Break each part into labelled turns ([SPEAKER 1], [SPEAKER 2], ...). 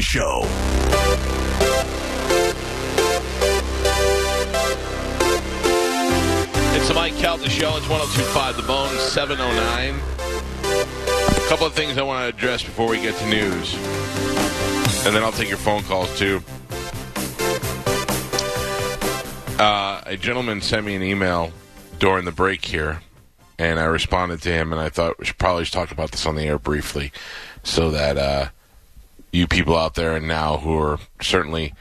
[SPEAKER 1] Show.
[SPEAKER 2] It's the Mike Calton Show. It's 1025 The Bone, 709. A couple of things I want to address before we get to news. And then I'll take your phone calls, too. Uh, a gentleman sent me an email during the break here, and I responded to him, and I thought we should probably just talk about this on the air briefly so that uh, you people out there and now who are certainly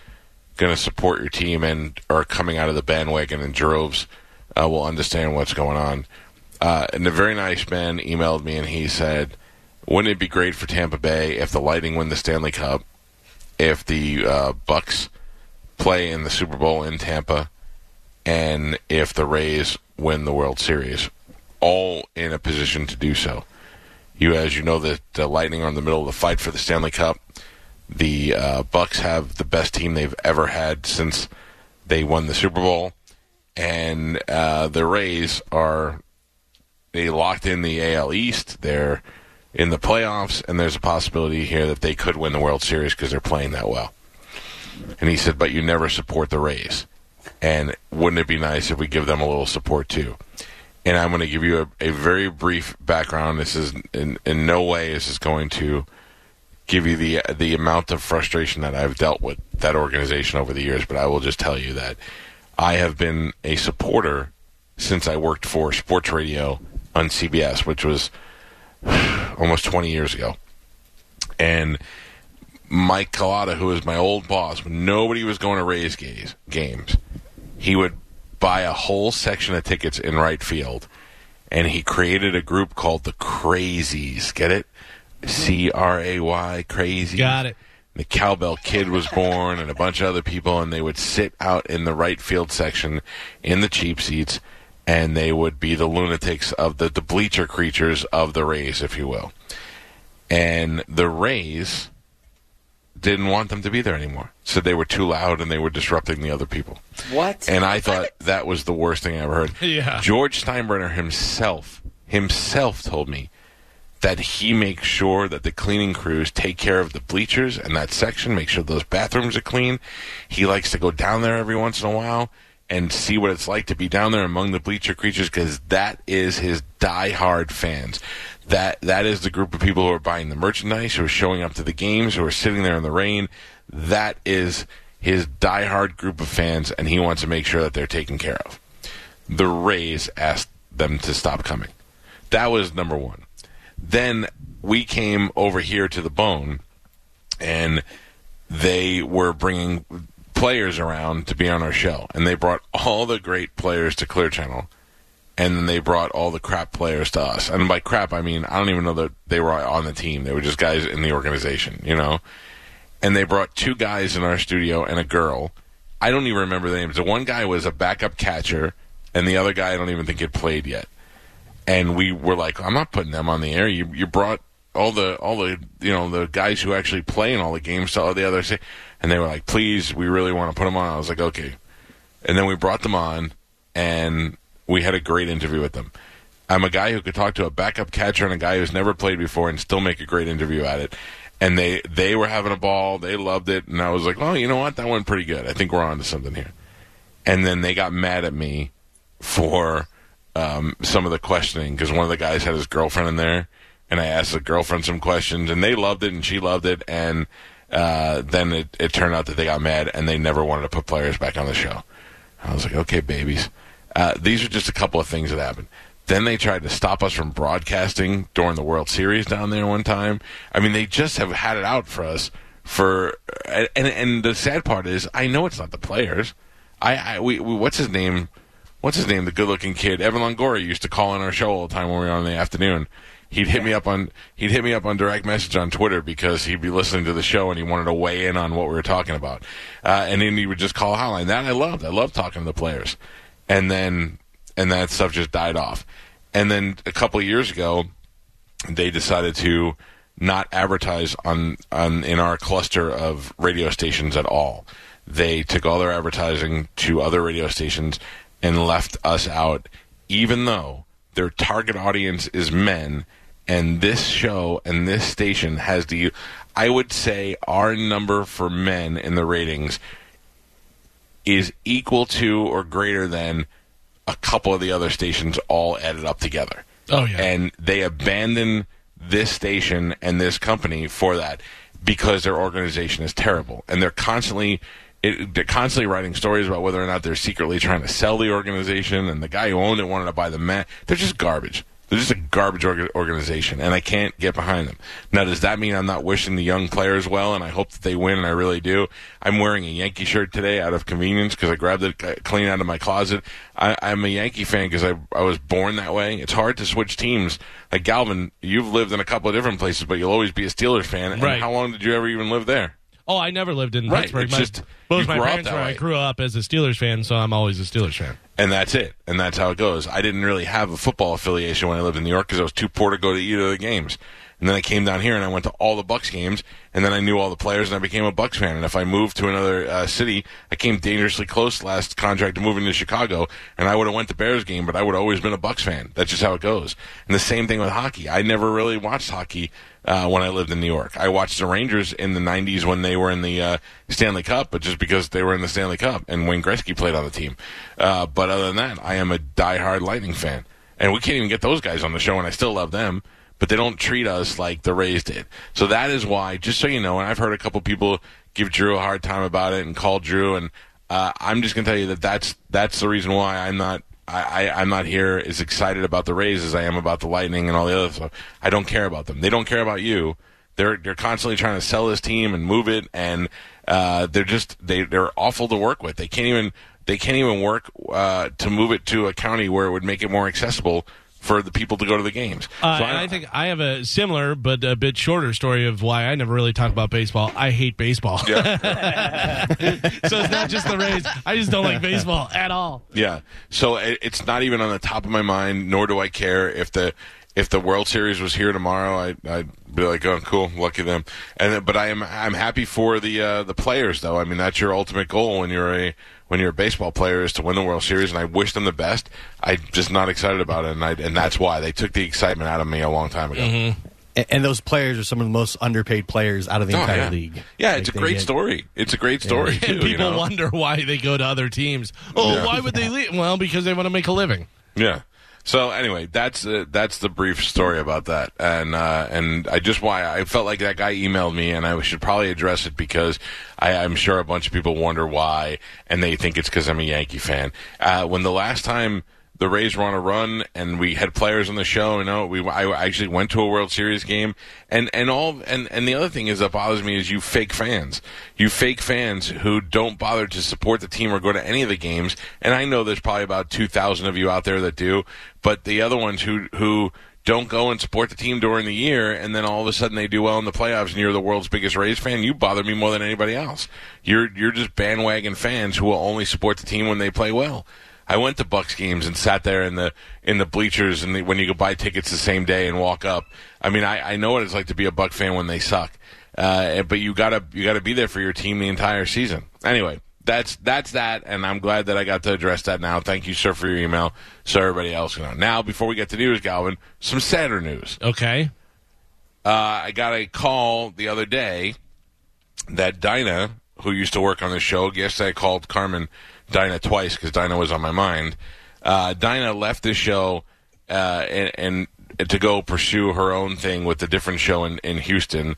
[SPEAKER 2] going to support your team and are coming out of the bandwagon in droves uh, will understand what's going on. Uh, and a very nice man emailed me, and he said, "Wouldn't it be great for Tampa Bay if the Lightning win the Stanley Cup, if the uh, Bucks play in the Super Bowl in Tampa, and if the Rays win the World Series, all in a position to do so?" You, as you know, that the Lightning are in the middle of the fight for the Stanley Cup. The uh, Bucks have the best team they've ever had since they won the Super Bowl, and uh, the Rays are they locked in the AL East. They're in the playoffs, and there's a possibility here that they could win the World Series because they're playing that well. And he said, "But you never support the Rays, and wouldn't it be nice if we give them a little support too?" And I'm going to give you a, a very brief background. This is in, in no way is this going to give you the the amount of frustration that I've dealt with that organization over the years, but I will just tell you that I have been a supporter since I worked for sports radio on CBS, which was almost 20 years ago. And Mike Collada, who was my old boss, when nobody was going to Rays gays, games, he would buy a whole section of tickets in right field, and he created a group called the Crazies. Get it? C R A Y Crazies.
[SPEAKER 3] Got it.
[SPEAKER 2] The Cowbell Kid was born, and a bunch of other people, and they would sit out in the right field section in the cheap seats, and they would be the lunatics of the, the bleacher creatures of the Rays, if you will. And the Rays didn't want them to be there anymore. So they were too loud and they were disrupting the other people. What? And I thought that was the worst thing I ever heard.
[SPEAKER 3] Yeah.
[SPEAKER 2] George Steinbrenner himself himself told me that he makes sure that the cleaning crews take care of the bleachers and that section, make sure those bathrooms are clean. He likes to go down there every once in a while and see what it's like to be down there among the bleacher creatures because that is his diehard fans. That that is the group of people who are buying the merchandise, who are showing up to the games, who are sitting there in the rain. That is his diehard group of fans, and he wants to make sure that they're taken care of. The Rays asked them to stop coming. That was number one. Then we came over here to the bone, and they were bringing players around to be on our show, and they brought all the great players to Clear Channel, and then they brought all the crap players to us. And by crap, I mean I don't even know that they were on the team; they were just guys in the organization, you know. And they brought two guys in our studio and a girl. I don't even remember the names. The one guy was a backup catcher, and the other guy I don't even think had played yet and we were like, I'm not putting them on the air. You you brought all the all the you know the guys who actually play in all the games to all the other, sa- and they were like, please, we really want to put them on. I was like, okay, and then we brought them on, and we had a great interview with them. I'm a guy who could talk to a backup catcher and a guy who's never played before and still make a great interview at it. And they they were having a ball. They loved it, and I was like, oh, you know what? That went pretty good. I think we're on to something here and then they got mad at me for um, some of the questioning because one of the guys had his girlfriend in there, and I asked the girlfriend some questions, and they loved it, and she loved it, and uh, then it, it turned out that they got mad, and they never wanted to put players back on the show. I was like, okay, babies. Uh, these are just a couple of things that happened. Then they tried to stop us from broadcasting during the World Series down there one time. I mean, they just have had it out for us for and and the sad part is I know it's not the players. I, I we, we what's his name? What's his name? The good-looking kid, Evan Longoria, used to call in our show all the time when we were on in the afternoon. He'd hit me up on he'd hit me up on direct message on Twitter because he'd be listening to the show and he wanted to weigh in on what we were talking about, uh, and then he would just call hotline. That I loved. I loved talking to the players, and then and that stuff just died off. And then a couple of years ago, they decided to not advertise on, on in our cluster of radio stations at all. They took all their advertising to other radio stations and left us out, even though their target audience is men. And this show and this station has the, I would say, our number for men in the ratings is equal to or greater than a couple of the other stations all added up together.
[SPEAKER 4] Oh, yeah.
[SPEAKER 2] And they abandon this station and this company for that because their organization is terrible and they're constantly it, they're constantly writing stories about whether or not they're secretly trying to sell the organization and the guy who owned it wanted to buy the man. They're just garbage. They're just a garbage org- organization, and I can't get behind them. Now, does that mean I'm not wishing the young players well, and I hope that they win, and I really do? I'm wearing a Yankee shirt today out of convenience because I grabbed it uh, clean out of my closet. I, I'm a Yankee fan because I, I was born that way. It's hard to switch teams. Like, Galvin, you've lived in a couple of different places, but you'll always be a Steelers fan. And
[SPEAKER 4] Right.
[SPEAKER 2] how long did you ever even live there?
[SPEAKER 4] Oh, I never lived in
[SPEAKER 2] Right,
[SPEAKER 4] Pittsburgh.
[SPEAKER 2] it's
[SPEAKER 4] My,
[SPEAKER 2] just-
[SPEAKER 4] both
[SPEAKER 2] you
[SPEAKER 4] my
[SPEAKER 2] grew up
[SPEAKER 4] parents
[SPEAKER 2] that
[SPEAKER 4] were. I
[SPEAKER 2] way.
[SPEAKER 4] grew up as a Steelers fan, so I'm always a Steelers fan.
[SPEAKER 2] and that's it. And that's how it goes. I didn't really have a football affiliation when I lived in New York because I was too poor to go to either of the games. And then I came down here and I went to all the Bucks games, and then I knew all the players, and I became a Bucks fan. And if I moved to another uh, city, I came dangerously close last contract to moving to Chicago, and I would have went to Bears game, but I would have always been a Bucks fan. That's just how it goes. And the same thing with hockey. I never really watched hockey uh, when I lived in New York. I watched the Rangers in the '90s when they were in the uh, Stanley Cup, but just because they were in the Stanley Cup and Wayne Gretzky played on the team. Uh, but other than that, I am a diehard Lightning fan, and we can't even get those guys on the show, and I still love them. But they don't treat us like the Rays did, so that is why. Just so you know, and I've heard a couple people give Drew a hard time about it and call Drew, and uh, I'm just gonna tell you that that's that's the reason why I'm not I, I, I'm not here as excited about the Rays as I am about the Lightning and all the other stuff. I don't care about them. They don't care about you. They're they're constantly trying to sell this team and move it, and uh, they're just they they're awful to work with. They can't even they can't even work uh, to move it to a county where it would make it more accessible for the people to go to the games.
[SPEAKER 4] Uh,
[SPEAKER 2] So
[SPEAKER 4] and I think I have a similar but a bit shorter story of why I never really talk about baseball. I hate baseball. so it's not just the Rays. I just don't like baseball at all.
[SPEAKER 2] Yeah. So it, it's not even on the top of my mind, nor do I care if the if the World Series was here tomorrow. I, I'd be like, oh, cool, lucky them. And then- but I am I'm happy for the uh, the players though. I mean, that's your ultimate goal when you're a when you're a baseball player is to win the World Series, and I wish them the best. I'm just not excited about it, and I, and that's why they took the excitement out of me a long time ago.
[SPEAKER 1] Mm-hmm. A- And those players are some of the most underpaid players out of the
[SPEAKER 2] Oh,
[SPEAKER 1] entire
[SPEAKER 2] yeah.
[SPEAKER 1] league.
[SPEAKER 2] Yeah,
[SPEAKER 1] Like,
[SPEAKER 2] it's a
[SPEAKER 1] they
[SPEAKER 2] great
[SPEAKER 1] get-
[SPEAKER 2] story. It's a great story. too,
[SPEAKER 4] And
[SPEAKER 2] you
[SPEAKER 4] people
[SPEAKER 2] know?
[SPEAKER 4] wonder why they go to other teams. Oh,
[SPEAKER 2] Yeah.
[SPEAKER 4] why would they leave? Well, because they want to make a living.
[SPEAKER 2] Yeah. So anyway, that's uh, that's the brief story about that, and uh, and I just why I felt like that guy emailed me, and I should probably address it because I, I'm sure a bunch of people wonder why, and they think it's because I'm a Yankee fan. Uh, when the last time the Rays were on a run, and we had players on the show, you know, we I actually went to a World Series game, and and all and and the other thing is that bothers me is you fake fans, you fake fans who don't bother to support the team or go to any of the games, and I know there's probably about two thousand of you out there that do, but the other ones who who don't go and support the team during the year, and then all of a sudden they do well in the playoffs, and you're the world's biggest Rays fan. You bother me more than anybody else. You're you're just bandwagon fans who will only support the team when they play well. I went to Bucks games and sat there in the in the bleachers, and the, when you go buy tickets the same day and walk up. I mean, I, I know what it's like to be a Buck fan when they suck, uh, but you gotta you gotta be there for your team the entire season. Anyway, that's that's that, and I'm glad that I got to address that now. Thank you, sir, for your email, so everybody else can know. Now, before we get to news, Galvin, some sadder news.
[SPEAKER 4] Okay.
[SPEAKER 2] Uh, I got a call the other day that Dinah, who used to work on the show, yesterday I called Carmen Dinah twice because Dinah was on my mind. Uh, Dinah left the show uh, and, and to go pursue her own thing with a different show in, in Houston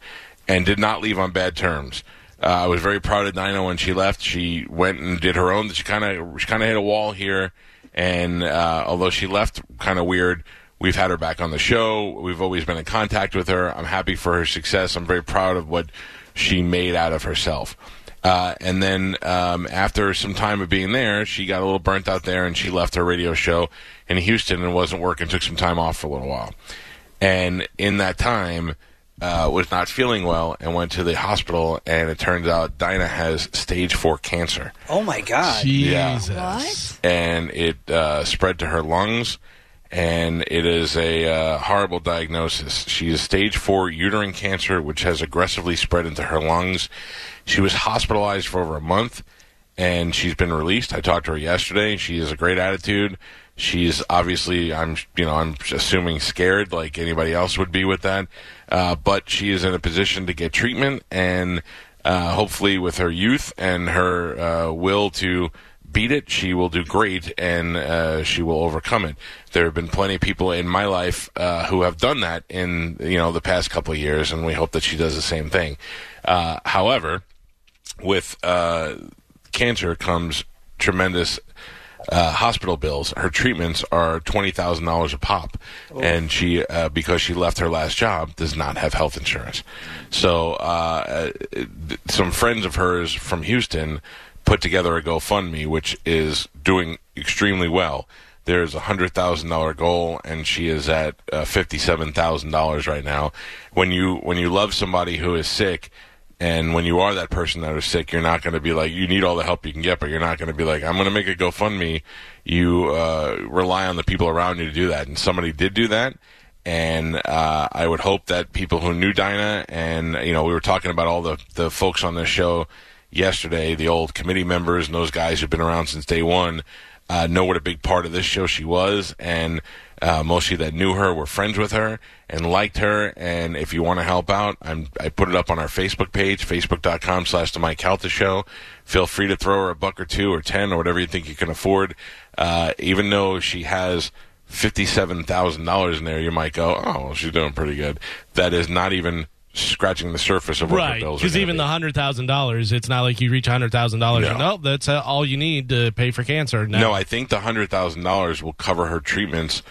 [SPEAKER 2] and did not leave on bad terms. Uh, I was very proud of Dinah when she left. She went and did her own. She kind of she kind of hit a wall here, and uh, although she left kind of weird, we've had her back on the show. We've always been in contact with her. I'm happy for her success. I'm very proud of what she made out of herself. Uh, and then um, after some time of being there, she got a little burnt out there, and she left her radio show in Houston and wasn't working. Took some time off for a little while. and in that time uh, was not feeling well and went to the hospital. And it turns out Dinah has stage four cancer,
[SPEAKER 3] Oh my God.
[SPEAKER 2] Yeah.
[SPEAKER 4] Jesus.
[SPEAKER 5] What?
[SPEAKER 2] and it uh, spread to her lungs. And it is a uh, horrible diagnosis. She is stage four uterine cancer, which has aggressively spread into her lungs. She was hospitalized for over a month, and she's been released. I talked to her yesterday. She has a great attitude. She's obviously, I'm, you know, I'm assuming scared, like anybody else would be with that. Uh, but she is in a position to get treatment, and uh, hopefully, with her youth and her uh, will to beat it, she will do great, and uh, she will overcome it. There have been plenty of people in my life uh, who have done that in, you know, the past couple of years, and we hope that she does the same thing. Uh, however, with uh, cancer comes tremendous uh, hospital bills. Her treatments are twenty thousand dollars a pop, and she uh, because she left her last job does not have health insurance. So uh, uh, th- some friends of hers from Houston put together a GoFundMe, which is doing extremely well. There is a hundred thousand dollar goal, and she is at uh, fifty seven thousand dollars right now. When you when you love somebody who is sick, and when you are that person that is sick, you're not going to be like, you need all the help you can get, but you're not going to be like, I'm going to make a GoFundMe. You uh, rely on the people around you to do that. And somebody did do that. And uh, I would hope that people who knew Dinah, and, you know, we were talking about all the, the folks on this show yesterday, the old committee members and those guys who've been around since day one, uh, know what a big part of this show she was, and uh, mostly that knew her were friends with her and liked her. And if you want to help out, I'm, I put it up on our Facebook page, facebook.com slash the Mike Calta Show. Feel free to throw her a buck or two or ten or whatever you think you can afford. Uh, even though she has fifty-seven thousand dollars in there, you might go, "Oh, well, she's doing pretty good." That is not even scratching the surface of what her
[SPEAKER 4] Right,
[SPEAKER 2] bills. are
[SPEAKER 4] because
[SPEAKER 2] gonna
[SPEAKER 4] even
[SPEAKER 2] be.
[SPEAKER 4] the hundred thousand dollars, it's not like you reach hundred thousand dollars.
[SPEAKER 2] No.
[SPEAKER 4] and Nope, that's uh, all you need to pay for cancer. No,
[SPEAKER 2] No, I think the hundred thousand dollars will cover her treatments,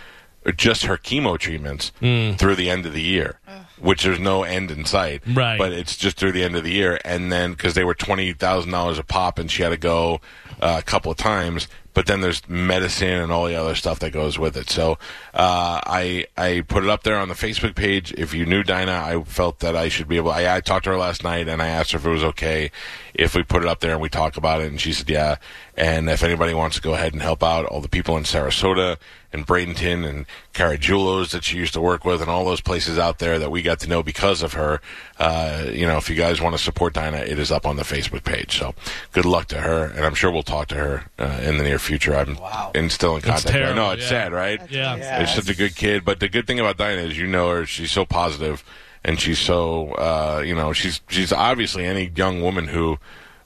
[SPEAKER 2] or just her chemo treatments through the end of the year, which there's no end in sight.
[SPEAKER 4] Right.
[SPEAKER 2] but it's just through the end of the year, and then because they were twenty thousand dollars a pop, and she had to go uh, a couple of times. But then there's medicine and all the other stuff that goes with it. So uh, I I put it up there on the Facebook page. If you knew Dinah, I felt that I should be able. I, I talked to her last night and I asked her if it was okay if we put it up there and we talk about it. And she said yeah. And if anybody wants to go ahead and help out, all the people in Sarasota and Bradenton and Carajulos that she used to work with, and all those places out there that we got to know because of her. Uh, you know, if you guys want to support Dinah, it is up on the Facebook page. So good luck to her, and I'm sure we'll talk to her uh, in the near future. I'm
[SPEAKER 3] Wow.
[SPEAKER 2] and still in contact. with her.
[SPEAKER 4] terrible,
[SPEAKER 2] no, it's
[SPEAKER 4] yeah.
[SPEAKER 2] sad, right?
[SPEAKER 4] yeah,
[SPEAKER 3] Yeah.
[SPEAKER 2] She's such a good kid. But the good thing about Dinah is you know her. She's so positive, and she's so uh, you know she's she's obviously any young woman who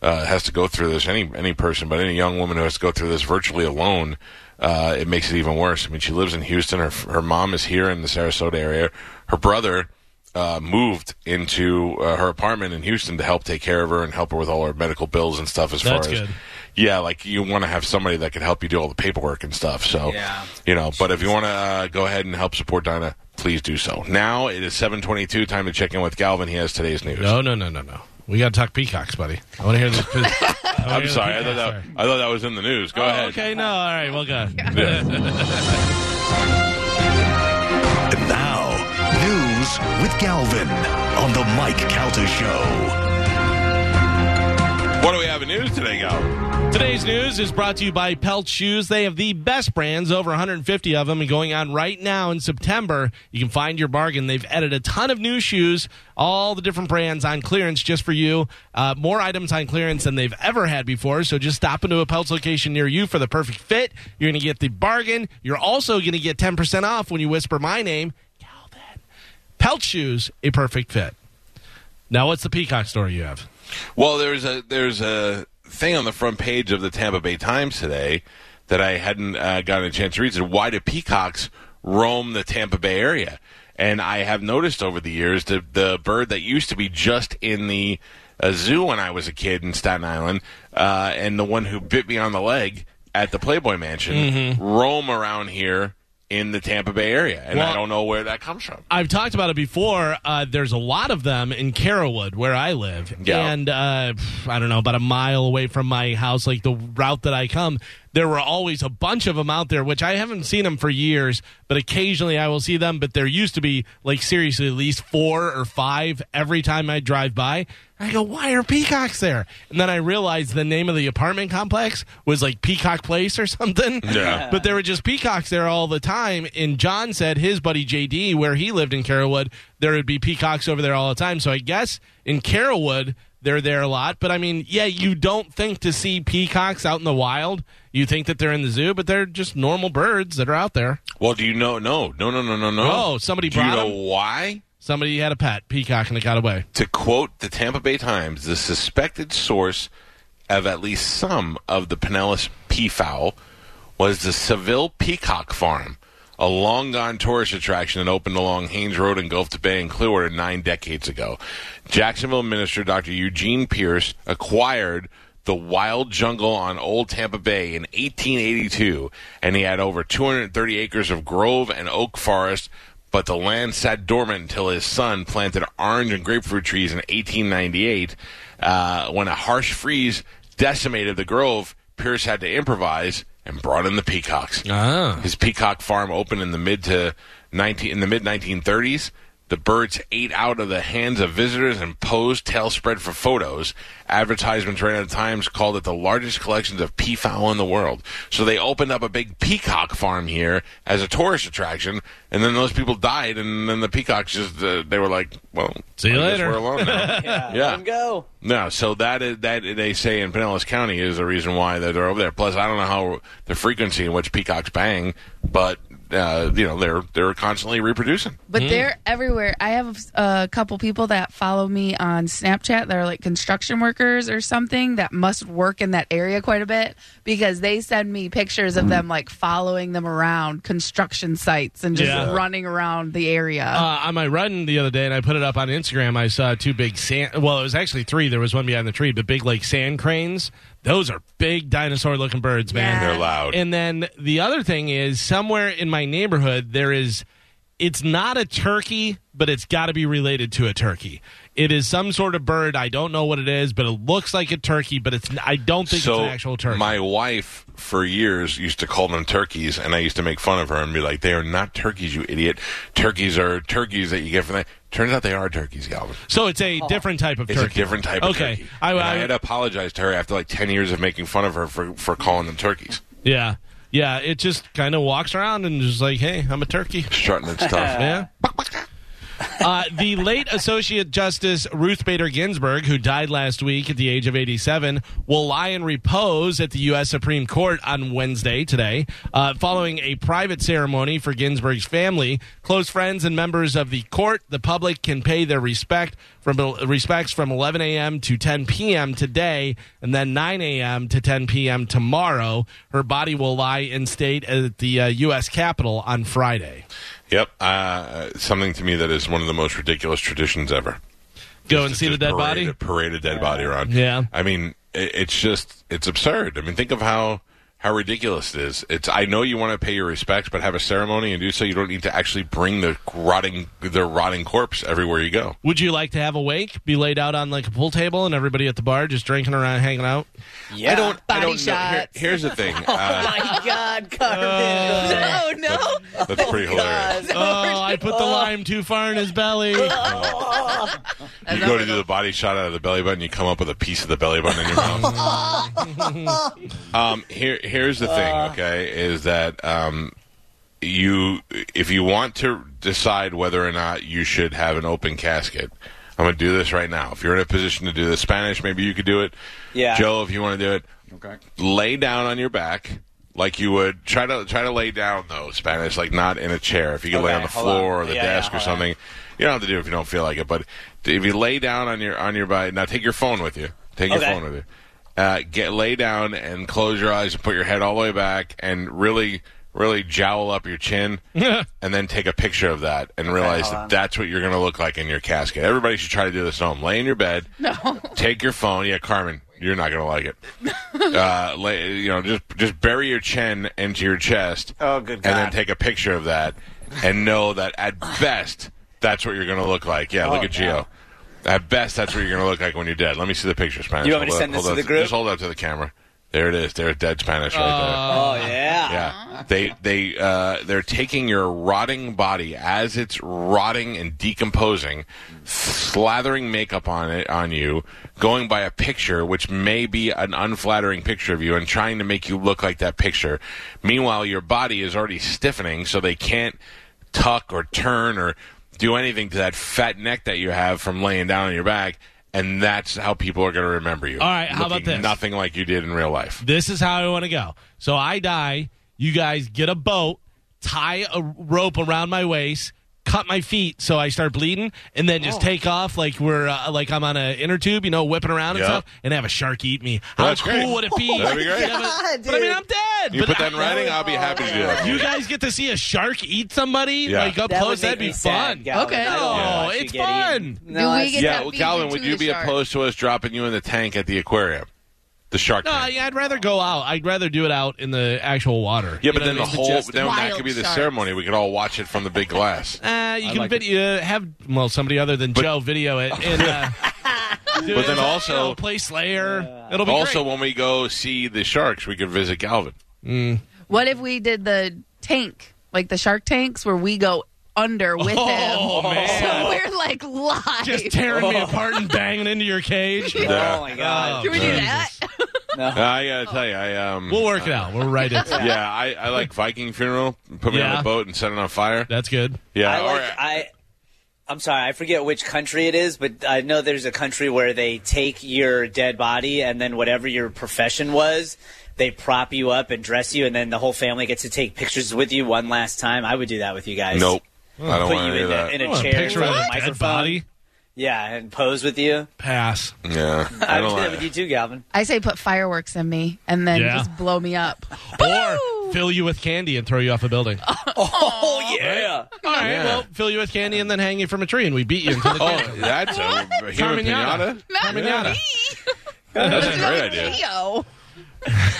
[SPEAKER 2] uh, has to go through this any any person, but any young woman who has to go through this virtually alone. Uh, it makes it even worse. I mean, she lives in Houston. Her her mom is here in the Sarasota area. Her brother uh, moved into uh, her apartment in Houston to help take care of her and help her with all her medical bills and stuff. As
[SPEAKER 4] That's
[SPEAKER 2] far as
[SPEAKER 4] good.
[SPEAKER 2] yeah, like you want to have somebody that can help you do all the paperwork and stuff. So,
[SPEAKER 3] Yeah.
[SPEAKER 2] you know, but if you want to uh, go ahead and help support Dinah, please do so. Now it is 722, time to check in with Galvin. He has today's news.
[SPEAKER 4] no, no, no, no, no. We got to talk peacocks, buddy. I want to hear the. I wanna hear
[SPEAKER 2] I'm
[SPEAKER 4] the
[SPEAKER 2] sorry. I thought,
[SPEAKER 4] peacocks.
[SPEAKER 2] that, I thought that was in the news. Go
[SPEAKER 4] Oh,
[SPEAKER 2] ahead.
[SPEAKER 4] Okay, no, all right, well, go.
[SPEAKER 2] Yeah.
[SPEAKER 6] And now, news with Galvin on the Mike Calter Show.
[SPEAKER 2] what do we have in news today, Galvin?
[SPEAKER 4] Today's news is brought to you by Pelt Shoes. They have the best brands, over 150 of them, and going on right now in September. You can find your bargain. They've added a ton of new shoes, all the different brands on clearance just for you. Uh, more items on clearance than they've ever had before. So just stop into a Pelt's location near you for the perfect fit. You're going to get the bargain. You're also going to get 10% off when you whisper my name, Calvin. Pelt Shoes, a perfect fit. Now, what's the peacock story you have?
[SPEAKER 2] Well, there's a there's a thing on the front page of the Tampa Bay Times today that I hadn't uh, gotten a chance to read. It said, "Why do peacocks roam the Tampa Bay area?" And I have noticed over the years that the bird that used to be just in the uh, zoo when I was a kid in Staten Island, uh, and the one who bit me on the leg at the Playboy Mansion,
[SPEAKER 4] Mm-hmm.
[SPEAKER 2] roam around here in the Tampa Bay area, and I
[SPEAKER 4] Well-
[SPEAKER 2] don't know where that comes from.
[SPEAKER 4] I've talked about it before. Uh, there's a lot of them in Carrollwood, where I live,
[SPEAKER 2] Yeah.
[SPEAKER 4] and uh, pff, I don't know about a mile away from my house, like the route that I come. there were always a bunch of them out there, which I haven't seen them for years, but occasionally I will see them. But there used to be, like, seriously, at least four or five every time I drive by. I go, why are peacocks there? And then I realized the name of the apartment complex was like Peacock Place or something.
[SPEAKER 2] Yeah.
[SPEAKER 4] But there were just peacocks there all the time. And John said his buddy JD, where he lived in Carrollwood, there would be peacocks over there all the time. So I guess in Carrollwood, they're there a lot. But I mean, yeah, you don't think to see peacocks out in the wild. You think that they're in the zoo, but they're just normal birds that are out there.
[SPEAKER 2] Well, do you know? No, no, no, no, no, no.
[SPEAKER 4] Oh, somebody
[SPEAKER 2] Do you
[SPEAKER 4] brought
[SPEAKER 2] know
[SPEAKER 4] 'em?
[SPEAKER 2] why?
[SPEAKER 4] Somebody had a pet peacock and it got away.
[SPEAKER 2] To quote the Tampa Bay Times, the suspected source of at least some of the Pinellas peafowl was the Seville Peacock Farm, a long gone tourist attraction that opened along Haines Road in Gulf to Bay and Clearwater nine decades ago. Jacksonville minister Dr. Eugene Pierce acquired the wild jungle on Old Tampa Bay in 1882, and he had over 230 acres of grove and oak forest but the land sat dormant until his son planted orange and grapefruit trees in 1898. Uh, when a harsh freeze decimated the grove, Pierce had to improvise and brought in the peacocks. His peacock farm opened in the mid to 19 in the mid 1930s. The birds ate out of the hands of visitors and posed tail spread for photos. Advertisements ran out of times called it the largest collections of peafowl in the world. So they opened up a big peacock farm here as a tourist attraction, and then those people died, and then the peacocks just uh, they were like, "Well,
[SPEAKER 4] See you
[SPEAKER 2] I guess
[SPEAKER 4] later."
[SPEAKER 2] We're alone now. yeah,
[SPEAKER 3] Let him go.
[SPEAKER 2] no, so that is, that they say in Pinellas County is the reason why they're, they're over there. Plus, I don't know how the frequency in which peacocks bang, but uh, you know they're they're constantly reproducing.
[SPEAKER 4] Hmm.
[SPEAKER 5] But they're everywhere. I have a couple people that follow me on Snapchat that are like construction workers or something that must work in that area quite a bit because they send me pictures
[SPEAKER 2] Hmm.
[SPEAKER 5] of them like following them around construction sites and just
[SPEAKER 4] Yeah.
[SPEAKER 5] running around the area.
[SPEAKER 4] uh, on my run the other day, and I put it up on Instagram. I saw two big sand. Well, it was actually three. There was one behind the tree, but big like sand cranes. Those are big dinosaur-looking birds, man.
[SPEAKER 5] Yeah.
[SPEAKER 2] They're loud.
[SPEAKER 4] And then the other thing is somewhere in my neighborhood there is it's not a turkey, but it's got to be related to a turkey. It is some sort of bird. I don't know what it is, but it looks like a turkey, but it's I don't think it's
[SPEAKER 2] so
[SPEAKER 4] an actual turkey.
[SPEAKER 2] my wife for years used to call them turkeys, and I used to make fun of her and be like, "They are not turkeys, you idiot! Turkeys are turkeys that you get from that." Turns out they are turkeys, Galvin.
[SPEAKER 4] so it's a different type of
[SPEAKER 2] Oh. It's
[SPEAKER 4] turkey.
[SPEAKER 2] a different type of
[SPEAKER 4] okay.
[SPEAKER 2] turkey.
[SPEAKER 4] I,
[SPEAKER 2] And
[SPEAKER 4] I-
[SPEAKER 2] I had to apologize to her after like ten years of making fun of her for for calling them turkeys.
[SPEAKER 4] yeah. Yeah, it just kind of walks around and just like, hey, I'm a turkey.
[SPEAKER 2] Strutting and stuff.
[SPEAKER 4] Yeah. Uh, the late Associate Justice Ruth Bader Ginsburg, who died last week at the age of 87, will lie in repose at the U.S. Supreme Court on Wednesday today, uh, following a private ceremony for Ginsburg's family. Close friends and members of the court, the public, can pay their respect from respects from 11 a.m. to 10 p.m. today, and then 9 a.m. to 10 p.m. tomorrow. Her body will lie in state at the uh, U.S. Capitol on Friday.
[SPEAKER 2] Yep. Uh, something to me that is one of the most ridiculous traditions ever.
[SPEAKER 4] Go
[SPEAKER 2] Just
[SPEAKER 4] and
[SPEAKER 2] to
[SPEAKER 4] see the
[SPEAKER 2] just
[SPEAKER 4] dead
[SPEAKER 2] parade
[SPEAKER 4] body.
[SPEAKER 2] A, parade a dead body around.
[SPEAKER 4] Yeah.
[SPEAKER 2] I mean, it, it's just it's absurd. I mean, think of how how ridiculous it is. It's I know you want to pay your respects, but have a ceremony and do so. You don't need to actually bring the rotting the rotting corpse everywhere you go.
[SPEAKER 4] Would you like to have a wake, be laid out on like a pool table, and everybody at the bar just drinking around, hanging out?
[SPEAKER 3] Yeah.
[SPEAKER 2] I don't. I
[SPEAKER 5] Body
[SPEAKER 2] don't know. Here-
[SPEAKER 5] shots.
[SPEAKER 2] here's the thing. Uh,
[SPEAKER 3] My God, Carmen.
[SPEAKER 5] no, Oh, no.
[SPEAKER 2] that's pretty hilarious.
[SPEAKER 4] Oh, I put the lime too far in his belly.
[SPEAKER 2] You go to do the body shot out of the belly button, you come up with a piece of the belly button in your mouth. um, here, here's the thing,
[SPEAKER 3] Uh.
[SPEAKER 2] okay, is that um, you, if you want to decide whether or not you should have an open casket, I'm going to do this right now. If you're in a position to do this, Spanish, maybe you could do it.
[SPEAKER 3] Yeah.
[SPEAKER 2] Joe, if you want to do it, okay. lay down on your back. Like you would try to try to lay down though Spanish like not in a chair if you could lay
[SPEAKER 3] Okay,
[SPEAKER 2] on the
[SPEAKER 3] hold on.
[SPEAKER 2] floor or the
[SPEAKER 3] Yeah, yeah,
[SPEAKER 2] desk or
[SPEAKER 3] hold on.
[SPEAKER 2] something you don't have to do it if you don't feel like it, but if you lay down on your on your body, now take your phone with you. Take your
[SPEAKER 3] Okay.
[SPEAKER 2] phone with you. Uh, get lay down and close your eyes and put your head all the way back and really really jowl up your chin and then take a picture of that and realize that that's what you're going to look like in your casket. Everybody should try to do this at home. Lay in your bed. No. Take your phone. Yeah, Carmen, you're not going to like it. uh, lay, you know, just just bury your chin into your chest.
[SPEAKER 3] Oh, good
[SPEAKER 2] And then
[SPEAKER 3] God.
[SPEAKER 2] take a picture of that and know that at best that's what you're going to look like. Yeah,
[SPEAKER 3] Oh,
[SPEAKER 2] look at Geo. At best, that's what you're going to look like when you're dead. Let me see the picture, Spanish.
[SPEAKER 3] You want me to
[SPEAKER 2] Hold
[SPEAKER 3] send
[SPEAKER 2] up-
[SPEAKER 3] this
[SPEAKER 2] hold
[SPEAKER 3] to
[SPEAKER 2] up-
[SPEAKER 3] the group?
[SPEAKER 2] Just hold up to the camera. There it is. There's dead Spanish right there.
[SPEAKER 3] Oh yeah.
[SPEAKER 2] Yeah, they they uh, they're taking your rotting body as it's rotting and decomposing, slathering makeup on it on you, going by a picture which may be an unflattering picture of you, and trying to make you look like that picture. Meanwhile, your body is already stiffening, so they can't tuck or turn or do anything to that fat neck that you have from laying down on your back. And that's how people are going to remember you.
[SPEAKER 4] All right, how about
[SPEAKER 2] Looking
[SPEAKER 4] this?
[SPEAKER 2] Nothing like you did in real life.
[SPEAKER 4] This is how I want to go. So I die. You guys get a boat, tie a rope around my waist, cut my feet so I start bleeding, and then
[SPEAKER 2] Oh.
[SPEAKER 4] just take off like we're uh, like I'm on an inner tube, you know, whipping around and
[SPEAKER 2] Yeah.
[SPEAKER 4] stuff, and have a shark eat me. How
[SPEAKER 2] That's
[SPEAKER 4] cool
[SPEAKER 2] great.
[SPEAKER 4] would it be?
[SPEAKER 2] That'd be great.
[SPEAKER 4] Yeah, but,
[SPEAKER 3] God,
[SPEAKER 4] but I mean,
[SPEAKER 3] dude.
[SPEAKER 4] I'm dead.
[SPEAKER 2] You
[SPEAKER 4] but
[SPEAKER 2] put that in
[SPEAKER 4] I-
[SPEAKER 2] writing, I'll be happy to do that.
[SPEAKER 4] You guys get to see a shark eat somebody
[SPEAKER 2] Yeah.
[SPEAKER 4] like up
[SPEAKER 3] That
[SPEAKER 4] close.
[SPEAKER 3] would
[SPEAKER 4] That'd
[SPEAKER 3] make
[SPEAKER 4] be
[SPEAKER 3] me sad,
[SPEAKER 4] fun.
[SPEAKER 3] Galvin.
[SPEAKER 5] Okay.
[SPEAKER 3] I don't
[SPEAKER 4] Oh,
[SPEAKER 3] want you
[SPEAKER 4] it's
[SPEAKER 3] getting-
[SPEAKER 4] fun.
[SPEAKER 3] No,
[SPEAKER 5] Do we
[SPEAKER 3] that's-
[SPEAKER 5] get-
[SPEAKER 2] Yeah,
[SPEAKER 5] that
[SPEAKER 2] well,
[SPEAKER 5] feeds
[SPEAKER 2] Calvin,
[SPEAKER 5] into
[SPEAKER 2] would you
[SPEAKER 5] the
[SPEAKER 2] be
[SPEAKER 5] shark.
[SPEAKER 2] opposed to us dropping you in the tank at the aquarium? The shark
[SPEAKER 4] No,
[SPEAKER 2] tank.
[SPEAKER 4] yeah, I'd rather go out. I'd rather do it out in the actual water. You
[SPEAKER 2] Yeah, but
[SPEAKER 4] know
[SPEAKER 2] then the
[SPEAKER 4] what I mean?
[SPEAKER 2] whole then that
[SPEAKER 5] Wild
[SPEAKER 2] could be the
[SPEAKER 5] sharks.
[SPEAKER 2] ceremony. We could all watch it from the big glass.
[SPEAKER 4] Uh, you can video, have well somebody other than Joe video it, and uh, do
[SPEAKER 2] But
[SPEAKER 4] it,
[SPEAKER 2] then
[SPEAKER 4] you
[SPEAKER 2] also-
[SPEAKER 4] know, play Slayer. It'll be
[SPEAKER 2] also,
[SPEAKER 4] great.
[SPEAKER 2] when we go see the sharks, we could visit Galvin.
[SPEAKER 5] What if we did the tank, like the shark tanks, where we go under with
[SPEAKER 4] Oh,
[SPEAKER 5] him?
[SPEAKER 4] man.
[SPEAKER 5] So we're like live.
[SPEAKER 4] just tearing me apart and banging into your cage.
[SPEAKER 2] Oh. Yeah.
[SPEAKER 3] Oh my god.
[SPEAKER 5] Can we do that?
[SPEAKER 2] I gotta tell you, I um,
[SPEAKER 4] We'll work it out. We'll write it.
[SPEAKER 2] yeah, I, I like Viking funeral. Put me on
[SPEAKER 4] Yeah.
[SPEAKER 2] the boat and set it on fire.
[SPEAKER 4] That's good.
[SPEAKER 2] Yeah,
[SPEAKER 3] I
[SPEAKER 2] or-
[SPEAKER 3] like I. I'm sorry, I forget which country it is, but I know there's a country where they take your dead body and then whatever your profession was, they prop you up and dress you, and then the whole family gets to take pictures with you one last time. I would do that with you guys.
[SPEAKER 2] nope. I don't
[SPEAKER 3] Put
[SPEAKER 2] want
[SPEAKER 3] you
[SPEAKER 2] to do
[SPEAKER 3] in,
[SPEAKER 2] that.
[SPEAKER 3] a, in
[SPEAKER 4] I
[SPEAKER 3] a
[SPEAKER 4] want Oh, a
[SPEAKER 3] chair
[SPEAKER 4] picture
[SPEAKER 3] with
[SPEAKER 4] of
[SPEAKER 3] a
[SPEAKER 4] a dead
[SPEAKER 3] microphone.
[SPEAKER 4] body.
[SPEAKER 3] Yeah, and pose with you.
[SPEAKER 4] Pass.
[SPEAKER 2] yeah, I
[SPEAKER 3] I would
[SPEAKER 2] don't
[SPEAKER 3] do that
[SPEAKER 2] like
[SPEAKER 3] with you too, Galvin.
[SPEAKER 5] I say put fireworks in me and then
[SPEAKER 4] Yeah.
[SPEAKER 5] just blow me up.
[SPEAKER 4] Or fill you with candy and throw you off a building. All
[SPEAKER 3] Oh yeah.
[SPEAKER 4] right,
[SPEAKER 2] Yeah.
[SPEAKER 4] well, fill you with candy and then hang you from a tree, and we beat you until the
[SPEAKER 2] Oh, that's a, a human
[SPEAKER 4] Carmignana.
[SPEAKER 2] pinata.
[SPEAKER 4] Carmignana.
[SPEAKER 2] That's a great idea.
[SPEAKER 5] Geo.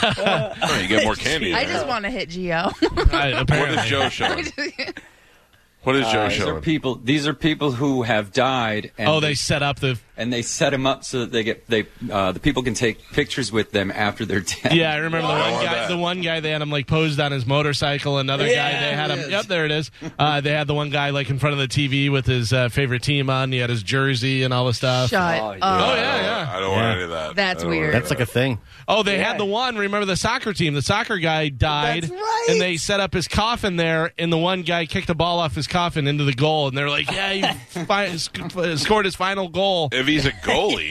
[SPEAKER 2] Oh, you get more candy.
[SPEAKER 5] I
[SPEAKER 2] there.
[SPEAKER 5] just want to hit Geo.
[SPEAKER 4] I-
[SPEAKER 2] What
[SPEAKER 4] apparently.
[SPEAKER 2] is Joe showing? What
[SPEAKER 4] Uh,
[SPEAKER 2] is Joe
[SPEAKER 7] These are
[SPEAKER 2] showing?
[SPEAKER 7] people. These are people who have died. And
[SPEAKER 4] Oh, they set up the
[SPEAKER 7] and they set them up so that they get they uh, the people can take pictures with them after they're dead.
[SPEAKER 4] Yeah, I remember the
[SPEAKER 2] I
[SPEAKER 4] one
[SPEAKER 2] want
[SPEAKER 4] guy.
[SPEAKER 2] that.
[SPEAKER 4] The one guy they had him like posed on his motorcycle. Another guy they had him. Yep, there it is. Uh, they had the one guy like in front of the TV with his uh, favorite team on. He had his jersey and all the stuff.
[SPEAKER 5] Shut
[SPEAKER 7] Oh,
[SPEAKER 5] up.
[SPEAKER 7] yeah.
[SPEAKER 4] Oh yeah, yeah.
[SPEAKER 2] I don't want any of that.
[SPEAKER 5] That's
[SPEAKER 2] I don't want
[SPEAKER 5] weird.
[SPEAKER 2] any of
[SPEAKER 1] That's like a thing.
[SPEAKER 4] Oh, they had the one. Remember the soccer team? The soccer guy died, and they set up his coffin there. And the one guy kicked the ball off his coffin into the goal. And they're like, "Yeah, he fi- sc- uh, scored his final goal."
[SPEAKER 2] if he's a goalie,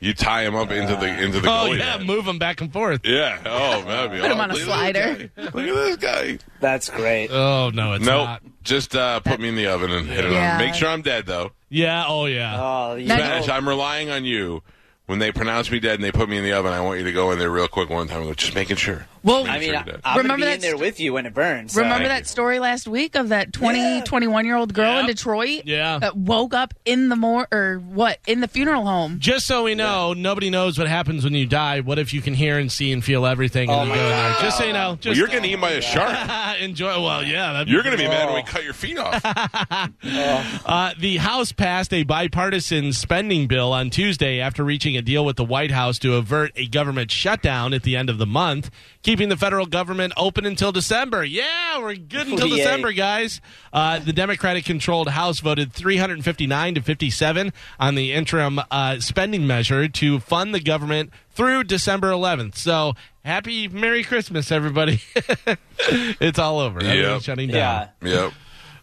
[SPEAKER 2] you tie him up into the into the
[SPEAKER 4] Oh
[SPEAKER 2] goalie.
[SPEAKER 4] yeah,
[SPEAKER 2] net.
[SPEAKER 4] move him back and forth.
[SPEAKER 2] yeah. Oh, that'd be
[SPEAKER 5] Put him on a
[SPEAKER 2] awesome.
[SPEAKER 5] slider.
[SPEAKER 2] Look at this guy. Look at this guy.
[SPEAKER 3] That's great.
[SPEAKER 4] Oh no, it's
[SPEAKER 2] Nope.
[SPEAKER 4] not.
[SPEAKER 2] Just uh, put me in the oven and hit it
[SPEAKER 5] Yeah.
[SPEAKER 2] on. Make sure I'm dead though.
[SPEAKER 4] Yeah. Oh yeah.
[SPEAKER 3] Oh, you
[SPEAKER 5] Now-
[SPEAKER 2] Spanish, I'm relying on you. When they pronounce me dead and they put me in the oven, I want you to go in there real quick one time and go, just making sure.
[SPEAKER 5] Well,
[SPEAKER 3] I mean,
[SPEAKER 2] Sure
[SPEAKER 3] I,
[SPEAKER 2] did.
[SPEAKER 3] I'm
[SPEAKER 5] Remember
[SPEAKER 3] gonna be
[SPEAKER 5] that
[SPEAKER 3] in there
[SPEAKER 5] st-
[SPEAKER 3] with you when it burns. so-
[SPEAKER 5] Remember that story last week of that 20, 21 year old girl in
[SPEAKER 4] Yep.
[SPEAKER 5] Detroit
[SPEAKER 4] Yeah.
[SPEAKER 5] that woke up in the more or what in the funeral home?
[SPEAKER 4] Just so we know, nobody knows what happens when you die. What if you can hear and see and feel everything? Oh and my God. Just so you know,
[SPEAKER 2] Well,
[SPEAKER 4] just
[SPEAKER 2] you're getting eaten by a shark.
[SPEAKER 4] enjoy. Well, yeah, that'd be
[SPEAKER 2] You're going to be mad when we cut your feet off.
[SPEAKER 4] Uh, the House passed a bipartisan spending bill on Tuesday after reaching a deal with the White House to avert a government shutdown at the end of the month, keeping the federal government open until December. Yeah, we're good until
[SPEAKER 3] Yay.
[SPEAKER 4] December, guys. Uh, the Democratic controlled House voted 359 to 57 on the interim uh, spending measure to fund the government through December 11th. So happy Merry Christmas, everybody. it's all over. Everything's shutting down.
[SPEAKER 3] Yeah.
[SPEAKER 2] yep.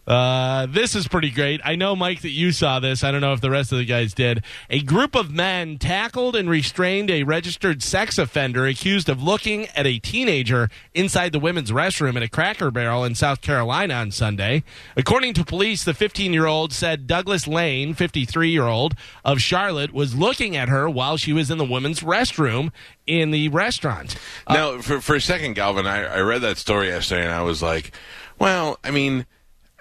[SPEAKER 4] Uh, this is pretty great. I know, Mike, that you saw this. I don't know if the rest of the guys did. A group of men tackled and restrained a registered sex offender accused of looking at a teenager inside the women's restroom at a cracker barrel in South Carolina on Sunday. According to police, the 15 year old said Douglas Lane, 53 year old of Charlotte, was looking at her while she was in the women's restroom in the restaurant.
[SPEAKER 2] Now, for for a second, Galvin, I, I read that story yesterday, and I was like, "Well, I mean,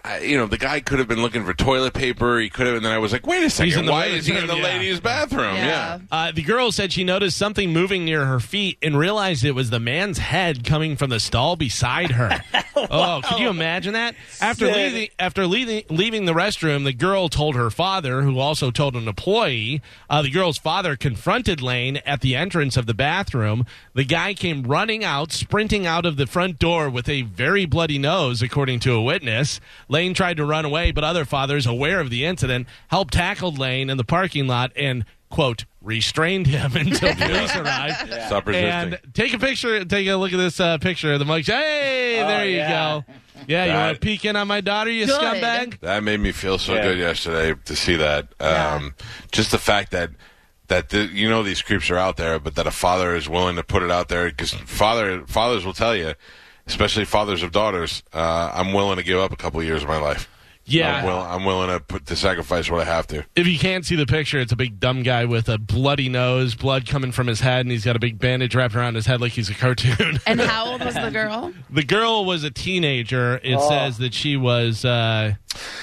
[SPEAKER 2] I, you know, the guy could have been looking for toilet paper. He could have, and then I was like, wait a second,
[SPEAKER 4] in the
[SPEAKER 2] why
[SPEAKER 4] women's
[SPEAKER 2] is he in the
[SPEAKER 4] room, yeah.
[SPEAKER 2] ladies' bathroom? Um, Yeah.
[SPEAKER 4] Uh, the girl said she noticed something moving near her feet and realized it was the man's head coming from the stall beside her. Oh, could you imagine that? After
[SPEAKER 3] Sick.
[SPEAKER 4] leaving, after leaving, leaving the restroom, the girl told her father, who also told an employee. Uh, the girl's father confronted Lane at the entrance of the bathroom. The guy came running out, sprinting out of the front door with a very bloody nose, according to a witness. Lane tried to run away, but other fathers, aware of the incident, helped tackle Lane in the parking lot and quote restrained him until police arrived.
[SPEAKER 2] Stop resisting.
[SPEAKER 4] And take a picture. Take a look at this uh, picture of the mug. Hey,
[SPEAKER 3] Oh,
[SPEAKER 4] there you
[SPEAKER 3] yeah.
[SPEAKER 4] go. Yeah, you
[SPEAKER 2] That-
[SPEAKER 4] want to peek in on my daughter, you
[SPEAKER 5] Good.
[SPEAKER 4] scumbag?
[SPEAKER 2] That made me feel so
[SPEAKER 3] Yeah.
[SPEAKER 2] good yesterday to see that. Um, Just the fact that that the, you know these creeps are out there, but that a father is willing to put it out there because father fathers will tell you, especially fathers of daughters, uh, I'm willing to give up a couple of years of my life.
[SPEAKER 4] Yeah.
[SPEAKER 2] I'm, will, I'm willing to put to sacrifice what I have to.
[SPEAKER 4] If you can't see the picture, it's a big dumb guy with a bloody nose, blood coming from his head, and he's got a big bandage wrapped around his head like he's a cartoon.
[SPEAKER 5] And how old was the girl?
[SPEAKER 4] the girl was a teenager. It
[SPEAKER 3] Oh.
[SPEAKER 4] says that she was uh,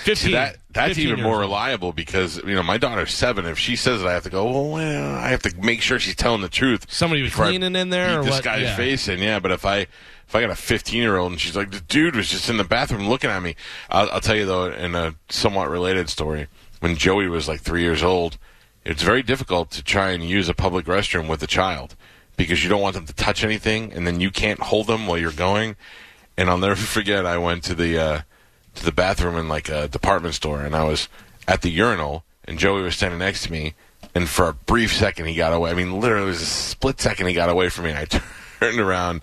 [SPEAKER 4] 15.
[SPEAKER 2] See that that's
[SPEAKER 4] 15
[SPEAKER 2] even
[SPEAKER 4] years
[SPEAKER 2] more
[SPEAKER 4] old.
[SPEAKER 2] reliable because you know my daughter's seven. If she says it, I have to go. Well, well I have to make sure she's telling the truth.
[SPEAKER 4] Somebody was
[SPEAKER 2] before I
[SPEAKER 4] cleaning in there
[SPEAKER 2] beat
[SPEAKER 4] or
[SPEAKER 2] this
[SPEAKER 4] what?
[SPEAKER 2] guy's
[SPEAKER 4] Yeah.
[SPEAKER 2] face in. Yeah, but if I if I got a fifteen year old and she's like, the dude was just in the bathroom looking at me. I'll, I'll tell you though, in a somewhat related story, when Joey was like three years old, it's very difficult to try and use a public restroom with a child because you don't want them to touch anything, and then you can't hold them while you're going. And I'll never forget, I went to the uh, to the bathroom in like a department store, and I was at the urinal, and Joey was standing next to me, and for a brief second he got away. I mean, literally, it was a split second he got away from me, and I turned around,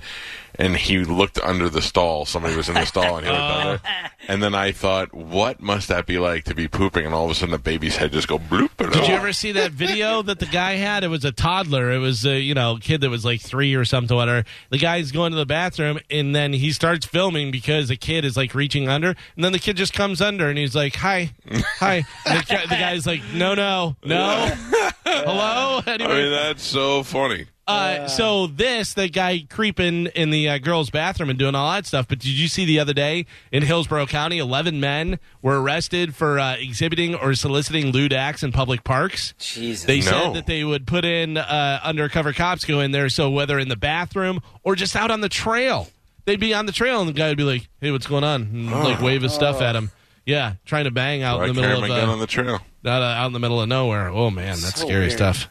[SPEAKER 2] and he looked under the stall. Somebody was in the stall, and he looked under. And then I thought, what must that be like to be pooping, and all of a sudden the baby's head just go bloop.
[SPEAKER 4] Did you ever see that video that the guy had? It was a toddler. It was a you know kid that was like three or something, whatever. The guy's going to the bathroom and then he starts filming because the kid is like reaching under, and then the kid just comes under and he's like, "Hi, hi." And the, guy- the guy's like, "No, no, no, hello."
[SPEAKER 2] I
[SPEAKER 4] Anyway,
[SPEAKER 2] mean, that's so funny.
[SPEAKER 4] uh, so this the guy creeping in the uh, girls' bathroom and doing all that stuff. But did you see the other day in Hillsborough County, eleven men were arrested for uh, exhibiting or soliciting lewd acts in public parks?
[SPEAKER 3] Jesus.
[SPEAKER 4] They
[SPEAKER 2] No.
[SPEAKER 4] said that they would put in uh, undercover cops go in there, so whether in the bathroom or just out on the trail, they'd be on the trail and the guy would be like, "Hey, what's going on?" and like wave his stuff at him. Yeah, trying to bang out
[SPEAKER 2] I
[SPEAKER 4] in the
[SPEAKER 2] carry
[SPEAKER 4] middle
[SPEAKER 2] my
[SPEAKER 4] of
[SPEAKER 2] Uh. gun
[SPEAKER 4] uh,
[SPEAKER 2] on the trail.
[SPEAKER 4] out, uh, out in the middle of nowhere. Oh man, that's scary stuff.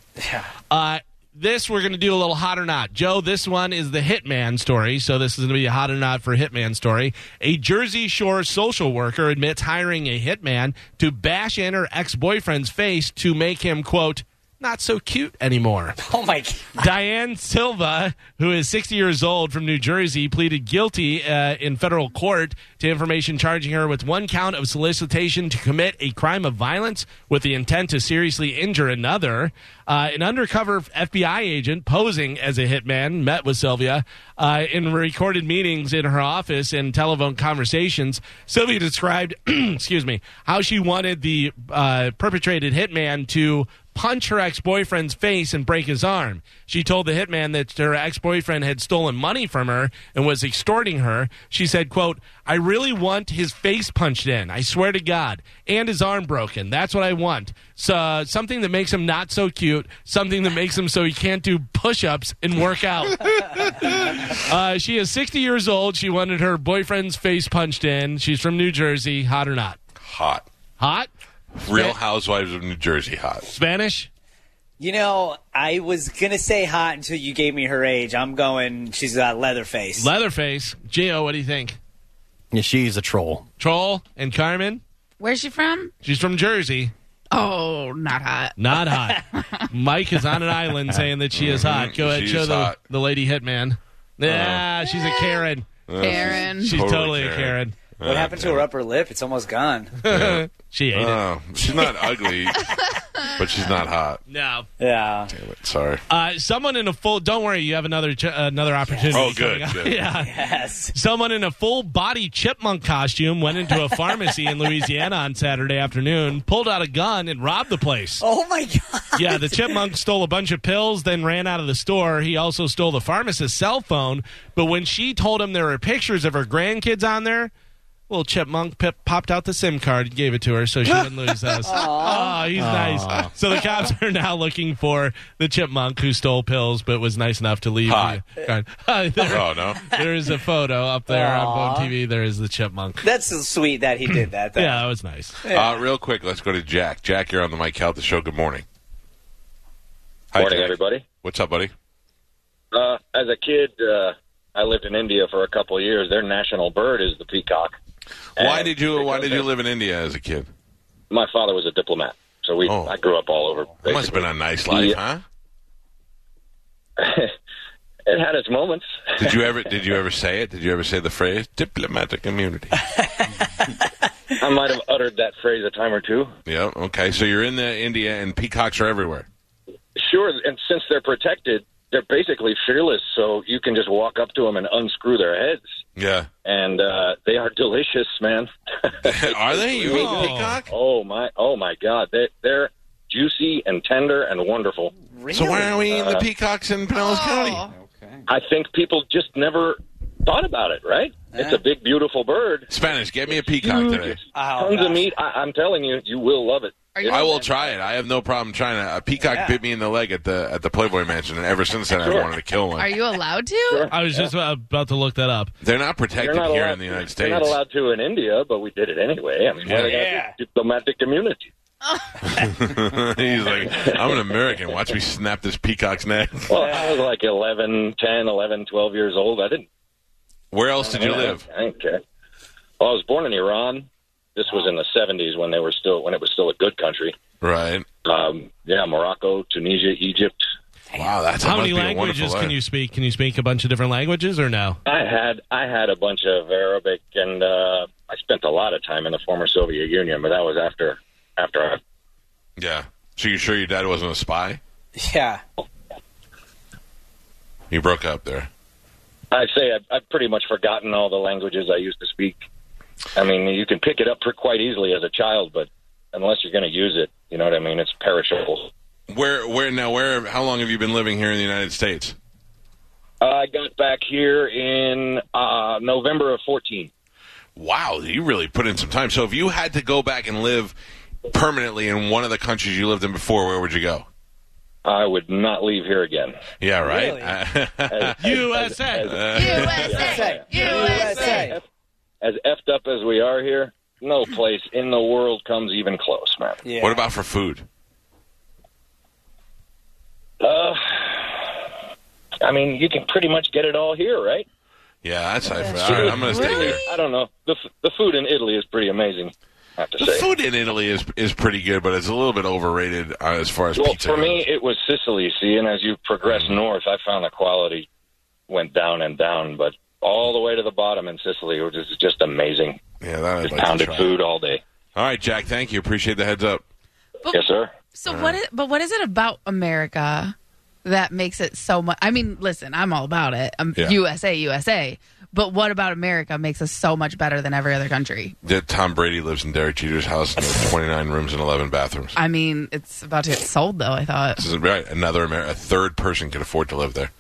[SPEAKER 4] Uh, this we're going to do a little hot or not, Joe. This one is the hitman story, so this is going to be a hot or not for hitman story. A Jersey Shore social worker admits hiring a hitman to bash in her ex boyfriend's face to make him quote not so cute anymore.
[SPEAKER 3] Oh my god.
[SPEAKER 4] Diane Silva, who is 60 years old from New Jersey, pleaded guilty uh, in federal court to information charging her with one count of solicitation to commit a crime of violence with the intent to seriously injure another. Uh, an undercover FBI agent posing as a hitman met with Sylvia uh, in recorded meetings in her office and telephone conversations. Sylvia described, excuse me, how she wanted the uh, perpetrated hitman to punch her ex boyfriend's face and break his arm. She told the hitman that her ex boyfriend had stolen money from her and was extorting her. She said, quote, I really want his face punched in, I swear to God, and his arm broken. That's what I want. So, something that makes him not so cute, something that makes him so he can't do push ups and work out. uh, she is 60 years old. She wanted her boyfriend's face punched in. She's from New Jersey, hot or not.
[SPEAKER 2] Hot.
[SPEAKER 4] Hot?
[SPEAKER 2] Real Housewives of New Jersey hot.
[SPEAKER 4] Spanish?
[SPEAKER 3] You know, I was gonna say hot until you gave me her age. I'm going. She's got leather face.
[SPEAKER 4] Leatherface. Gio, what do you think?
[SPEAKER 1] Yeah, she's a troll.
[SPEAKER 4] Troll and Carmen.
[SPEAKER 5] Where's she from?
[SPEAKER 4] She's from Jersey.
[SPEAKER 5] Oh, not hot.
[SPEAKER 4] Not hot. Mike is on an island saying that she is hot. Go ahead,
[SPEAKER 2] She's
[SPEAKER 4] show the,
[SPEAKER 2] hot.
[SPEAKER 4] the lady hitman. Yeah, she's a Karen.
[SPEAKER 5] Karen.
[SPEAKER 4] She's totally,
[SPEAKER 2] Totally
[SPEAKER 4] a Karen.
[SPEAKER 2] Karen.
[SPEAKER 3] what happened to her upper lip? It's almost gone.
[SPEAKER 4] She ate it.
[SPEAKER 2] Oh, she's not ugly, but she's not hot.
[SPEAKER 4] No.
[SPEAKER 3] Yeah.
[SPEAKER 2] Sorry.
[SPEAKER 4] Uh, someone in a full. Don't worry, you have another ch- another opportunity.
[SPEAKER 2] Oh,
[SPEAKER 4] coming
[SPEAKER 2] good,
[SPEAKER 4] up.
[SPEAKER 2] good.
[SPEAKER 4] yeah.
[SPEAKER 3] Yes.
[SPEAKER 4] Someone in a full body chipmunk costume went into a pharmacy in Louisiana on Saturday afternoon, pulled out a gun, and robbed the place.
[SPEAKER 3] Oh my god.
[SPEAKER 4] Yeah, the chipmunk stole a bunch of pills, then ran out of the store. He also stole the pharmacist's cell phone. But when she told him there were pictures of her grandkids on there, Little chipmunk pip popped out the SIM card and gave it to her so she wouldn't lose those. Oh, he's nice. So the cops are now looking for the chipmunk who stole pills but was nice enough to leave.
[SPEAKER 2] Hi.
[SPEAKER 4] the- God. Hi, there-
[SPEAKER 2] Oh no.
[SPEAKER 4] there is a photo up there on Bone TV. There is the chipmunk.
[SPEAKER 3] That's so sweet that he did that. Though.
[SPEAKER 4] Yeah, that was nice.
[SPEAKER 2] Uh, real quick, let's go to Jack. Jack, you're on the Mike Calta show. Good morning. Hi,
[SPEAKER 8] Morning,
[SPEAKER 2] Jack.
[SPEAKER 8] everybody.
[SPEAKER 2] What's up, buddy?
[SPEAKER 8] Uh, as a kid, uh, I lived in India for a couple of years. Their national bird is the peacock.
[SPEAKER 2] Why
[SPEAKER 8] And
[SPEAKER 2] did you Why did you
[SPEAKER 8] because
[SPEAKER 2] live in India as a kid?
[SPEAKER 8] My father was a diplomat, so we
[SPEAKER 2] Oh.
[SPEAKER 8] I grew up all over.
[SPEAKER 2] It must have been a nice life, huh?
[SPEAKER 8] It had its moments.
[SPEAKER 2] Did you ever Did you ever say it? Did you ever say the phrase diplomatic immunity?
[SPEAKER 8] I might have uttered that phrase a time or two.
[SPEAKER 2] yeah. Okay. So you're in the India, and peacocks are everywhere.
[SPEAKER 8] Sure, and since they're protected, they're basically fearless. So you can just walk up to them and unscrew their heads,
[SPEAKER 2] Yeah.
[SPEAKER 8] and uh, they are delicious, man.
[SPEAKER 2] are they? You eat peacock?
[SPEAKER 8] oh my, oh my God, they, they're juicy and tender and wonderful.
[SPEAKER 2] So why aren't we
[SPEAKER 8] Uh,
[SPEAKER 2] eating the peacocks in
[SPEAKER 5] Oh,
[SPEAKER 2] Pinellas
[SPEAKER 8] oh.
[SPEAKER 2] County?
[SPEAKER 7] Okay.
[SPEAKER 8] I think people just never thought about it, right? It's a big, beautiful bird.
[SPEAKER 2] Spanish, get me a peacock today.
[SPEAKER 3] Oh,
[SPEAKER 8] Tons
[SPEAKER 3] gosh.
[SPEAKER 8] of meat. I- I'm telling you, you will love it.
[SPEAKER 5] Are you-
[SPEAKER 2] I will try it. I have no problem trying it. A peacock bit me in the leg at the at the Playboy Mansion, and ever since then, I've
[SPEAKER 8] Sure.
[SPEAKER 2] wanted to kill one.
[SPEAKER 5] Are you allowed to?
[SPEAKER 4] I was just uh, about to look that up.
[SPEAKER 2] They're not
[SPEAKER 8] You're
[SPEAKER 2] protected
[SPEAKER 8] not
[SPEAKER 2] here
[SPEAKER 8] allowed-
[SPEAKER 2] in the United
[SPEAKER 8] You're
[SPEAKER 2] States.
[SPEAKER 8] not allowed to in India, but we did it anyway. I mean, what are they gonna
[SPEAKER 3] Yeah.
[SPEAKER 8] do? diplomatic immunity.
[SPEAKER 2] He's like, I'm an American. Watch me snap this peacock's neck.
[SPEAKER 8] Well, I was like 11, 10, 11, 12 years old. I didn't.
[SPEAKER 2] Where else did you
[SPEAKER 8] I-
[SPEAKER 2] live?
[SPEAKER 8] I didn't care. Well, I was born in Iran. This was in the 70s when they were still when it was still a good country.
[SPEAKER 2] Right.
[SPEAKER 8] Um, yeah, Morocco, Tunisia, Egypt.
[SPEAKER 2] Wow, that's
[SPEAKER 4] How
[SPEAKER 2] that
[SPEAKER 4] many
[SPEAKER 2] must be a wonderful
[SPEAKER 4] languages can
[SPEAKER 2] life.
[SPEAKER 4] you speak? Can you speak a bunch of different languages or no?
[SPEAKER 8] I had I had a bunch of Arabic, and uh, I spent a lot of time in the former Soviet Union, but that was after after I
[SPEAKER 2] Yeah. So you sure your dad wasn't a spy?
[SPEAKER 3] Yeah.
[SPEAKER 2] You broke up there.
[SPEAKER 8] I'd say I've, I've pretty much forgotten all the languages I used to speak. I mean, you can pick it up per quite easily as a child, but unless you're going to use it, you know what I mean? It's perishable.
[SPEAKER 2] Where? Where now? Where? How long have you been living here in the United States?
[SPEAKER 8] I got back here in uh, November of 14.
[SPEAKER 2] Wow, you really put in some time. So if you had to go back and live permanently in one of the countries you lived in before, where would you go?
[SPEAKER 8] I would not leave here again.
[SPEAKER 2] Yeah, right. Uh,
[SPEAKER 3] Really?
[SPEAKER 8] As,
[SPEAKER 4] USA.
[SPEAKER 5] USA, USA.
[SPEAKER 8] as effed up as we are here, no place in the world comes even close, man.
[SPEAKER 3] Yeah.
[SPEAKER 2] What about for food?
[SPEAKER 8] Uh, I mean, you can pretty much get it all here, right?
[SPEAKER 2] Yeah, that's. I, all right, I'm going to stay there.
[SPEAKER 8] I don't know. The, f- the food in Italy is pretty amazing, I have to
[SPEAKER 2] The
[SPEAKER 8] say.
[SPEAKER 2] food in Italy is is pretty good, but it's a little bit overrated uh, as far as
[SPEAKER 8] Well,
[SPEAKER 2] pizza.
[SPEAKER 8] for
[SPEAKER 2] goes.
[SPEAKER 8] me, it was Sicily, see, and as you progress
[SPEAKER 2] Mm-hmm.
[SPEAKER 8] north, I found the quality went down and down, but all the way to the bottom in Sicily, which is just amazing.
[SPEAKER 2] yeah, that I'd
[SPEAKER 8] Just
[SPEAKER 2] like to
[SPEAKER 8] pounded
[SPEAKER 2] try.
[SPEAKER 8] food all day.
[SPEAKER 2] All right, Jack. Thank you. Appreciate the heads up.
[SPEAKER 5] But,
[SPEAKER 8] Yes, sir.
[SPEAKER 5] So
[SPEAKER 2] Uh-huh.
[SPEAKER 5] what is? But what is it about America that makes it so much? I mean, listen, I'm all about it. Um
[SPEAKER 2] Yeah.
[SPEAKER 5] USA, USA. But what about America makes us so much better than every other country?
[SPEAKER 2] That Tom Brady lives in Derek Jeter's house, and there's 29 rooms and 11 bathrooms.
[SPEAKER 5] I mean, it's about to get sold, though. I thought.
[SPEAKER 2] This is right. Another Amer- a third person could afford to live there.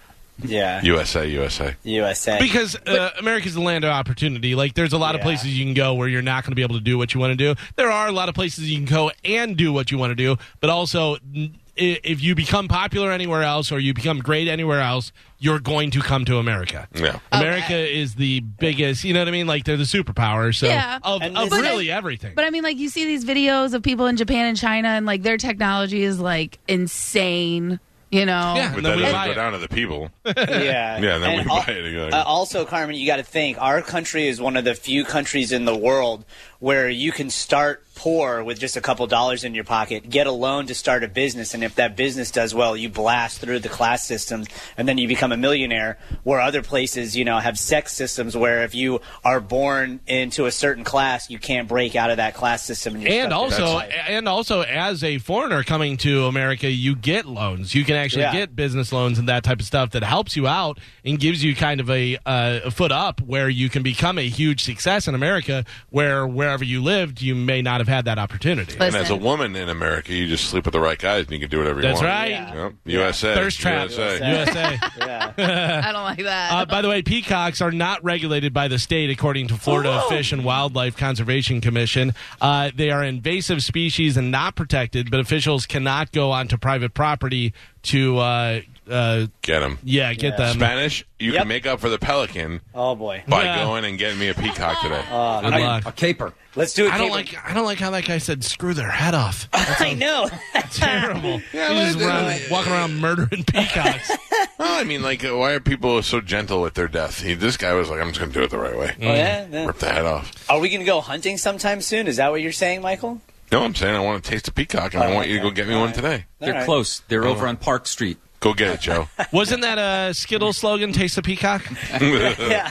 [SPEAKER 3] Yeah.
[SPEAKER 2] USA, USA.
[SPEAKER 3] USA.
[SPEAKER 4] Because uh, America's the land of opportunity. Like, there's a lot of
[SPEAKER 3] Yeah.
[SPEAKER 4] places you can go where you're not going to be able to do what you want to do. There are a lot of places you can go and do what you want to do, but also. n- i- If you become popular anywhere else or you become great anywhere else, you're going to come to America.
[SPEAKER 2] Yeah.
[SPEAKER 4] America is the biggest, you know what I mean? Like they're the superpower, so
[SPEAKER 5] Yeah.
[SPEAKER 4] of,
[SPEAKER 3] And
[SPEAKER 4] of
[SPEAKER 3] this-
[SPEAKER 4] really everything.
[SPEAKER 5] But I mean, like you see these videos of people in Japan and China, and like their technology is like insane. You know.
[SPEAKER 4] Yeah.
[SPEAKER 2] But
[SPEAKER 4] And
[SPEAKER 2] that
[SPEAKER 4] then we
[SPEAKER 2] doesn't
[SPEAKER 4] buy
[SPEAKER 2] go
[SPEAKER 4] it.
[SPEAKER 2] down to the people.
[SPEAKER 3] yeah.
[SPEAKER 2] Yeah, then
[SPEAKER 3] And
[SPEAKER 2] we
[SPEAKER 3] al-
[SPEAKER 2] buy it again.
[SPEAKER 3] uh, also, Carmen, you got to think our country is one of the few countries in the world where you can start poor with just a couple dollars in your pocket, get a loan to start a business, and if that business does well, you blast through the class systems and then you become a millionaire. Where other places, you know, have sex systems where if you are born into a certain class, you can't break out of that class system. And, you're
[SPEAKER 4] and
[SPEAKER 3] stuck there.
[SPEAKER 4] also and also as a foreigner coming to america you get loans you can actually
[SPEAKER 3] Yeah.
[SPEAKER 4] get business loans and that type of stuff that helps you out and gives you kind of a, uh, a foot up where you can become a huge success in america where wherever you lived you may not have have had that opportunity.
[SPEAKER 2] And as a woman in America, you just sleep with the right guys and you can do whatever you
[SPEAKER 4] That's
[SPEAKER 2] want.
[SPEAKER 4] right.
[SPEAKER 2] Yep. USA.
[SPEAKER 4] Thirst trap.
[SPEAKER 2] USA.
[SPEAKER 4] USA.
[SPEAKER 5] I don't like that.
[SPEAKER 4] Uh, by the way, peacocks are not regulated by the state, according to Florida Fish and Wildlife Conservation Commission. Uh, they are invasive species and not protected, but officials cannot go onto private property to, uh, uh,
[SPEAKER 2] Get them.
[SPEAKER 4] yeah, get them.
[SPEAKER 2] Spanish, you
[SPEAKER 3] Yep.
[SPEAKER 2] can make up for the pelican
[SPEAKER 3] Oh boy.
[SPEAKER 2] by
[SPEAKER 4] Yeah.
[SPEAKER 2] going and getting me a peacock today.
[SPEAKER 3] Uh,
[SPEAKER 4] Good luck.
[SPEAKER 7] A caper.
[SPEAKER 3] Let's do it.
[SPEAKER 4] I don't
[SPEAKER 3] Caitlin.
[SPEAKER 4] like. I don't like how that guy said screw their head off.
[SPEAKER 3] I know.
[SPEAKER 4] Terrible. He's just around, walking around murdering peacocks.
[SPEAKER 2] well, I mean, like, uh, why are people so gentle with their death? He, this guy was like, I'm just going to do it the right way.
[SPEAKER 3] Oh, yeah, yeah.
[SPEAKER 2] Rip the head off.
[SPEAKER 3] Are we going to go hunting sometime soon? Is that what you're saying, Michael?
[SPEAKER 2] No, I'm saying I want to taste a peacock and I want you to go get me one today. Uh-huh.
[SPEAKER 7] They're
[SPEAKER 3] All right.
[SPEAKER 7] close. They're over on Park Street.
[SPEAKER 2] Go get it, Joe.
[SPEAKER 4] Wasn't that a Skittles slogan? Taste the peacock.
[SPEAKER 3] Yeah.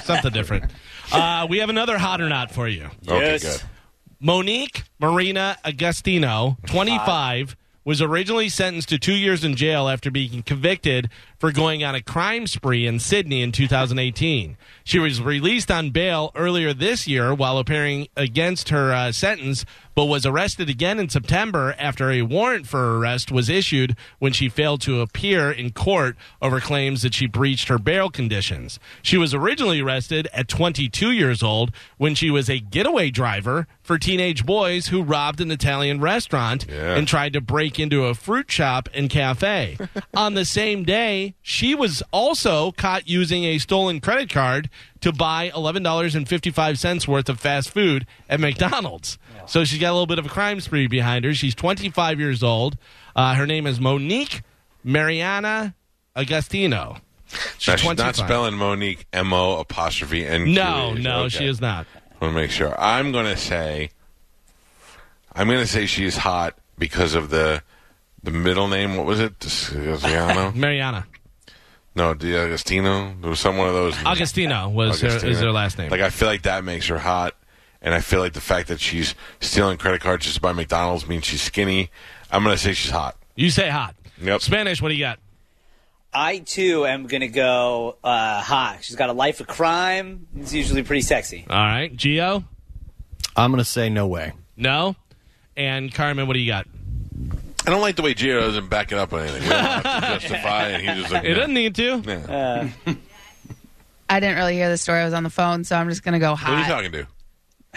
[SPEAKER 4] Something different. Uh, we have another hot or not for you.
[SPEAKER 2] Okay,
[SPEAKER 3] Yes.
[SPEAKER 2] good.
[SPEAKER 4] Monique Marina Agostino, 25, was originally sentenced to two years in jail after being convicted for going on a crime spree in Sydney in 2018. She was released on bail earlier this year while appearing against her uh, sentence, but was arrested again in September after a warrant for her arrest was issued when she failed to appear in court over claims that she breached her bail conditions. She was originally arrested at 22 years old when she was a getaway driver for teenage boys who robbed an Italian restaurant
[SPEAKER 2] Yeah.
[SPEAKER 4] and tried to break into a fruit shop and cafe. On the same day, she was also caught using a stolen credit card to buy $11.55 worth of fast food at McDonald's. So she's got a little bit of a crime spree behind her. She's 25 years old. Uh, her name is Monique Mariana Agostino. She's
[SPEAKER 2] Now, she's
[SPEAKER 4] 25.
[SPEAKER 2] not spelling Monique M O apostrophe N.
[SPEAKER 4] No, no, she is not.
[SPEAKER 2] want to make sure. I'm going to say, I'm going to say she is hot because of the the middle name. What was it? Disgusiano?
[SPEAKER 4] Mariana.
[SPEAKER 2] no, D'Agostino. There was some one of those.
[SPEAKER 4] Agostino was her, is
[SPEAKER 2] Agostino.
[SPEAKER 4] her last name.
[SPEAKER 2] Like I feel like that makes her hot, and I feel like the fact that she's stealing credit cards just by McDonald's means she's skinny. I'm going to say she's hot.
[SPEAKER 4] you say hot.
[SPEAKER 2] Yep.
[SPEAKER 4] Spanish, what do you got?
[SPEAKER 3] I too am going to go uh, hot. She's got a life of crime. It's usually pretty sexy.
[SPEAKER 4] All right. Geo?
[SPEAKER 1] I'm going to say no way.
[SPEAKER 4] No. And Carmen, what do you got?
[SPEAKER 2] I don't like the way Gio doesn't back it up on anything. We don't have to justify, and he just like,
[SPEAKER 4] It doesn't need to.
[SPEAKER 2] Yeah.
[SPEAKER 5] I didn't really hear the story. I was on the phone, so I'm just gonna go
[SPEAKER 2] What are you
[SPEAKER 5] hot
[SPEAKER 2] talking to?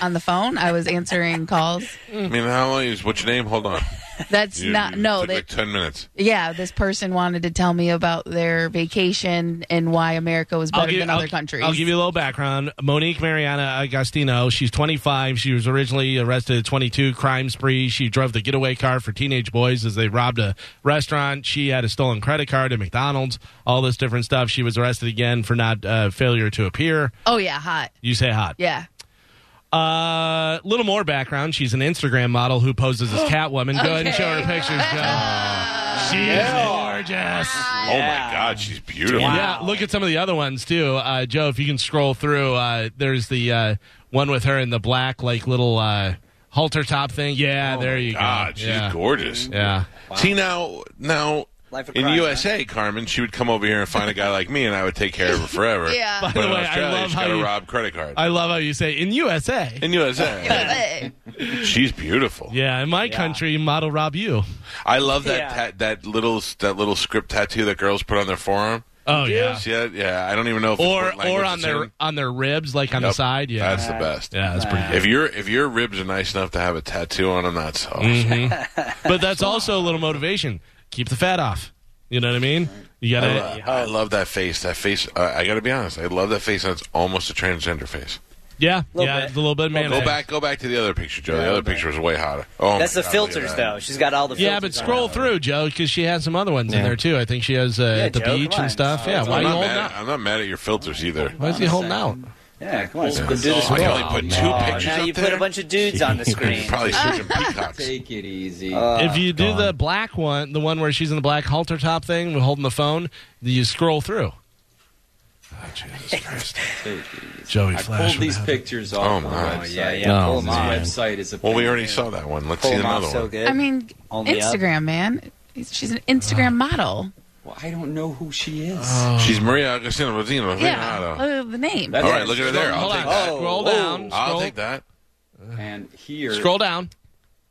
[SPEAKER 5] on the phone. I was answering calls.
[SPEAKER 2] I mean, how long is what's your name? Hold on.
[SPEAKER 5] That's
[SPEAKER 2] You-
[SPEAKER 5] not
[SPEAKER 2] you
[SPEAKER 5] no.
[SPEAKER 2] took
[SPEAKER 5] They,
[SPEAKER 2] like ten minutes.
[SPEAKER 5] yeah, this person wanted to tell me about their vacation and why America was better than other
[SPEAKER 4] I'll,
[SPEAKER 5] countries.
[SPEAKER 4] I'll give you a little background. Monique Mariana Agostino, she's 25. She was originally arrested at 22, crime spree. She drove the getaway car for teenage boys as they robbed a restaurant. She had a stolen credit card at McDonald's, all this different stuff. She was arrested again for not uh, failure to appear.
[SPEAKER 5] oh yeah, hot.
[SPEAKER 4] You say hot.
[SPEAKER 5] Yeah.
[SPEAKER 4] Uh, little more background. She's an Instagram model who poses as Catwoman. Go ahead and show her pictures. Joe. She is gorgeous.
[SPEAKER 2] Oh my God, she's beautiful.
[SPEAKER 4] Yeah, look at some of the other ones too, uh, Joe. If you can scroll through, uh, there's the uh, one with her in the black, like little uh, halter top thing. Yeah, there you
[SPEAKER 2] Oh God,
[SPEAKER 4] go.
[SPEAKER 2] she's
[SPEAKER 4] yeah.
[SPEAKER 2] gorgeous.
[SPEAKER 4] Yeah.
[SPEAKER 2] See now, now
[SPEAKER 3] Life of
[SPEAKER 2] in
[SPEAKER 3] crime,
[SPEAKER 2] USA, Carmen, she would come over here and find a guy like me, and I would take care of her forever.
[SPEAKER 5] Yeah. By
[SPEAKER 2] but
[SPEAKER 4] the
[SPEAKER 2] in
[SPEAKER 4] way, I
[SPEAKER 2] Australia,
[SPEAKER 4] love
[SPEAKER 2] she's
[SPEAKER 4] how
[SPEAKER 2] got
[SPEAKER 4] you-
[SPEAKER 2] a rob credit card.
[SPEAKER 4] I love how you say in USA.
[SPEAKER 2] in USA,
[SPEAKER 5] Hey.
[SPEAKER 2] she's beautiful.
[SPEAKER 4] Yeah, in my country, model rob you.
[SPEAKER 2] I love that
[SPEAKER 3] Yeah.
[SPEAKER 2] ta- that little that little script tattoo that girls put on their forearm.
[SPEAKER 4] Oh yeah.
[SPEAKER 2] See that? Yeah, I don't even know if it's
[SPEAKER 4] Or
[SPEAKER 2] what language
[SPEAKER 4] or on
[SPEAKER 2] it's
[SPEAKER 4] their
[SPEAKER 2] in.
[SPEAKER 4] on their ribs, like on the
[SPEAKER 2] Yep.
[SPEAKER 4] side. Yeah.
[SPEAKER 2] That's the best.
[SPEAKER 4] yeah, that's pretty.
[SPEAKER 2] If your if your ribs are nice enough to have a tattoo on them, that's awesome.
[SPEAKER 4] Mm-hmm. But that's also a little motivation. Keep the fat off. You know what I mean? You
[SPEAKER 2] I,
[SPEAKER 4] gotta.
[SPEAKER 2] lo- I love that face. That face. Uh, I got to be honest. I love that face. That's almost a transgender face.
[SPEAKER 4] Yeah,
[SPEAKER 3] Little
[SPEAKER 4] yeah,
[SPEAKER 3] bit.
[SPEAKER 4] it's a little bit of man.
[SPEAKER 2] Go
[SPEAKER 4] sex.
[SPEAKER 2] back. Go back to the other picture, Joe. the other picture was way hotter. Oh, my
[SPEAKER 3] That's the
[SPEAKER 2] God, look at
[SPEAKER 3] filters,
[SPEAKER 2] that.
[SPEAKER 3] though. She's got all the
[SPEAKER 4] Yeah, but
[SPEAKER 3] filters. on
[SPEAKER 4] scroll
[SPEAKER 3] her.
[SPEAKER 4] through, Joe, because she has some other ones in there too. I think she has uh, at the
[SPEAKER 3] Joe,
[SPEAKER 4] beach
[SPEAKER 3] come
[SPEAKER 4] and
[SPEAKER 3] on.
[SPEAKER 4] stuff.
[SPEAKER 3] Oh,
[SPEAKER 4] yeah,
[SPEAKER 3] it's
[SPEAKER 4] why
[SPEAKER 2] I'm
[SPEAKER 4] are you
[SPEAKER 2] not,
[SPEAKER 4] holding
[SPEAKER 2] mad,
[SPEAKER 4] out?
[SPEAKER 2] I'm not mad at your filters either.
[SPEAKER 4] Why is he holding out?
[SPEAKER 3] Yeah, come on.
[SPEAKER 7] Let's do this
[SPEAKER 2] I
[SPEAKER 7] well.
[SPEAKER 2] only put two pictures
[SPEAKER 3] Now
[SPEAKER 2] up
[SPEAKER 3] you
[SPEAKER 2] there.
[SPEAKER 3] put a bunch of dudes on the
[SPEAKER 2] You're
[SPEAKER 3] screen.
[SPEAKER 2] probably searching peacocks.
[SPEAKER 7] Take it easy.
[SPEAKER 4] if you do the black one, the one where she's in the black halter top thing, holding the phone, you scroll through.
[SPEAKER 2] Oh, Jesus Christ.
[SPEAKER 7] Take it easy.
[SPEAKER 4] Joey
[SPEAKER 7] I
[SPEAKER 4] Flash
[SPEAKER 7] pulled
[SPEAKER 4] from
[SPEAKER 7] these
[SPEAKER 4] heaven.
[SPEAKER 7] pictures off.
[SPEAKER 2] Oh,
[SPEAKER 7] on the
[SPEAKER 2] my.
[SPEAKER 7] website.
[SPEAKER 3] Yeah, yeah, pull
[SPEAKER 7] This
[SPEAKER 3] 'em off.
[SPEAKER 7] website is a.
[SPEAKER 2] Well, we already saw that one. Let's
[SPEAKER 3] Pull
[SPEAKER 2] see
[SPEAKER 3] 'em off
[SPEAKER 2] another
[SPEAKER 3] so
[SPEAKER 2] one.
[SPEAKER 3] good.
[SPEAKER 5] I mean,
[SPEAKER 3] Only up.
[SPEAKER 5] Instagram man. She's an Instagram model.
[SPEAKER 7] Well, I don't know who she is.
[SPEAKER 2] She's Maria Agustina Rosina.
[SPEAKER 5] Yeah, look at the name.
[SPEAKER 7] That's-
[SPEAKER 2] All right, look at her there. I'll
[SPEAKER 4] Hold
[SPEAKER 2] take
[SPEAKER 4] on,
[SPEAKER 2] that.
[SPEAKER 4] scroll
[SPEAKER 3] Oh,
[SPEAKER 4] down.
[SPEAKER 2] I'll
[SPEAKER 4] scroll-
[SPEAKER 2] take that.
[SPEAKER 3] Uh,
[SPEAKER 7] and here.
[SPEAKER 4] Scroll down.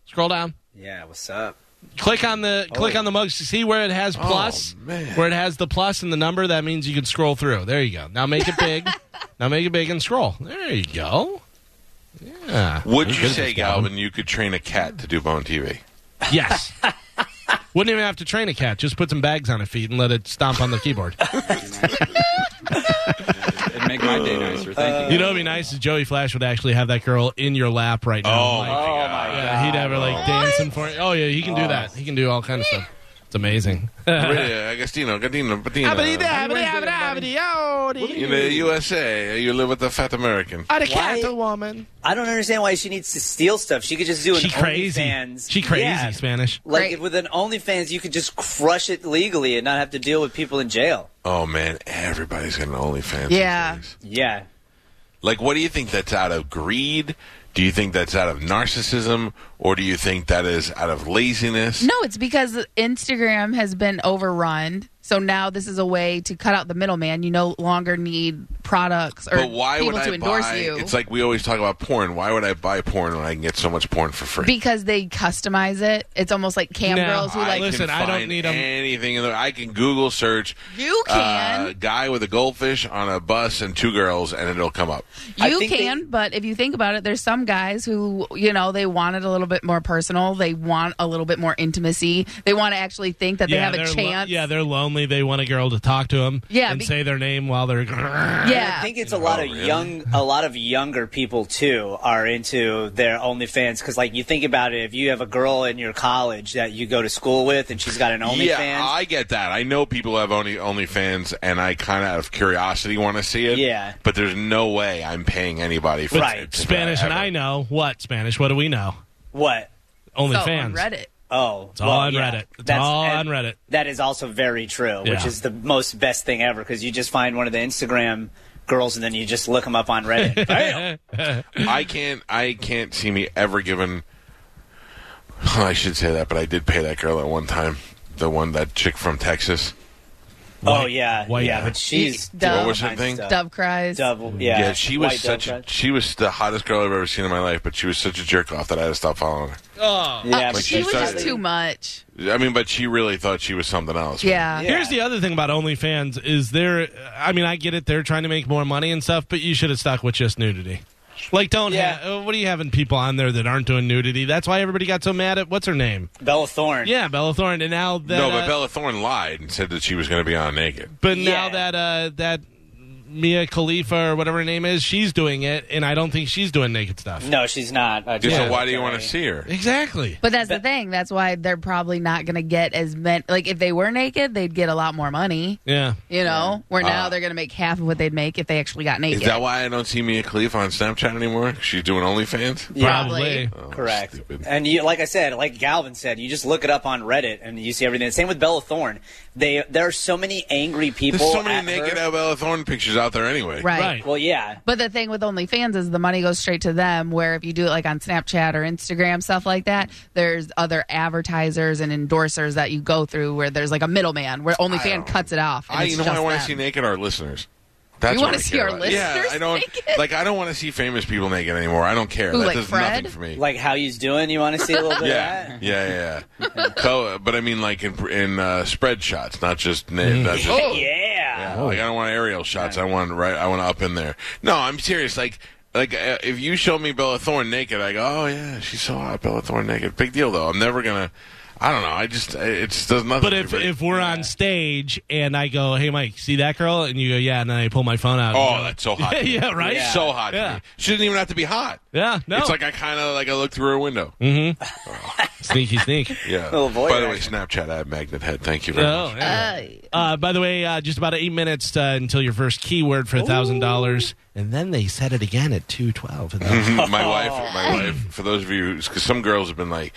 [SPEAKER 4] Scroll down.
[SPEAKER 3] Yeah, what's up?
[SPEAKER 4] Click on the click on the mugs to see where it has plus, where it has the plus and the number. That means you can scroll through. There you go. Now make it big. now make it big and scroll. There you go. Yeah.
[SPEAKER 2] Would you say, Galvin, you could train a cat to do bone TV?
[SPEAKER 4] Yes. Wouldn't even have to train a cat. Just put some bags on its feet and let it stomp on the keyboard.
[SPEAKER 7] It'd make my day nicer. Thank you.
[SPEAKER 4] You know, it'd be nice if Joey Flash would actually have that girl in your lap right now.
[SPEAKER 2] Oh,
[SPEAKER 4] Like,
[SPEAKER 2] my God.
[SPEAKER 4] yeah, he'd have her like dancing for you. Oh yeah, he can do that. He can do all kind of stuff. It's amazing.
[SPEAKER 2] Maria Agostino, Gardino, Patina. In
[SPEAKER 4] Are
[SPEAKER 2] the USA, you live with a fat American.
[SPEAKER 4] the
[SPEAKER 3] cat, a
[SPEAKER 4] woman?
[SPEAKER 3] I don't understand why she needs to steal stuff. She could just do an
[SPEAKER 4] She crazy.
[SPEAKER 3] OnlyFans.
[SPEAKER 4] She crazy
[SPEAKER 3] Yeah.
[SPEAKER 4] Spanish.
[SPEAKER 3] Like
[SPEAKER 5] Right.
[SPEAKER 3] if with an OnlyFans, you could just crush it legally and not have to deal with people in jail.
[SPEAKER 2] Oh, man, everybody's got an OnlyFans.
[SPEAKER 5] Yeah.
[SPEAKER 2] these days.
[SPEAKER 3] Yeah,
[SPEAKER 2] Like, what do you think that's out of greed? Do you think that's out of narcissism? Or do you think that is out of laziness?
[SPEAKER 5] No, it's because Instagram has been overrun. So now this is a way to cut out the middleman. You no longer need products or
[SPEAKER 2] But why
[SPEAKER 5] people
[SPEAKER 2] would
[SPEAKER 5] to
[SPEAKER 2] I
[SPEAKER 5] endorse
[SPEAKER 2] buy?
[SPEAKER 5] you.
[SPEAKER 2] It's like we always talk about porn. Why would I buy porn when I can get so much porn for free?
[SPEAKER 5] because they customize it. It's almost like cam
[SPEAKER 4] No,
[SPEAKER 5] girls who
[SPEAKER 2] I
[SPEAKER 5] like
[SPEAKER 2] can
[SPEAKER 4] Listen, I don't
[SPEAKER 2] find
[SPEAKER 4] need 'em.
[SPEAKER 2] anything. In the, I can Google search.
[SPEAKER 5] You can.
[SPEAKER 2] uh, guy with a goldfish on a bus and two girls, and it'll come up.
[SPEAKER 3] I
[SPEAKER 5] You
[SPEAKER 3] think they-
[SPEAKER 5] can, but if you think about it, there's some guys who, you know, they want it a little bit more personal. They want a little bit more intimacy. They want to actually think that they
[SPEAKER 4] they're
[SPEAKER 5] have a
[SPEAKER 4] lo-
[SPEAKER 5] chance.
[SPEAKER 4] yeah, they're lonely. They want a girl to talk to them
[SPEAKER 5] Yeah,
[SPEAKER 4] and
[SPEAKER 5] be-
[SPEAKER 4] say their name while they're.
[SPEAKER 5] yeah.
[SPEAKER 3] I think
[SPEAKER 4] Oh,
[SPEAKER 3] it's a lot of young, a lot of younger people too are into their OnlyFans because, like, you think about it, if you have a girl in your college that you go to school with and she's got an OnlyFans,
[SPEAKER 2] Yeah, I get that. I know people have only OnlyFans, and I kind of out of curiosity want to see it.
[SPEAKER 3] Yeah.
[SPEAKER 2] but there's no way I'm paying anybody for
[SPEAKER 4] But
[SPEAKER 3] Right.
[SPEAKER 4] Spanish and I know what Spanish. What do we know?
[SPEAKER 3] what?
[SPEAKER 4] Only
[SPEAKER 5] so
[SPEAKER 4] fans.
[SPEAKER 5] on Reddit.
[SPEAKER 3] Oh,
[SPEAKER 4] It's all on Reddit. It's all on Reddit.
[SPEAKER 3] That is also very true, which
[SPEAKER 4] Yeah.
[SPEAKER 3] is the most best thing ever because you just find one of the Instagram girls and then you just look them up on Reddit. Bam!
[SPEAKER 2] I can't. I can't see me ever giving. I should say that, but I did pay that girl at one time. The one that chick from Texas.
[SPEAKER 3] oh yeah,
[SPEAKER 4] white-
[SPEAKER 3] yeah, but she's
[SPEAKER 5] Dove. What
[SPEAKER 2] was her
[SPEAKER 3] Nice
[SPEAKER 2] thing?
[SPEAKER 3] stuff.
[SPEAKER 5] Dove cries.
[SPEAKER 3] Double, yeah.
[SPEAKER 2] yeah, she
[SPEAKER 3] White
[SPEAKER 2] was
[SPEAKER 3] Dove
[SPEAKER 2] such. A,
[SPEAKER 3] cries.
[SPEAKER 2] she was the hottest girl I've ever seen in my life, but she was such a jerk off that I had to stop following her.
[SPEAKER 4] Oh.
[SPEAKER 3] Yeah,
[SPEAKER 2] Like
[SPEAKER 3] but
[SPEAKER 2] she
[SPEAKER 5] she was just
[SPEAKER 2] started-
[SPEAKER 5] too much.
[SPEAKER 2] I mean, but she really thought she was something else.
[SPEAKER 5] Yeah.
[SPEAKER 3] Yeah.
[SPEAKER 4] Here's the other thing about OnlyFans is there. I mean, I get it. They're trying to make more money and stuff, but you should have stuck with just nudity. Like, don't.
[SPEAKER 3] Yeah.
[SPEAKER 4] Ha- uh, what are you having people on there that aren't doing nudity? That's why everybody got so mad at what's her name.
[SPEAKER 3] Bella Thorne.
[SPEAKER 4] Yeah, Bella Thorne. And now that
[SPEAKER 2] no,
[SPEAKER 4] uh,
[SPEAKER 2] but Bella Thorne lied and said that she was going to be on naked.
[SPEAKER 4] But now
[SPEAKER 3] Yeah.
[SPEAKER 4] that uh, that Mia Khalifa or whatever her name is, she's doing it, and I don't think she's doing naked stuff.
[SPEAKER 3] No, she's not. Uh, I
[SPEAKER 2] So
[SPEAKER 3] don't
[SPEAKER 2] why do you
[SPEAKER 3] care.
[SPEAKER 2] want to see her?
[SPEAKER 4] Exactly.
[SPEAKER 5] But that's the thing. That's why they're probably not going to get as many. Like, if they were naked, they'd get a lot more money,
[SPEAKER 4] Yeah.
[SPEAKER 5] you know? Where now they're going to make half of what they'd make if they actually got
[SPEAKER 2] Is
[SPEAKER 5] naked.
[SPEAKER 2] that why I don't see Mia Khalifa on Snapchat anymore? She's doing OnlyFans.
[SPEAKER 5] Probably.
[SPEAKER 2] Oh,
[SPEAKER 3] Correct.
[SPEAKER 2] stupid.
[SPEAKER 3] And you, like I said, like Galvin said, you just look it up on Reddit and you see everything. Same with Bella Thorne. They there are so many angry people.
[SPEAKER 2] There's so many
[SPEAKER 3] at her.
[SPEAKER 2] naked Bella Thorne pictures out there anyway.
[SPEAKER 5] Right.
[SPEAKER 4] Right.
[SPEAKER 3] Well, yeah.
[SPEAKER 5] But the thing with OnlyFans is the money goes straight to them. Where if you do it like on Snapchat or Instagram, stuff like that, there's other advertisers and endorsers that you go through where there's like a middleman where OnlyFans cuts it off. And
[SPEAKER 2] I
[SPEAKER 5] it's
[SPEAKER 2] you know
[SPEAKER 5] just
[SPEAKER 2] what I want to
[SPEAKER 5] them.
[SPEAKER 2] see naked our listeners. That's
[SPEAKER 5] You
[SPEAKER 2] what
[SPEAKER 5] wanna
[SPEAKER 2] I
[SPEAKER 5] see
[SPEAKER 2] care
[SPEAKER 5] our
[SPEAKER 2] about. Yeah,
[SPEAKER 5] listeners
[SPEAKER 2] I don't
[SPEAKER 5] naked?
[SPEAKER 2] like. I don't want to see famous people naked anymore. I don't care.
[SPEAKER 5] Who,
[SPEAKER 2] that
[SPEAKER 5] like
[SPEAKER 2] does nothing
[SPEAKER 5] Fred?
[SPEAKER 2] for me.
[SPEAKER 3] Like how he's doing. You want to see a little bit
[SPEAKER 2] yeah,
[SPEAKER 3] of that?
[SPEAKER 2] yeah, yeah, yeah. Co- but I mean, like in in uh, spread shots, not just na-
[SPEAKER 4] Mm.
[SPEAKER 2] not just
[SPEAKER 5] Oh,
[SPEAKER 3] Yeah.
[SPEAKER 4] Oh,
[SPEAKER 2] Yeah, Like I don't want aerial shots. I want right. I want up in there. No, I'm serious. Like like uh, if you show me Bella Thorne naked, I go, oh yeah, she's so hot. Bella Thorne naked. Big deal though. I'm never gonna. I don't know. I just I- it just does nothing.
[SPEAKER 4] But
[SPEAKER 2] to
[SPEAKER 4] if
[SPEAKER 2] me.
[SPEAKER 4] if we're on stage and I go, hey Mike, see that girl, and you go, yeah, and then I pull my phone out. and
[SPEAKER 2] oh,
[SPEAKER 4] go,
[SPEAKER 2] that's so hot.
[SPEAKER 4] Yeah,
[SPEAKER 2] to me.
[SPEAKER 4] yeah, right?
[SPEAKER 3] Yeah.
[SPEAKER 2] So hot. To
[SPEAKER 4] Yeah.
[SPEAKER 2] me. She doesn't even have to be hot.
[SPEAKER 4] Yeah, no. Mm.
[SPEAKER 2] It's like I kind of like I look through her window.
[SPEAKER 4] sneaky sneak.
[SPEAKER 2] Yeah.
[SPEAKER 3] Little voyeur
[SPEAKER 2] By the way,
[SPEAKER 3] action.
[SPEAKER 2] Snapchat ad magnet head. Thank you very
[SPEAKER 4] Oh,
[SPEAKER 2] much.
[SPEAKER 4] yeah.
[SPEAKER 5] Uh,
[SPEAKER 4] Uh, by the way, uh, just about eight minutes uh, until your first keyword for thousand dollars, and then they said it again at two twelve.
[SPEAKER 2] Mm-hmm. my wife, my wife. For those of you, because some girls have been like,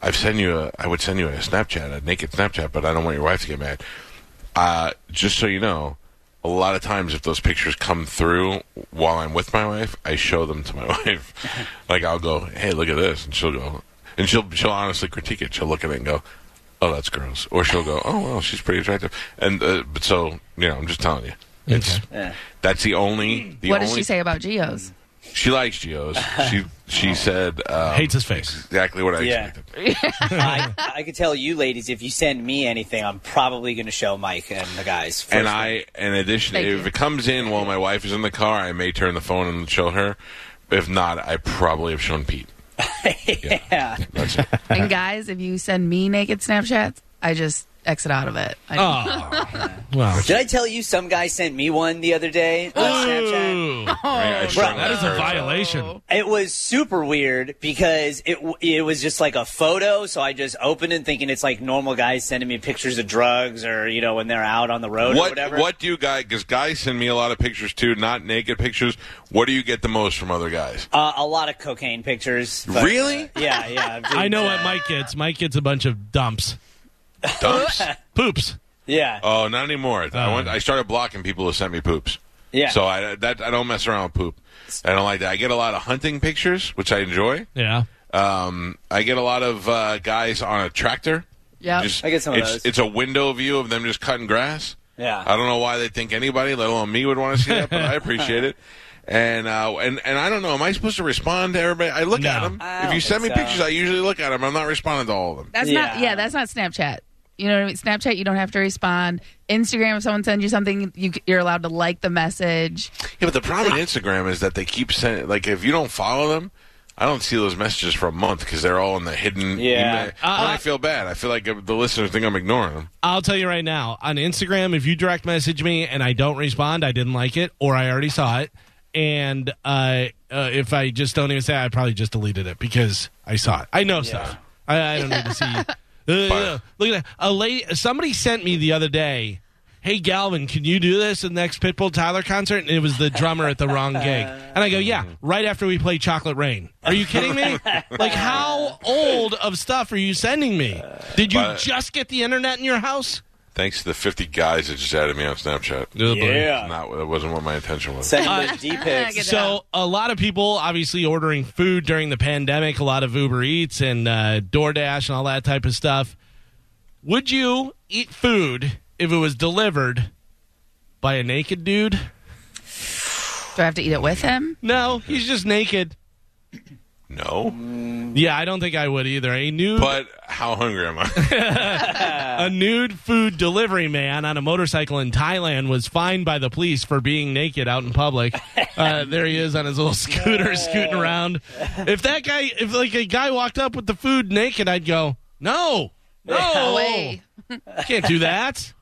[SPEAKER 2] "I've sent you a, I would send you a Snapchat, a naked Snapchat, but I don't want your wife to get mad." Uh, just so you know, a lot of times if those pictures come through while I'm with my wife, I show them to my wife. like I'll go, "Hey, look at this," and she'll go, and she'll she'll honestly critique it. She'll look at it and go. Oh, that's gross. Or she'll go, "Oh, well, she's pretty attractive." And uh, but so you know, I'm just telling you, it's
[SPEAKER 3] Yeah.
[SPEAKER 2] that's the only. The
[SPEAKER 5] what
[SPEAKER 2] only
[SPEAKER 5] does she say about Geos?
[SPEAKER 2] She likes Geo's. She she said um,
[SPEAKER 4] Hates his face.
[SPEAKER 2] exactly what I
[SPEAKER 3] Oh. Yeah.
[SPEAKER 2] expected.
[SPEAKER 3] I, I can tell you, ladies, if you send me anything, I'm probably going to show Mike and the guys. First.
[SPEAKER 2] And I, in addition,
[SPEAKER 5] Thank
[SPEAKER 2] if
[SPEAKER 5] you.
[SPEAKER 2] it comes in while my wife is in the car, I may turn the phone and show her. If not, I probably have shown Pete.
[SPEAKER 3] yeah.
[SPEAKER 2] That's it.
[SPEAKER 5] and guys, if you send me naked Snapchats, I just exit out of it. I,
[SPEAKER 4] Oh, well.
[SPEAKER 3] Did I tell you some guy sent me one the other day on Snapchat?
[SPEAKER 4] Ooh,
[SPEAKER 2] I mean, I showed
[SPEAKER 3] Right,
[SPEAKER 2] her
[SPEAKER 4] that is a
[SPEAKER 2] first.
[SPEAKER 4] violation.
[SPEAKER 3] It was super weird because it w- it was just like a photo, so I just opened it thinking it's like normal guys sending me pictures of drugs or you know when they're out on the road or
[SPEAKER 2] What
[SPEAKER 3] whatever.
[SPEAKER 2] what do you guys? Because guys send me a lot of pictures too, not naked pictures. What do you get the most from other guys?
[SPEAKER 3] Uh, a lot of cocaine pictures. but,
[SPEAKER 2] Really?
[SPEAKER 3] uh, yeah, yeah. I've
[SPEAKER 4] I
[SPEAKER 3] been-
[SPEAKER 4] know what Mike gets. Mike gets a bunch of dumps,
[SPEAKER 2] Dumps?
[SPEAKER 4] poops.
[SPEAKER 3] Yeah,
[SPEAKER 2] oh, not anymore. I went. I started blocking people who sent me poops.
[SPEAKER 3] Mm. yeah.
[SPEAKER 2] So I that I don't mess around with poop. I don't like that. I get a lot of hunting pictures, which I enjoy.
[SPEAKER 4] Yeah.
[SPEAKER 2] Um, I get a lot of uh, guys on a tractor.
[SPEAKER 5] Yep.
[SPEAKER 2] Just-
[SPEAKER 3] I get some of
[SPEAKER 2] it's,
[SPEAKER 3] those.
[SPEAKER 2] It's a window view of them just cutting grass.
[SPEAKER 3] Yeah.
[SPEAKER 2] I don't know why they think anybody, let alone me, would want to see that, but I appreciate it. And uh, and and I don't know. Am I supposed to respond to everybody? I look
[SPEAKER 4] No.
[SPEAKER 2] at them.
[SPEAKER 3] I
[SPEAKER 2] If
[SPEAKER 3] don't
[SPEAKER 2] you send me
[SPEAKER 3] think so.
[SPEAKER 2] pictures, I usually look at them. I'm not responding to all of them.
[SPEAKER 5] that's not
[SPEAKER 3] Yeah.
[SPEAKER 5] yeah, that's not Snapchat. You know what I mean? Snapchat, you don't have to respond. Instagram, if someone sends you something, you, you're allowed to like the message.
[SPEAKER 2] Yeah, but the problem with Instagram is that they keep sending. Like, if you don't follow them, I don't see those messages for a month because they're all in the hidden.
[SPEAKER 3] Yeah.
[SPEAKER 2] email. and I feel bad. I feel like uh, the listeners think I'm ignoring them.
[SPEAKER 4] I'll tell you right now on Instagram, if you direct message me and I don't respond, I didn't like it or I already saw it. And uh, uh, if I just don't even say it, I probably just deleted it because I saw it. I know stuff. I, I don't need to see. Uh, yeah. look at that. A late, somebody sent me the other day, hey, Galvin, can you do this at the next Pitbull Tyler concert? And it was the drummer at the wrong gig. And I go, yeah, right after we play Chocolate Rain. Are you kidding me? like, how old of stuff are you sending me? Did you
[SPEAKER 2] But-
[SPEAKER 4] just get the internet in your house?
[SPEAKER 2] Thanks to the 50 guys that just added me on Snapchat.
[SPEAKER 3] yeah.
[SPEAKER 2] Not that wasn't what my intention was.
[SPEAKER 3] Send them the D
[SPEAKER 5] Get
[SPEAKER 3] pics.
[SPEAKER 5] it out.
[SPEAKER 4] So a lot of people obviously ordering food during the pandemic, a lot of Uber Eats and uh, DoorDash and all that type of stuff. Would you eat food if it was delivered by a naked dude?
[SPEAKER 5] Do I have to eat it with him?
[SPEAKER 4] No, he's just naked.
[SPEAKER 2] No,
[SPEAKER 4] Yeah, I don't think I would either. A nude,
[SPEAKER 2] but how hungry am I?
[SPEAKER 4] a nude food delivery man on a motorcycle in Thailand was fined by the police for being naked out in public. Uh, there he is on his little scooter, scooting around. If that guy, if like a guy walked up with the food naked, I'd go, no, no,
[SPEAKER 5] Way.
[SPEAKER 4] can't do that.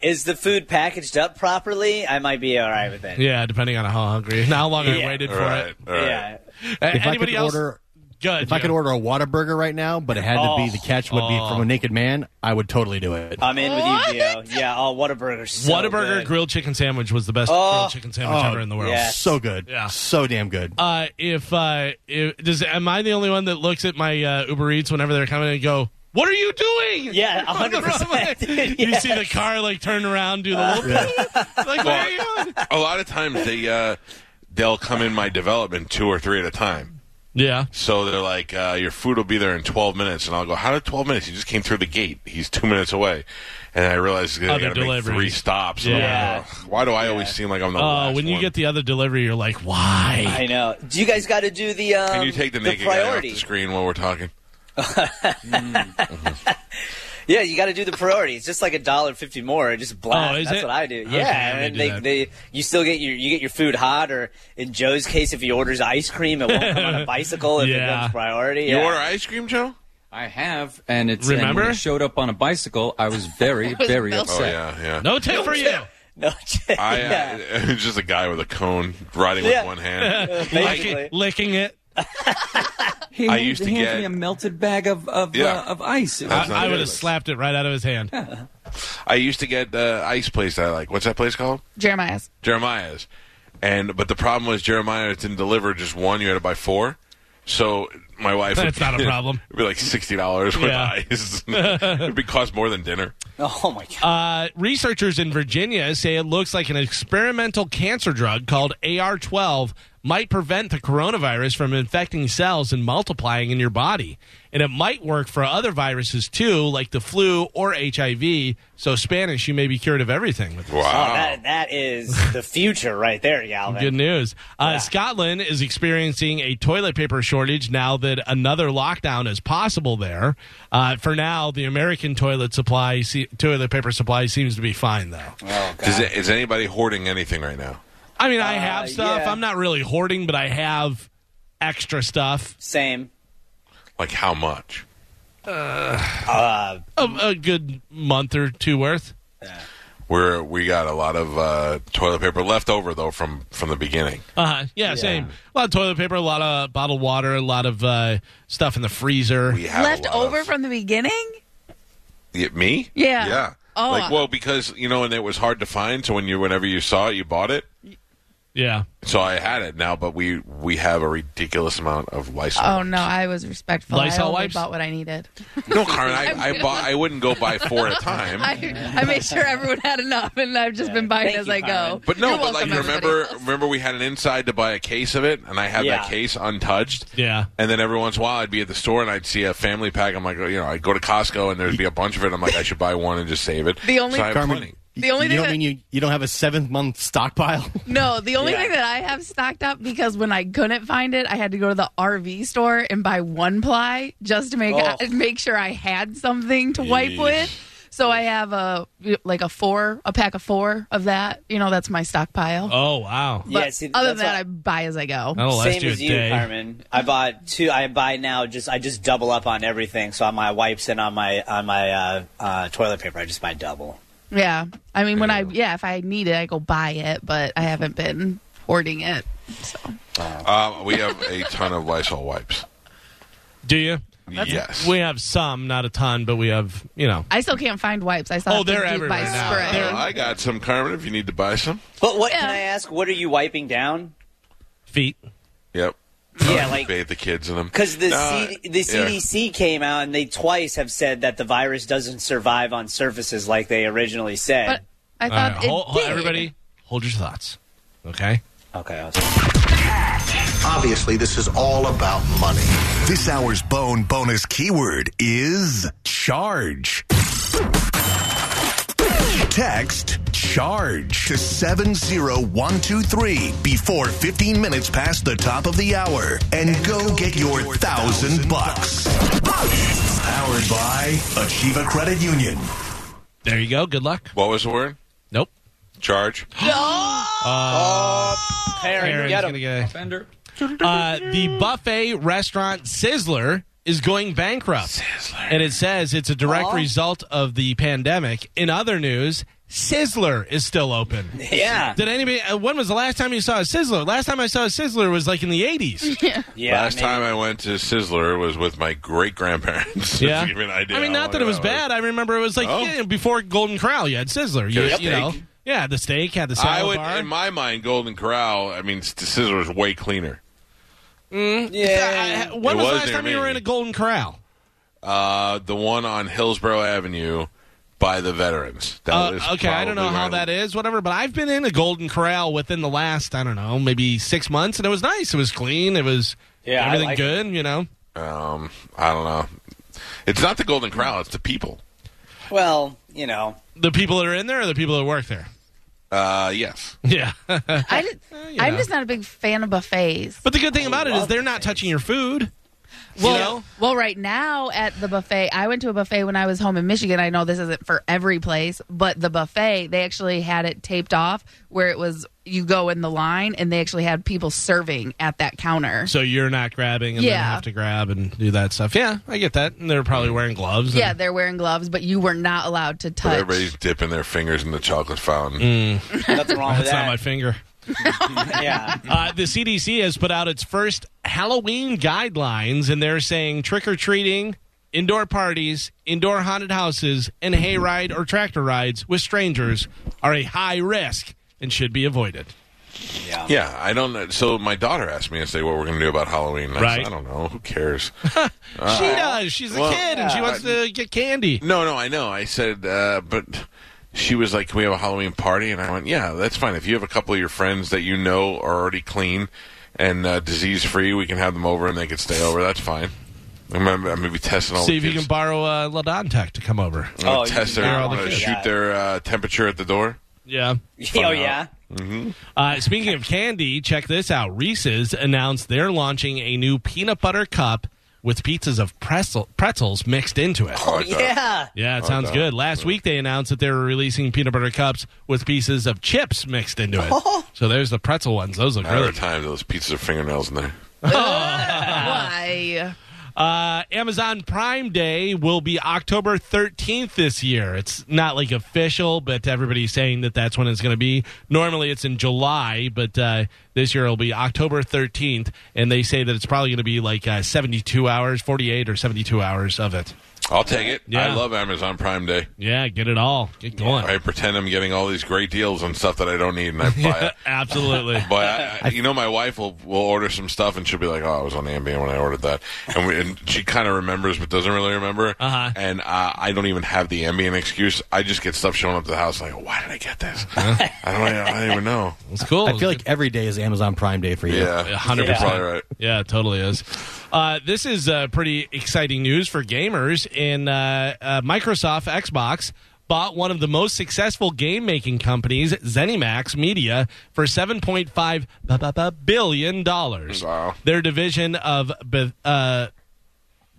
[SPEAKER 3] Is the food packaged up properly? I might be all right with it.
[SPEAKER 4] Yeah, depending on how hungry, and how long I
[SPEAKER 3] Yeah.
[SPEAKER 4] waited
[SPEAKER 2] all
[SPEAKER 4] for
[SPEAKER 2] right, all right.
[SPEAKER 3] Yeah.
[SPEAKER 4] it.
[SPEAKER 1] If I could
[SPEAKER 4] Anybody else?
[SPEAKER 1] order,
[SPEAKER 4] Good.
[SPEAKER 1] if I could order a Whataburger right now, but it had to be
[SPEAKER 4] Oh.
[SPEAKER 1] the catch would be from a naked man, I would totally do it.
[SPEAKER 3] I'm in with you, Gio. Yeah, oh, Whataburger's so
[SPEAKER 4] Whataburger
[SPEAKER 3] good.
[SPEAKER 4] grilled chicken sandwich was the best grilled chicken sandwich
[SPEAKER 1] Oh,
[SPEAKER 4] ever in the world.
[SPEAKER 3] yeah.
[SPEAKER 1] so good,
[SPEAKER 4] Yeah.
[SPEAKER 1] so damn good.
[SPEAKER 4] uh, if uh, if does am I the only one that looks at my uh, Uber Eats whenever they're coming and go, "What are you doing?"
[SPEAKER 3] Yeah, 100%, dude,
[SPEAKER 4] You
[SPEAKER 3] yeah.
[SPEAKER 4] see the car like turn around, do the
[SPEAKER 2] Uh,
[SPEAKER 4] little like, where are you going?
[SPEAKER 2] A lot of times they uh, they'll come in my development two or three at a time.
[SPEAKER 4] Yeah,
[SPEAKER 2] So they're like, uh, your food will be there in 12 minutes, and I'll go, how did 12 minutes? He just came through the gate. He's two minutes away, and I realize
[SPEAKER 4] Other
[SPEAKER 2] I got to make
[SPEAKER 4] deliveries.
[SPEAKER 2] three stops. And I'm like, "Ugh, Why do I always seem like I'm the
[SPEAKER 4] oh,
[SPEAKER 2] last
[SPEAKER 4] when you
[SPEAKER 2] one?"
[SPEAKER 4] get the other delivery, you're like, why?
[SPEAKER 3] I know. Do you guys got to do the um,
[SPEAKER 2] Can you take the naked guy off
[SPEAKER 3] priority?
[SPEAKER 2] the screen while we're talking?
[SPEAKER 3] Yeah, you got to do the priority. It's just like a dollar fifty more. Just blast.
[SPEAKER 4] Oh, is
[SPEAKER 3] That's
[SPEAKER 4] it?
[SPEAKER 3] what I do.
[SPEAKER 4] Okay,
[SPEAKER 3] yeah,
[SPEAKER 4] I may
[SPEAKER 3] and
[SPEAKER 4] do
[SPEAKER 3] they,
[SPEAKER 4] that.
[SPEAKER 3] they you still get your you get your food hot. Or in Joe's case, if he orders ice cream, it won't come on a bicycle if
[SPEAKER 4] Yeah.
[SPEAKER 3] it comes priority.
[SPEAKER 2] You
[SPEAKER 3] yeah.
[SPEAKER 2] order ice cream, Joe?
[SPEAKER 7] I have, and it's and when
[SPEAKER 4] Remember?
[SPEAKER 7] it showed up on a bicycle. I was very,
[SPEAKER 5] was
[SPEAKER 7] very
[SPEAKER 5] melted.
[SPEAKER 2] Oh,
[SPEAKER 7] upset.
[SPEAKER 2] yeah, yeah.
[SPEAKER 4] No tip for you.
[SPEAKER 3] no,
[SPEAKER 2] I,
[SPEAKER 3] yeah,
[SPEAKER 2] uh, just a guy with a cone riding
[SPEAKER 3] Yeah.
[SPEAKER 2] with one hand.
[SPEAKER 3] basically.
[SPEAKER 4] Licking it.
[SPEAKER 7] He
[SPEAKER 2] I
[SPEAKER 7] handed,
[SPEAKER 2] used to
[SPEAKER 7] handed
[SPEAKER 2] get-
[SPEAKER 7] me a melted bag of of,
[SPEAKER 2] Yeah.
[SPEAKER 7] uh, of ice. It was-
[SPEAKER 2] That's not
[SPEAKER 4] I
[SPEAKER 2] good.
[SPEAKER 4] would have slapped it right out of his hand.
[SPEAKER 2] I used to get the ice place that I like. What's that place called?
[SPEAKER 5] Jeremiah's.
[SPEAKER 2] Jeremiah's. And but the problem was Jeremiah didn't deliver just one. You had to buy four. So my wife.
[SPEAKER 4] That's not a problem.
[SPEAKER 2] It'd be like sixty dollars worth
[SPEAKER 4] Yeah.
[SPEAKER 2] of ice. It'd be cost more than dinner.
[SPEAKER 3] Oh my god.
[SPEAKER 4] Uh, researchers in Virginia say it looks like an experimental cancer drug called AR12 might prevent the coronavirus from infecting cells and multiplying in your body. And it might work for other viruses too, like the flu or HIV. So, Spanish, you may be cured of everything with this.
[SPEAKER 2] Wow.
[SPEAKER 3] that, that is the future right there, Galvin.
[SPEAKER 4] Good news. Uh, Scotland is experiencing a toilet paper shortage now that another lockdown is possible there. Uh, for now, the American toilet supply, se- toilet paper supply seems to be fine though.
[SPEAKER 2] Does it, is anybody hoarding anything right now?
[SPEAKER 4] I mean, I have stuff.
[SPEAKER 3] yeah.
[SPEAKER 4] I'm not really hoarding, but I have extra stuff.
[SPEAKER 3] Same.
[SPEAKER 2] Like how much?
[SPEAKER 4] A, a good month or two worth.
[SPEAKER 2] We're we got a lot of uh, toilet paper left over though from from the beginning.
[SPEAKER 4] Uh huh. Yeah, same. A lot of toilet paper, a lot of bottled water, a lot of uh, stuff in the freezer.
[SPEAKER 2] We have a
[SPEAKER 5] Left
[SPEAKER 2] lot
[SPEAKER 5] over
[SPEAKER 2] of-
[SPEAKER 5] from the beginning?
[SPEAKER 2] Yeah, me?
[SPEAKER 5] Yeah.
[SPEAKER 2] Yeah.
[SPEAKER 5] Oh,
[SPEAKER 2] like well, because you know, and it was hard to find. So when you, whenever you saw it, you bought it.
[SPEAKER 4] Yeah.
[SPEAKER 2] So I had it now, but we we have a ridiculous amount of Lysol.
[SPEAKER 5] Oh no, I was respectful.
[SPEAKER 4] Lysol
[SPEAKER 5] I only
[SPEAKER 4] wipes?
[SPEAKER 5] bought what I needed.
[SPEAKER 2] No, Carmen, I, I bought. I wouldn't go buy four at a time.
[SPEAKER 5] I, I made sure everyone had enough, and I've just been buying
[SPEAKER 3] Thank
[SPEAKER 5] as
[SPEAKER 3] you,
[SPEAKER 5] I go.
[SPEAKER 3] Carmen.
[SPEAKER 2] But no,
[SPEAKER 5] You're
[SPEAKER 2] but like
[SPEAKER 5] welcome, everybody
[SPEAKER 2] remember,
[SPEAKER 5] else.
[SPEAKER 2] remember we had an inside to buy a case of it, and I had
[SPEAKER 3] Yeah.
[SPEAKER 2] that case untouched.
[SPEAKER 4] Yeah.
[SPEAKER 2] And then every once in a while, I'd be at the store and I'd see a family pack. I'm like, you know, I'd go to Costco and there'd be a bunch of it. I'm like, I should buy one and just save it.
[SPEAKER 5] The only-
[SPEAKER 2] so I have
[SPEAKER 1] Carmen,
[SPEAKER 2] plenty.
[SPEAKER 5] The only
[SPEAKER 1] you
[SPEAKER 5] thing
[SPEAKER 1] don't
[SPEAKER 5] that-
[SPEAKER 1] mean you, you don't have a seventh month stockpile.
[SPEAKER 5] No, the only
[SPEAKER 3] Yeah.
[SPEAKER 5] thing that I have stocked up because when I couldn't find it, I had to go to the RV store and buy one ply just to make
[SPEAKER 3] Oh.
[SPEAKER 5] make sure I had something to wipe with. So I have a like a four, a pack of four of that. You know, that's my stockpile.
[SPEAKER 4] Oh wow.
[SPEAKER 5] But
[SPEAKER 3] yeah, see,
[SPEAKER 5] other
[SPEAKER 3] that's
[SPEAKER 5] than that,
[SPEAKER 3] what-
[SPEAKER 5] I buy as I go.
[SPEAKER 4] That'll Oh, last
[SPEAKER 3] Same
[SPEAKER 4] you a
[SPEAKER 3] as you,
[SPEAKER 4] day.
[SPEAKER 3] Carmen. I bought two. I buy now. Just I just double up on everything. So on my wipes and on my on my uh, uh, toilet paper, I just buy double.
[SPEAKER 5] Yeah, I mean, when I yeah, if I need it, I go buy it, but I haven't been hoarding it.
[SPEAKER 2] Um, we have a ton of Lysol wipes.
[SPEAKER 4] Do you?
[SPEAKER 2] yes.
[SPEAKER 4] We have some, not a ton, but we have you know.
[SPEAKER 5] I still can't find wipes. I still
[SPEAKER 4] Oh,
[SPEAKER 5] have
[SPEAKER 4] they're
[SPEAKER 5] to do by
[SPEAKER 4] everywhere now.
[SPEAKER 5] spray.
[SPEAKER 2] Uh, I got some, Carmen. If you need to buy some.
[SPEAKER 3] But what can
[SPEAKER 5] Yeah.
[SPEAKER 3] I ask? What are you wiping down?
[SPEAKER 4] feet.
[SPEAKER 2] Yep.
[SPEAKER 3] Yeah, like
[SPEAKER 2] bathe the kids in them.
[SPEAKER 3] because the
[SPEAKER 2] Oh, Nah,
[SPEAKER 3] CD, the CDC came out and they twice have said that the virus doesn't survive on surfaces like they originally
[SPEAKER 5] But
[SPEAKER 3] said.
[SPEAKER 5] I
[SPEAKER 4] All right,
[SPEAKER 5] thought Uh, it
[SPEAKER 4] hol- hol-
[SPEAKER 5] did.
[SPEAKER 4] everybody, hold your thoughts. Okay.
[SPEAKER 3] okay. I was-
[SPEAKER 9] Obviously, this is all about money.
[SPEAKER 6] This hour's bone bonus keyword is charge. Text charge to 70123 before 15 minutes past the top of the hour and, go, get, your, thousand bucks. Powered by Achieva Credit Union.
[SPEAKER 4] There you go. Good luck.
[SPEAKER 2] What was the word?
[SPEAKER 4] Nope.
[SPEAKER 2] Charge.
[SPEAKER 3] Aaron,
[SPEAKER 4] Aaron's
[SPEAKER 3] get 'em.
[SPEAKER 4] gonna get a- Uh, the buffet restaurant Sizzler is going bankrupt. And it says it's a direct result of the pandemic. In other news, Sizzler is still open.
[SPEAKER 3] Yeah,
[SPEAKER 4] Did anybody? Uh, when was the last time you saw a Sizzler? Last time I saw a Sizzler was like in the eighties.
[SPEAKER 3] yeah.
[SPEAKER 2] Last
[SPEAKER 3] maybe.
[SPEAKER 2] time I went to Sizzler was with my great grandparents.
[SPEAKER 4] Yeah.
[SPEAKER 2] to give you an idea
[SPEAKER 4] I mean,
[SPEAKER 2] how
[SPEAKER 4] not
[SPEAKER 2] long
[SPEAKER 4] that it was
[SPEAKER 2] ago
[SPEAKER 4] bad. I remember it was like
[SPEAKER 2] Oh.
[SPEAKER 4] yeah, before Golden Corral. You had Sizzler. You,
[SPEAKER 2] Yep.
[SPEAKER 4] you know, yeah, the steak had the salad
[SPEAKER 2] I would,
[SPEAKER 4] bar.
[SPEAKER 2] in my mind, Golden Corral. I mean, S- Sizzler was way cleaner.
[SPEAKER 4] I- when was
[SPEAKER 2] It
[SPEAKER 4] the
[SPEAKER 2] was
[SPEAKER 4] last
[SPEAKER 2] near
[SPEAKER 4] time you were
[SPEAKER 2] me.
[SPEAKER 4] in a Golden Corral?
[SPEAKER 2] Uh, the one on Hillsborough Avenue by the veterans. That
[SPEAKER 4] Uh,
[SPEAKER 2] was
[SPEAKER 4] okay, I don't know
[SPEAKER 2] probably
[SPEAKER 4] how
[SPEAKER 2] where I-
[SPEAKER 4] that is, whatever, but I've been in a Golden Corral within the last, I don't know, maybe six months, and it was nice. It was clean. It was
[SPEAKER 3] Yeah, I
[SPEAKER 4] everything
[SPEAKER 3] like
[SPEAKER 4] good, you know?
[SPEAKER 2] Um, I don't know. It's not the Golden Corral. It's the people.
[SPEAKER 3] Well, you know,
[SPEAKER 4] The people that are in there or the people that work there?
[SPEAKER 2] Uh, yes.
[SPEAKER 4] Yeah.
[SPEAKER 5] I did,
[SPEAKER 4] Uh,
[SPEAKER 5] I'm just not a big fan of buffets.
[SPEAKER 4] but the good thing about it is they're not touching your food.
[SPEAKER 5] Well,
[SPEAKER 4] you know?
[SPEAKER 5] well, right now at the buffet, I went to a buffet when I was home in Michigan. I know this isn't for every place, but the buffet, they actually had it taped off where it was you go in the line and they actually had people serving at that counter.
[SPEAKER 4] So you're not grabbing and then
[SPEAKER 5] Yeah.
[SPEAKER 4] have to grab and do that stuff. Yeah, I get that. And they're
[SPEAKER 3] Mm.
[SPEAKER 4] probably wearing gloves. and-
[SPEAKER 5] yeah, they're wearing gloves, but you were not allowed to
[SPEAKER 2] But
[SPEAKER 5] touch.
[SPEAKER 2] everybody's dipping their fingers in the chocolate fountain.
[SPEAKER 3] nothing wrong with
[SPEAKER 4] That's not
[SPEAKER 3] that.
[SPEAKER 4] my finger.
[SPEAKER 3] yeah.
[SPEAKER 4] Uh, the CDC has put out its first Halloween guidelines, and they're saying trick or treating, indoor parties, indoor haunted houses, and hayride or tractor rides with strangers are a high risk and should be avoided.
[SPEAKER 2] Yeah, I don't know. So my daughter asked me yesterday what we're going to do about Halloween. And I
[SPEAKER 4] Right.
[SPEAKER 2] said, I don't know. Who cares?
[SPEAKER 4] she does. She's a
[SPEAKER 2] Uh-huh. well,
[SPEAKER 4] kid, and she wants to get candy.
[SPEAKER 2] no, no, I know. I said, uh, but she was like, can we have a Halloween party? And I went, yeah, that's fine. If you have a couple of your friends that you know are already clean and uh, disease free, we can have them over and they can stay over. That's fine. I'm gonna, I'm gonna be testing all
[SPEAKER 4] See
[SPEAKER 2] the
[SPEAKER 4] if you
[SPEAKER 2] kids.
[SPEAKER 4] can borrow uh, Ladon Tech to come over.
[SPEAKER 2] I'm gonna
[SPEAKER 3] Oh, you
[SPEAKER 2] test
[SPEAKER 3] can
[SPEAKER 2] their,
[SPEAKER 4] borrow the
[SPEAKER 2] I'm gonna
[SPEAKER 4] kids.
[SPEAKER 2] shoot their uh, temperature at the door.
[SPEAKER 4] Yeah.
[SPEAKER 3] oh yeah.
[SPEAKER 2] Mm-hmm.
[SPEAKER 4] Uh, speaking of candy, check this out. Reese's announced they're launching a new peanut butter cup with pizzas of pretzel, pretzels mixed into it.
[SPEAKER 3] Oh,
[SPEAKER 2] Oh, uh,
[SPEAKER 3] Yeah.
[SPEAKER 4] Yeah, it sounds good. Last week they announced that they were releasing peanut butter cups with pieces of chips mixed into it. So there's the pretzel ones. Those look
[SPEAKER 2] Another
[SPEAKER 4] really
[SPEAKER 2] time, those pieces of fingernails in there.
[SPEAKER 5] Why?
[SPEAKER 4] Uh, Amazon Prime Day will be October 13th this year. It's not like official, but everybody's saying that that's when it's going to be. Normally it's in July, but uh, this year it'll be October 13th, and they say that it's probably going to be like uh, 72 hours, 48 or 72 hours of it.
[SPEAKER 2] I'll take it.
[SPEAKER 4] Yeah.
[SPEAKER 2] I love Amazon Prime Day.
[SPEAKER 4] Yeah, get it all. Get going.
[SPEAKER 2] I pretend I'm getting all these great deals on stuff that I don't need, and I buy it.
[SPEAKER 4] Absolutely.
[SPEAKER 2] But I, I, you know, my wife will will order some stuff, and she'll be like, "Oh, I was on Ambien when I ordered that," and, we, and she kind of remembers, but doesn't really remember.
[SPEAKER 4] Uh-huh.
[SPEAKER 2] And uh, I don't even have the Ambien excuse. I just get stuff showing up to the house, like, "Why did I get this? I don't, I don't even know."
[SPEAKER 4] It's cool.
[SPEAKER 1] I feel like every day is Amazon Prime Day for you.
[SPEAKER 2] Yeah,
[SPEAKER 4] A hundred
[SPEAKER 2] you're
[SPEAKER 4] percent.
[SPEAKER 2] probably right.
[SPEAKER 4] Yeah, it totally is. Uh, this is uh, pretty exciting news for gamers. In uh, uh, Microsoft Xbox bought one of the most successful game making companies, ZeniMax Media, for seven point five billion dollars.
[SPEAKER 2] Wow.
[SPEAKER 4] Their division of Beth- uh,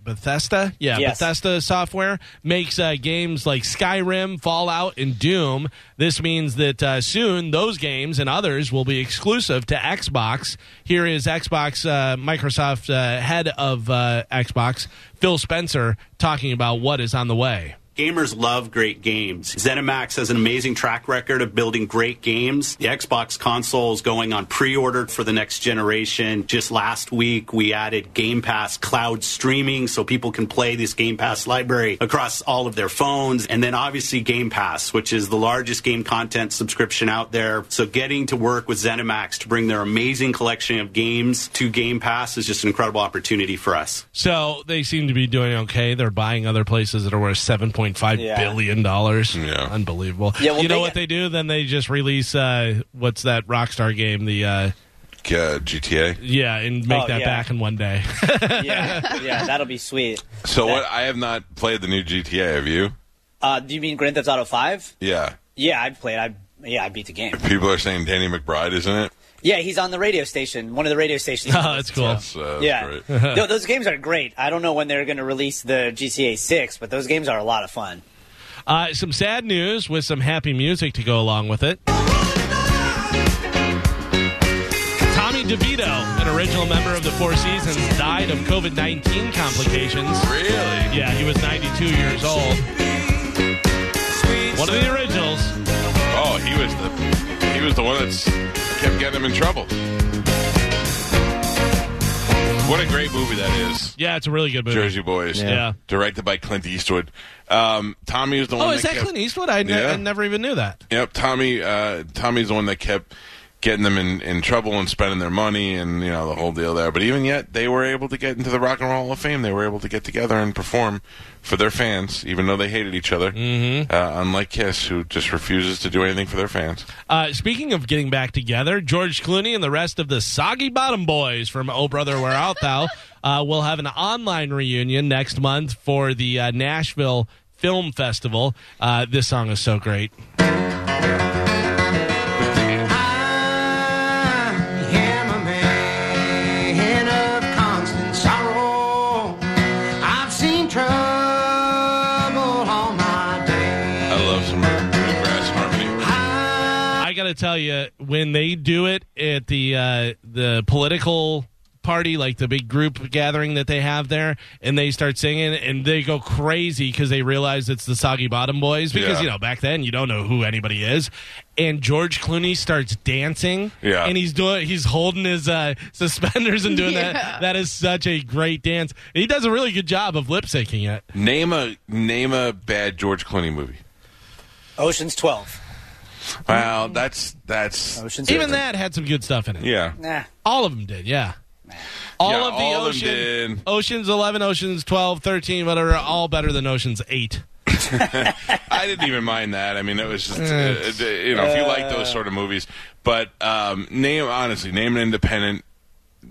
[SPEAKER 4] Bethesda, yeah,
[SPEAKER 3] Yes.
[SPEAKER 4] Bethesda software makes uh, games like Skyrim, Fallout, and Doom. This means that uh, soon those games and others will be exclusive to Xbox. Here is Xbox uh, Microsoft uh, head of uh, Xbox, Phil Spencer, talking about what is on the way.
[SPEAKER 10] Gamers love great games. ZeniMax has an amazing track record of building great games. The Xbox console is going on pre-order for the next generation. Just last week, we added Game Pass cloud streaming so people can play this Game Pass library across all of their phones. And then obviously Game Pass, which is the largest game content subscription out there. So getting to work with ZeniMax to bring their amazing collection of games to Game Pass is just an incredible opportunity for us.
[SPEAKER 4] So they seem to be doing okay. They're buying other places that are worth seven point five billion
[SPEAKER 3] Yeah.
[SPEAKER 4] dollars.
[SPEAKER 2] Yeah.
[SPEAKER 4] unbelievable.
[SPEAKER 3] Yeah, well,
[SPEAKER 4] you know
[SPEAKER 3] they-
[SPEAKER 4] what they do? Then they just release uh, what's that Rockstar game? The uh,
[SPEAKER 2] Uh, GTA.
[SPEAKER 4] Yeah, and make
[SPEAKER 3] Oh,
[SPEAKER 4] that
[SPEAKER 3] yeah.
[SPEAKER 4] back in one day.
[SPEAKER 3] Yeah. yeah. That'll be sweet.
[SPEAKER 2] So what? I have not played the new GTA. Have you?
[SPEAKER 3] Uh, do you mean Grand Theft Auto Five?
[SPEAKER 2] Yeah.
[SPEAKER 3] Yeah, I played. I yeah, I beat the game.
[SPEAKER 2] People are saying Danny McBride, isn't it?
[SPEAKER 3] Yeah, he's on the radio station. One of the radio stations.
[SPEAKER 4] oh, that's cool.
[SPEAKER 2] So that's
[SPEAKER 3] yeah,
[SPEAKER 2] great.
[SPEAKER 3] no, those games are great. I don't know when they're going to release the GTA Six, but those games are a lot of fun.
[SPEAKER 4] Uh, some sad news with some happy music to go along with it. Tommy DeVito, an original member of the Four Seasons, died of COVID 19 complications.
[SPEAKER 2] Really?
[SPEAKER 4] Yeah, he was 92 years old. One of the originals.
[SPEAKER 2] Oh, he was the he was the one that's kept getting him in trouble. What a great movie that is,
[SPEAKER 4] Yeah, it's a really good movie.
[SPEAKER 2] Jersey Boys.
[SPEAKER 4] Yeah.
[SPEAKER 2] directed by Clint Eastwood. Um, Tommy is the one.
[SPEAKER 4] Oh, is that
[SPEAKER 2] kept,
[SPEAKER 4] Clint Eastwood? I, ne-
[SPEAKER 2] Yeah.
[SPEAKER 4] I never even knew that.
[SPEAKER 2] Yep, Tommy. Uh, Tommy's the one that kept getting them in, in trouble and spending their money and you know the whole deal there. But even yet, they were able to get into the Rock and Roll Hall of Fame. They were able to get together and perform for their fans, even though they hated each other. Mm-hmm. Uh, unlike Kiss, who just refuses to do anything for their fans.
[SPEAKER 4] Uh, speaking of getting back together, George Clooney and the rest of the Soggy Bottom Boys from Oh Brother Where Art Thou uh, will have an online reunion next month for the uh, Nashville Film Festival. Uh, this song is so great.
[SPEAKER 2] I love some brass harmony.
[SPEAKER 4] I got to tell you, when they do it at the uh, the political party, like the big group gathering that they have there, and they start singing and they go crazy because they realize it's the Soggy Bottom Boys because
[SPEAKER 2] Yeah.
[SPEAKER 4] you know back then you don't know who anybody is, and George Clooney starts dancing,
[SPEAKER 2] Yeah.
[SPEAKER 4] and he's doing he's holding his uh, suspenders and doing
[SPEAKER 5] Yeah.
[SPEAKER 4] that. That is such a great dance. And he does a really good job of lip syncing it.
[SPEAKER 2] Name a name a bad George Clooney movie.
[SPEAKER 3] Ocean's Twelve.
[SPEAKER 2] Well, that's that's
[SPEAKER 3] Ocean's
[SPEAKER 4] Even that had some good stuff in it.
[SPEAKER 2] yeah.
[SPEAKER 3] Nah.
[SPEAKER 4] All of them did, yeah. All
[SPEAKER 2] Yeah,
[SPEAKER 4] of the
[SPEAKER 2] all of them
[SPEAKER 4] ocean,
[SPEAKER 2] did.
[SPEAKER 4] Oceans 11, Oceans 12, 13, whatever, all better than Oceans 8.
[SPEAKER 2] I didn't even mind that. I mean, it was just uh, you know if you like those sort of movies, but um, name honestly name an independent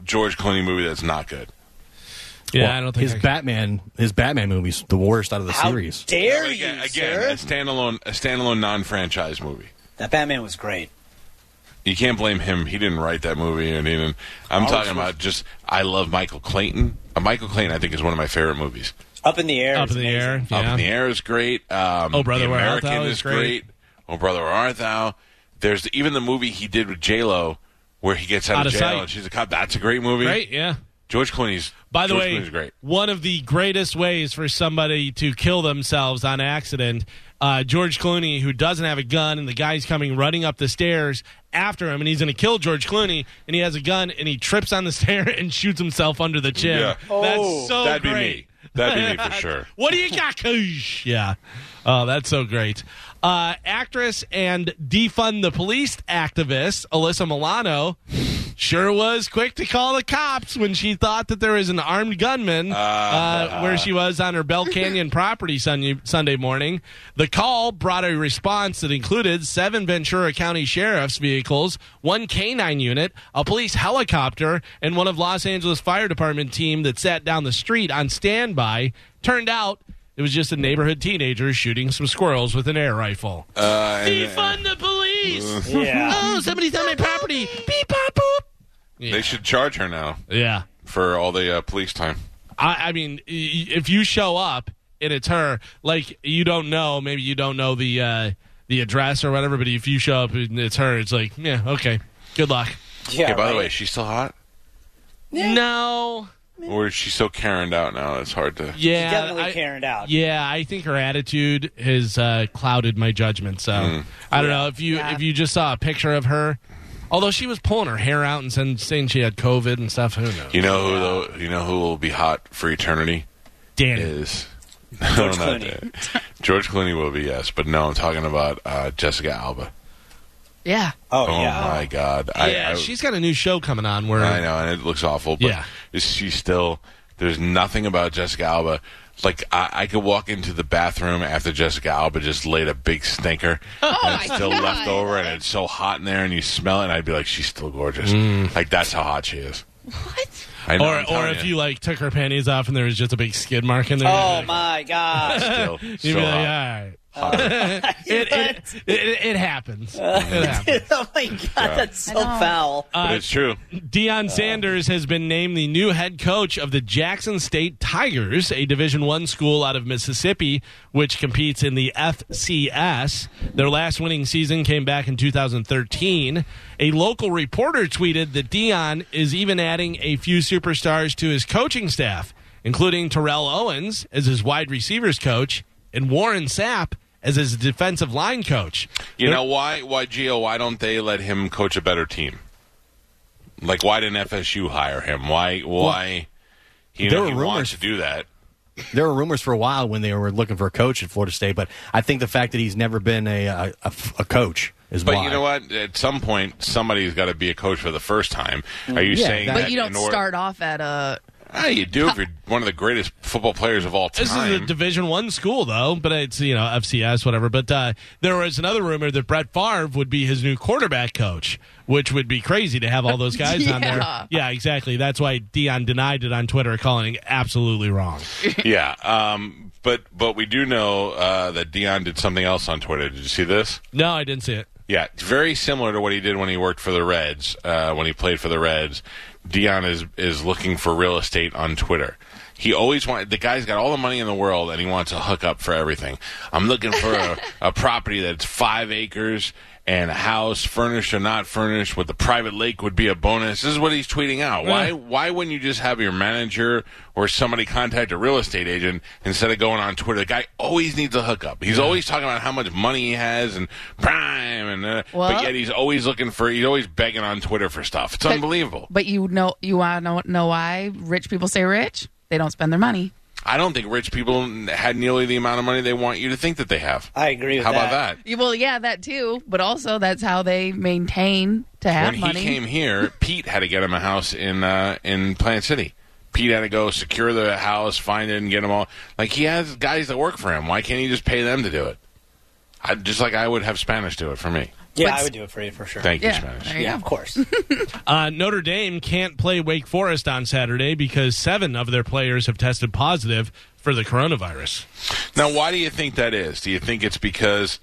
[SPEAKER 2] George Clooney movie that's not good.
[SPEAKER 4] Yeah,
[SPEAKER 1] Well,
[SPEAKER 4] I don't think
[SPEAKER 1] his
[SPEAKER 4] I can-
[SPEAKER 1] Batman, his Batman movies, the worst out of the series.
[SPEAKER 3] Dare you,
[SPEAKER 2] again, again, a standalone, a standalone non-franchise movie.
[SPEAKER 3] That Batman was great.
[SPEAKER 2] You can't blame him. He didn't write that movie, and he didn't. I'm
[SPEAKER 3] Always
[SPEAKER 2] talking
[SPEAKER 3] was-
[SPEAKER 2] about just. I love Michael Clayton. Uh, Michael Clayton, I think, is one of my favorite movies.
[SPEAKER 3] Up in the air.
[SPEAKER 4] Up in the air.
[SPEAKER 2] Up
[SPEAKER 4] Yeah.
[SPEAKER 2] in Um, the Air is great. Um,
[SPEAKER 4] Oh, Brother,
[SPEAKER 2] the
[SPEAKER 4] Where Art
[SPEAKER 2] American
[SPEAKER 4] Thou
[SPEAKER 2] is,
[SPEAKER 4] is
[SPEAKER 2] great.
[SPEAKER 4] great.
[SPEAKER 2] Oh, brother, where art thou? There's the, even the movie he did with J Lo, where he gets out,
[SPEAKER 4] Out
[SPEAKER 2] of
[SPEAKER 4] of
[SPEAKER 2] jail
[SPEAKER 4] Sight.
[SPEAKER 2] and she's a cop. That's a great movie.
[SPEAKER 4] Right? Yeah.
[SPEAKER 2] George Clooney's.
[SPEAKER 4] By the
[SPEAKER 2] George
[SPEAKER 4] way,
[SPEAKER 2] Clooney's great.
[SPEAKER 4] one of the greatest ways for somebody to kill themselves on accident, uh, George Clooney, who doesn't have a gun, and the guy's coming running up the stairs after him, and he's going to kill George Clooney, and he has a gun, and he trips on the stair and shoots himself under the chin.
[SPEAKER 2] Yeah.
[SPEAKER 4] That's so
[SPEAKER 2] That'd
[SPEAKER 4] great.
[SPEAKER 2] be me. That'd be me for sure.
[SPEAKER 4] What do you got, Koosh? Yeah. Oh, that's so great. Uh, actress and defund the police activist Alyssa Milano sure was quick to call the cops when she thought that there was an armed gunman uh,
[SPEAKER 2] Ah.
[SPEAKER 4] where she was on her Bell Canyon property Sunday, Sunday morning. The call brought a response that included seven Ventura County sheriff's vehicles, one canine unit, a police helicopter, and one of Los Angeles Fire Department team that sat down the street on standby. Turned out it was just a neighborhood teenager shooting some squirrels with an air rifle.
[SPEAKER 2] Uh, and- uh,
[SPEAKER 4] Defund the police!
[SPEAKER 3] Yeah.
[SPEAKER 4] Oh, somebody's on my property! Beep, pop, boop!
[SPEAKER 2] They should charge her now
[SPEAKER 4] Yeah.
[SPEAKER 2] for all the uh, police time.
[SPEAKER 4] I, I mean, y- y- if you show up and it's her, like you don't know, maybe you don't know the uh, the address or whatever. But if you show up and it's her, it's like, yeah, okay, good luck.
[SPEAKER 3] Yeah.
[SPEAKER 2] Hey, by the
[SPEAKER 3] right.
[SPEAKER 2] way, she's still hot,
[SPEAKER 4] No,
[SPEAKER 2] or is she so Karened out now? It's hard to.
[SPEAKER 4] yeah,
[SPEAKER 3] She's definitely
[SPEAKER 4] I-
[SPEAKER 3] Karened out.
[SPEAKER 4] Yeah, I think her attitude has uh, clouded my judgment. So
[SPEAKER 2] Mm.
[SPEAKER 4] I don't know if you
[SPEAKER 5] Yeah.
[SPEAKER 4] if you just saw a picture of her, although she was pulling her hair out and saying, saying she had COVID and stuff. Who knows?
[SPEAKER 2] You know who though? You know who will be hot for eternity
[SPEAKER 4] Danny.
[SPEAKER 2] is
[SPEAKER 3] George
[SPEAKER 2] No, not that. George Clooney will be yes, but no, I'm talking about uh, Jessica Alba.
[SPEAKER 5] Yeah.
[SPEAKER 3] Oh,
[SPEAKER 2] Oh
[SPEAKER 3] yeah.
[SPEAKER 2] my God!
[SPEAKER 4] yeah,
[SPEAKER 2] I, I,
[SPEAKER 4] she's got a new show coming on where
[SPEAKER 2] I know, and it looks awful. But
[SPEAKER 4] Yeah.
[SPEAKER 2] she's still. There's nothing about Jessica Alba. Like I, I could walk into the bathroom after Jessica Alba just laid a big stinker,
[SPEAKER 4] Oh
[SPEAKER 2] and it's
[SPEAKER 5] my
[SPEAKER 2] still
[SPEAKER 5] God.
[SPEAKER 2] left over, and it's so hot in there, and you smell it, and I'd be like, she's still gorgeous. Like that's how hot she is.
[SPEAKER 5] What?
[SPEAKER 2] I know,
[SPEAKER 4] Mm.
[SPEAKER 2] I'm
[SPEAKER 4] or or
[SPEAKER 2] telling
[SPEAKER 4] if you like took her panties off and there was just a big skid mark in there.
[SPEAKER 3] Oh
[SPEAKER 4] you'd be like-
[SPEAKER 3] my gosh.
[SPEAKER 2] still,
[SPEAKER 4] You'd
[SPEAKER 2] so
[SPEAKER 4] be like, all
[SPEAKER 2] hot.
[SPEAKER 4] right.
[SPEAKER 2] Hot.
[SPEAKER 4] It, it, it, it happens. It happens.
[SPEAKER 3] oh my god, that's so
[SPEAKER 5] I know.
[SPEAKER 3] foul.
[SPEAKER 2] But
[SPEAKER 4] Uh,
[SPEAKER 2] it's true.
[SPEAKER 4] Deion Sanders has been named the new head coach of the Jackson State Tigers, a Division One school out of Mississippi, which competes in the FCS. Their last winning season came back in 2013. A local reporter tweeted that Deion is even adding a few superstars to his coaching staff, including Terrell Owens as his wide receivers coach and Warren Sapp as his defensive line coach.
[SPEAKER 2] You know why? Why Gio? Why don't they let him coach a better team? Like, why didn't FSU hire him? Why? Why? He,
[SPEAKER 1] there
[SPEAKER 2] know,
[SPEAKER 1] were
[SPEAKER 2] he
[SPEAKER 1] rumors-
[SPEAKER 2] wants to do that.
[SPEAKER 1] There were rumors for a while when they were looking for a coach at Florida State, but I think the fact that he's never been a a, a- a coach is
[SPEAKER 2] But
[SPEAKER 1] why.
[SPEAKER 2] you know what? At some point, somebody's got to be a coach for the first time. Are you
[SPEAKER 1] Yeah,
[SPEAKER 2] saying?
[SPEAKER 1] that-
[SPEAKER 5] But
[SPEAKER 2] that
[SPEAKER 5] you don't
[SPEAKER 2] in order-
[SPEAKER 5] start off at a.
[SPEAKER 2] Ah, you do if you're one of the greatest football players of all time.
[SPEAKER 4] This is a Division One school, though, but it's you know FCS, whatever. But uh, there was another rumor that Brett Favre would be his new quarterback coach, which would be crazy to have all those guys on
[SPEAKER 5] Yeah.
[SPEAKER 4] there. Yeah, exactly. That's why Dion denied it on Twitter, calling it absolutely wrong.
[SPEAKER 2] yeah. Um. But but we do know uh, that Dion did something else on Twitter. Did you see this?
[SPEAKER 4] No, I didn't see it.
[SPEAKER 2] Yeah, it's very similar to what he did when he worked for the Reds. Uh, when he played for the Reds, Dion is is looking for real estate on Twitter. He always wanted the guy's got all the money in the world and he wants a hookup for everything. I'm looking for a, a property that's five acres and a house, furnished or not furnished, with a private lake would be a bonus. This is what he's tweeting out. Why
[SPEAKER 5] Mm.
[SPEAKER 4] Yeah.
[SPEAKER 2] why wouldn't you just have your manager or somebody contact a real estate agent instead of going on Twitter? The guy always needs a hookup. He's always talking about how much money he has and prime and uh, but
[SPEAKER 5] Well-
[SPEAKER 2] yet he's always looking for. He's always begging on Twitter for stuff. It's unbelievable.
[SPEAKER 5] But you know, you want to know, know why rich people stay rich? They don't spend their money.
[SPEAKER 2] I don't think rich people had nearly the amount of money they want you to think that they have.
[SPEAKER 3] I agree with
[SPEAKER 2] How
[SPEAKER 3] that.
[SPEAKER 2] about that?
[SPEAKER 5] Yeah, Well, yeah, that too. But also, that's how they maintain to have
[SPEAKER 2] when
[SPEAKER 5] money.
[SPEAKER 2] he came here, Pete had to get him a house in uh, in Plant City. Pete had to go secure the house, find it, and get them all. Like he has guys that work for him. Why can't he just pay them to do it? I, just like I would have Spanish do it for me.
[SPEAKER 3] Yeah, I would do it for you for sure.
[SPEAKER 2] Thank you,
[SPEAKER 3] yeah,
[SPEAKER 2] Spanish.
[SPEAKER 3] There you go. of course.
[SPEAKER 4] Uh, Notre Dame can't play Wake Forest on Saturday because seven of their players have tested positive for the coronavirus.
[SPEAKER 2] Now, why do you think that is? Do you think it's because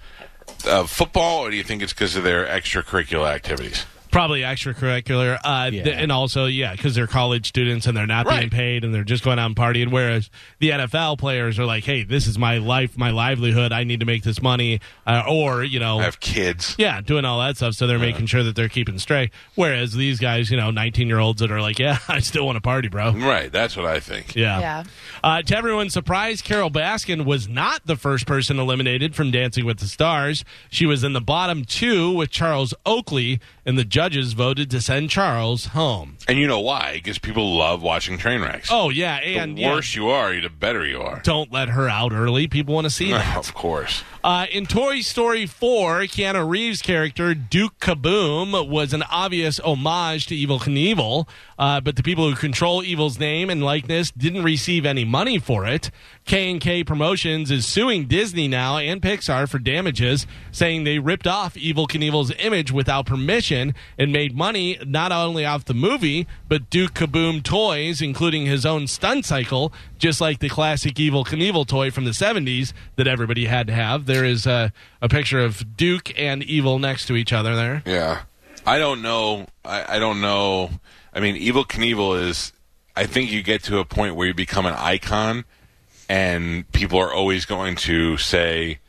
[SPEAKER 2] of football, or do you think it's because of their extracurricular activities?
[SPEAKER 4] Probably extracurricular, uh, th- and also yeah, because they're college students and they're not being
[SPEAKER 2] Right.
[SPEAKER 4] paid and they're just going out and partying. Whereas the NFL players are like, "Hey, this is my life, my livelihood. I need to make this money," uh, or you know,
[SPEAKER 2] I have kids.
[SPEAKER 4] yeah, doing all that stuff. So they're making sure that they're keeping straight. Whereas these guys, you know, nineteen year olds that are like, "Yeah, I still want to party, bro."
[SPEAKER 2] Right, that's what I think.
[SPEAKER 4] Yeah.
[SPEAKER 5] Yeah.
[SPEAKER 4] Uh, to everyone's surprise, Carol Baskin was not the first person eliminated from Dancing with the Stars. She was in the bottom two with Charles Oakley, and the judges voted to send Charles home.
[SPEAKER 2] And you know why? Because people love watching train wrecks.
[SPEAKER 4] Oh, yeah. And
[SPEAKER 2] the
[SPEAKER 4] yeah,
[SPEAKER 2] worse you are, the better you are.
[SPEAKER 4] don't let her out early. People want to see that.
[SPEAKER 2] Of course.
[SPEAKER 4] Uh, in Toy Story 4, Keanu Reeves' character, Duke Kaboom, was an obvious homage to Evil Knievel, uh, but the people who control Evil's name and likeness didn't receive any money for it. K&K Promotions is suing Disney now and Pixar for damages, saying they ripped off Evil Knievel's image without permission and made money not only off the movie, but Duke Kaboom toys, including his own stun cycle, just like the classic Evil Knievel toy from the 70s that everybody had to have. There is a, a picture of Duke and Evil next to each other there.
[SPEAKER 2] Yeah. I don't know. I, I don't know. I mean, Evil Knievel is. I think you get to a point where you become an icon, and people are always going to say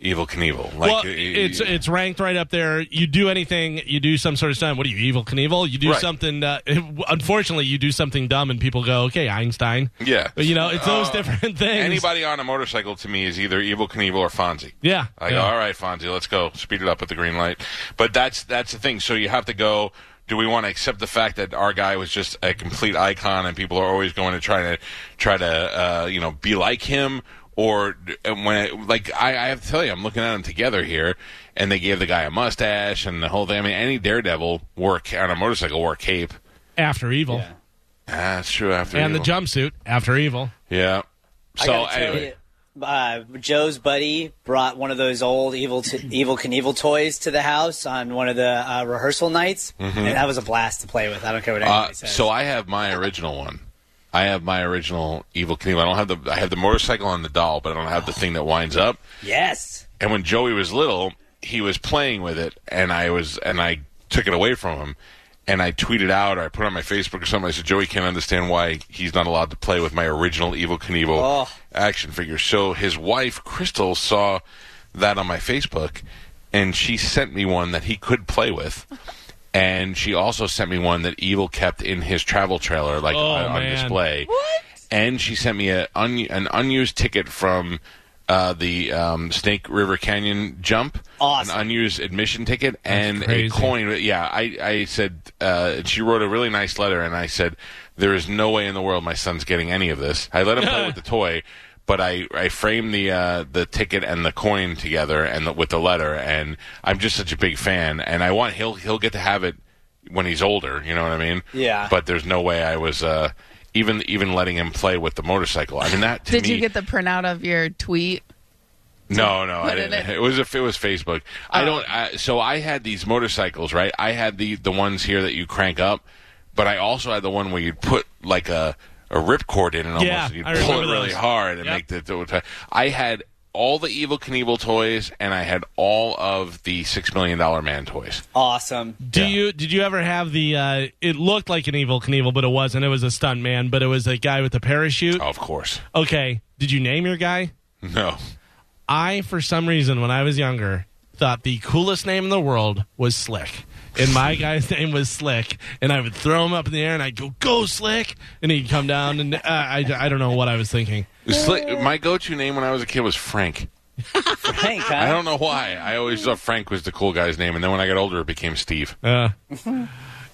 [SPEAKER 2] Evil Knievel. Like
[SPEAKER 4] well,
[SPEAKER 2] uh,
[SPEAKER 4] it's it's ranked right up there. You do anything, you do some sort of stunt. What are you, Evil Knievel? You do
[SPEAKER 2] Right.
[SPEAKER 4] something. Uh, unfortunately, you do something dumb, and people go, "Okay, Einstein."
[SPEAKER 2] yeah.
[SPEAKER 4] You know, it's those
[SPEAKER 2] Uh,
[SPEAKER 4] different things.
[SPEAKER 2] Anybody on a motorcycle to me is either Evil Knievel or Fonzie.
[SPEAKER 4] Yeah.
[SPEAKER 2] I go,
[SPEAKER 4] yeah.
[SPEAKER 2] all right, Fonzie, let's go. Speed it up at the green light. But that's that's the thing. So you have to go. Do we want to accept the fact that our guy was just a complete icon, and people are always going to try to try to uh, you know be like him? Or d- and when it, like I, I have to tell you, I'm looking at them together here, and they gave the guy a mustache and the whole thing. I mean, any daredevil wore ca- on a motorcycle wore a cape.
[SPEAKER 4] After Evil
[SPEAKER 2] Ah, that's true. After
[SPEAKER 4] and the
[SPEAKER 2] Evil.
[SPEAKER 4] jumpsuit. After Evil.
[SPEAKER 2] yeah.
[SPEAKER 3] I
[SPEAKER 2] So
[SPEAKER 3] gotta tell
[SPEAKER 2] anyway,
[SPEAKER 3] you, uh, Joe's buddy brought one of those old evil t- evil Knievel toys to the house on one of the uh, rehearsal nights, and that was a blast to play with. I don't care what anybody
[SPEAKER 2] Mm-hmm. Uh,
[SPEAKER 3] says.
[SPEAKER 2] so I have my original one. I have my original Evil Knievel. I don't have the I have the motorcycle and the doll, but I don't have the thing that winds up.
[SPEAKER 3] yes,
[SPEAKER 2] And when Joey was little, he was playing with it, and I was and I took it away from him, and I tweeted out or I put it on my Facebook or something. I said Joey can't understand why he's not allowed to play with my original Evil Knievel
[SPEAKER 3] Oh.
[SPEAKER 2] action figure. So his wife Crystal saw that on my Facebook, and she sent me one that he could play with. And she also sent me one that Evil kept in his travel trailer, like
[SPEAKER 4] Oh,
[SPEAKER 2] on, on
[SPEAKER 4] man.
[SPEAKER 2] display. What? And she sent me a un, an unused ticket from uh, the um, Snake River Canyon jump.
[SPEAKER 3] Awesome.
[SPEAKER 2] An unused admission ticket and
[SPEAKER 4] crazy.
[SPEAKER 2] a coin. Yeah, I, I said, uh, she wrote a really nice letter, and I said, there is no way in the world my son's getting any of this. I let him play with the toy. But I, I framed the uh, the ticket and the coin together and the, with the letter and I'm just such a big fan and I want he'll he'll get to have it when he's older you know what I mean
[SPEAKER 3] Yeah.
[SPEAKER 2] but there's no way I was uh, even even letting him play with the motorcycle I mean that to
[SPEAKER 5] Did
[SPEAKER 2] me,
[SPEAKER 5] you get the printout of your tweet?
[SPEAKER 2] no, no, I
[SPEAKER 5] Put it
[SPEAKER 2] didn't. It,
[SPEAKER 5] in.
[SPEAKER 2] was a, it was Facebook.
[SPEAKER 4] Oh.
[SPEAKER 2] I don't. I, so I had these motorcycles, right? I had the the ones here that you crank up, but I also had the one where you'd put like a a ripcord in and almost
[SPEAKER 4] Yeah,
[SPEAKER 2] and you'd
[SPEAKER 4] I
[SPEAKER 2] pull it
[SPEAKER 4] remember
[SPEAKER 2] really
[SPEAKER 4] those.
[SPEAKER 2] hard and
[SPEAKER 4] Yep.
[SPEAKER 2] make the, the. I had all the Evil Knievel toys, and I had all of the Six Million Dollar Man toys.
[SPEAKER 3] awesome.
[SPEAKER 4] Do you did you ever have the? Uh, it looked like an Evil Knievel, but it wasn't. It was a stunt man, but it was a guy with a parachute.
[SPEAKER 2] Of course,
[SPEAKER 4] Okay. Did you name your guy?
[SPEAKER 2] no.
[SPEAKER 4] I, for some reason, when I was younger, thought the coolest name in the world was Slick. And my guy's name was Slick. And I would throw him up in the air and I'd go, Go, Slick! And he'd come down. And uh, I, I don't know what I was thinking.
[SPEAKER 2] Sli- my go-to name when I was a kid was Frank.
[SPEAKER 3] Hank, huh?
[SPEAKER 2] I don't know why. I always thought Frank was the cool guy's name, and then when I got older, it became Steve.
[SPEAKER 4] Uh,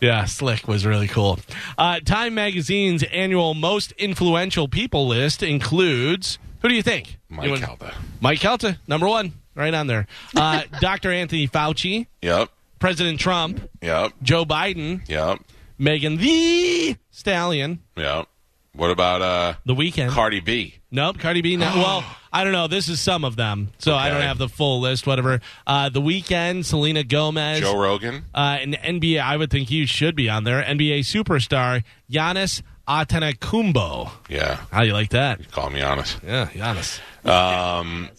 [SPEAKER 4] yeah, Slick was really cool. Uh, Time Magazine's annual Most Influential People list includes who do you think?
[SPEAKER 2] Mike
[SPEAKER 4] Anyone-
[SPEAKER 2] Calda.
[SPEAKER 4] Mike Calta, number one, right on there. Uh, Dr. Anthony Fauci,
[SPEAKER 2] Yep.
[SPEAKER 4] President Trump,
[SPEAKER 2] Yep.
[SPEAKER 4] Joe Biden,
[SPEAKER 2] Yep.
[SPEAKER 4] Megan the Stallion,
[SPEAKER 2] Yep. What about uh
[SPEAKER 4] the weekend?
[SPEAKER 2] Cardi B.
[SPEAKER 4] Nope, Cardi B. Now, well, I don't know. This is some of them, so I don't
[SPEAKER 2] Okay.
[SPEAKER 4] have the full list. Whatever. Uh, the weekend, Selena Gomez,
[SPEAKER 2] Joe Rogan?
[SPEAKER 4] uh, an NBA. I would think you should be on there. NBA superstar Giannis Antetokounmpo.
[SPEAKER 2] Yeah.
[SPEAKER 4] How do you like that?
[SPEAKER 2] Call me honest.
[SPEAKER 4] Yeah, Giannis.
[SPEAKER 2] Um,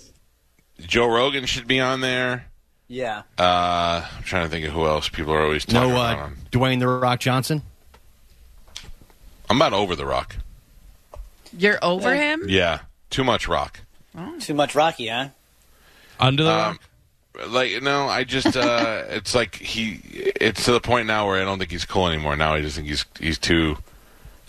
[SPEAKER 2] Joe Rogan should be on there.
[SPEAKER 3] Yeah.
[SPEAKER 2] Uh, I'm trying to think of who else people are always talking
[SPEAKER 1] No,
[SPEAKER 2] about.
[SPEAKER 1] uh,
[SPEAKER 2] on.
[SPEAKER 1] Dwayne the Rock Johnson.
[SPEAKER 2] I'm about over the rock.
[SPEAKER 5] You're over him?
[SPEAKER 2] Yeah, too much rock.
[SPEAKER 3] Too much Rocky, huh?
[SPEAKER 4] Under the
[SPEAKER 2] Um, like no, I just uh, it's like he. It's to the point now where I don't think he's cool anymore. Now I just think he's he's too.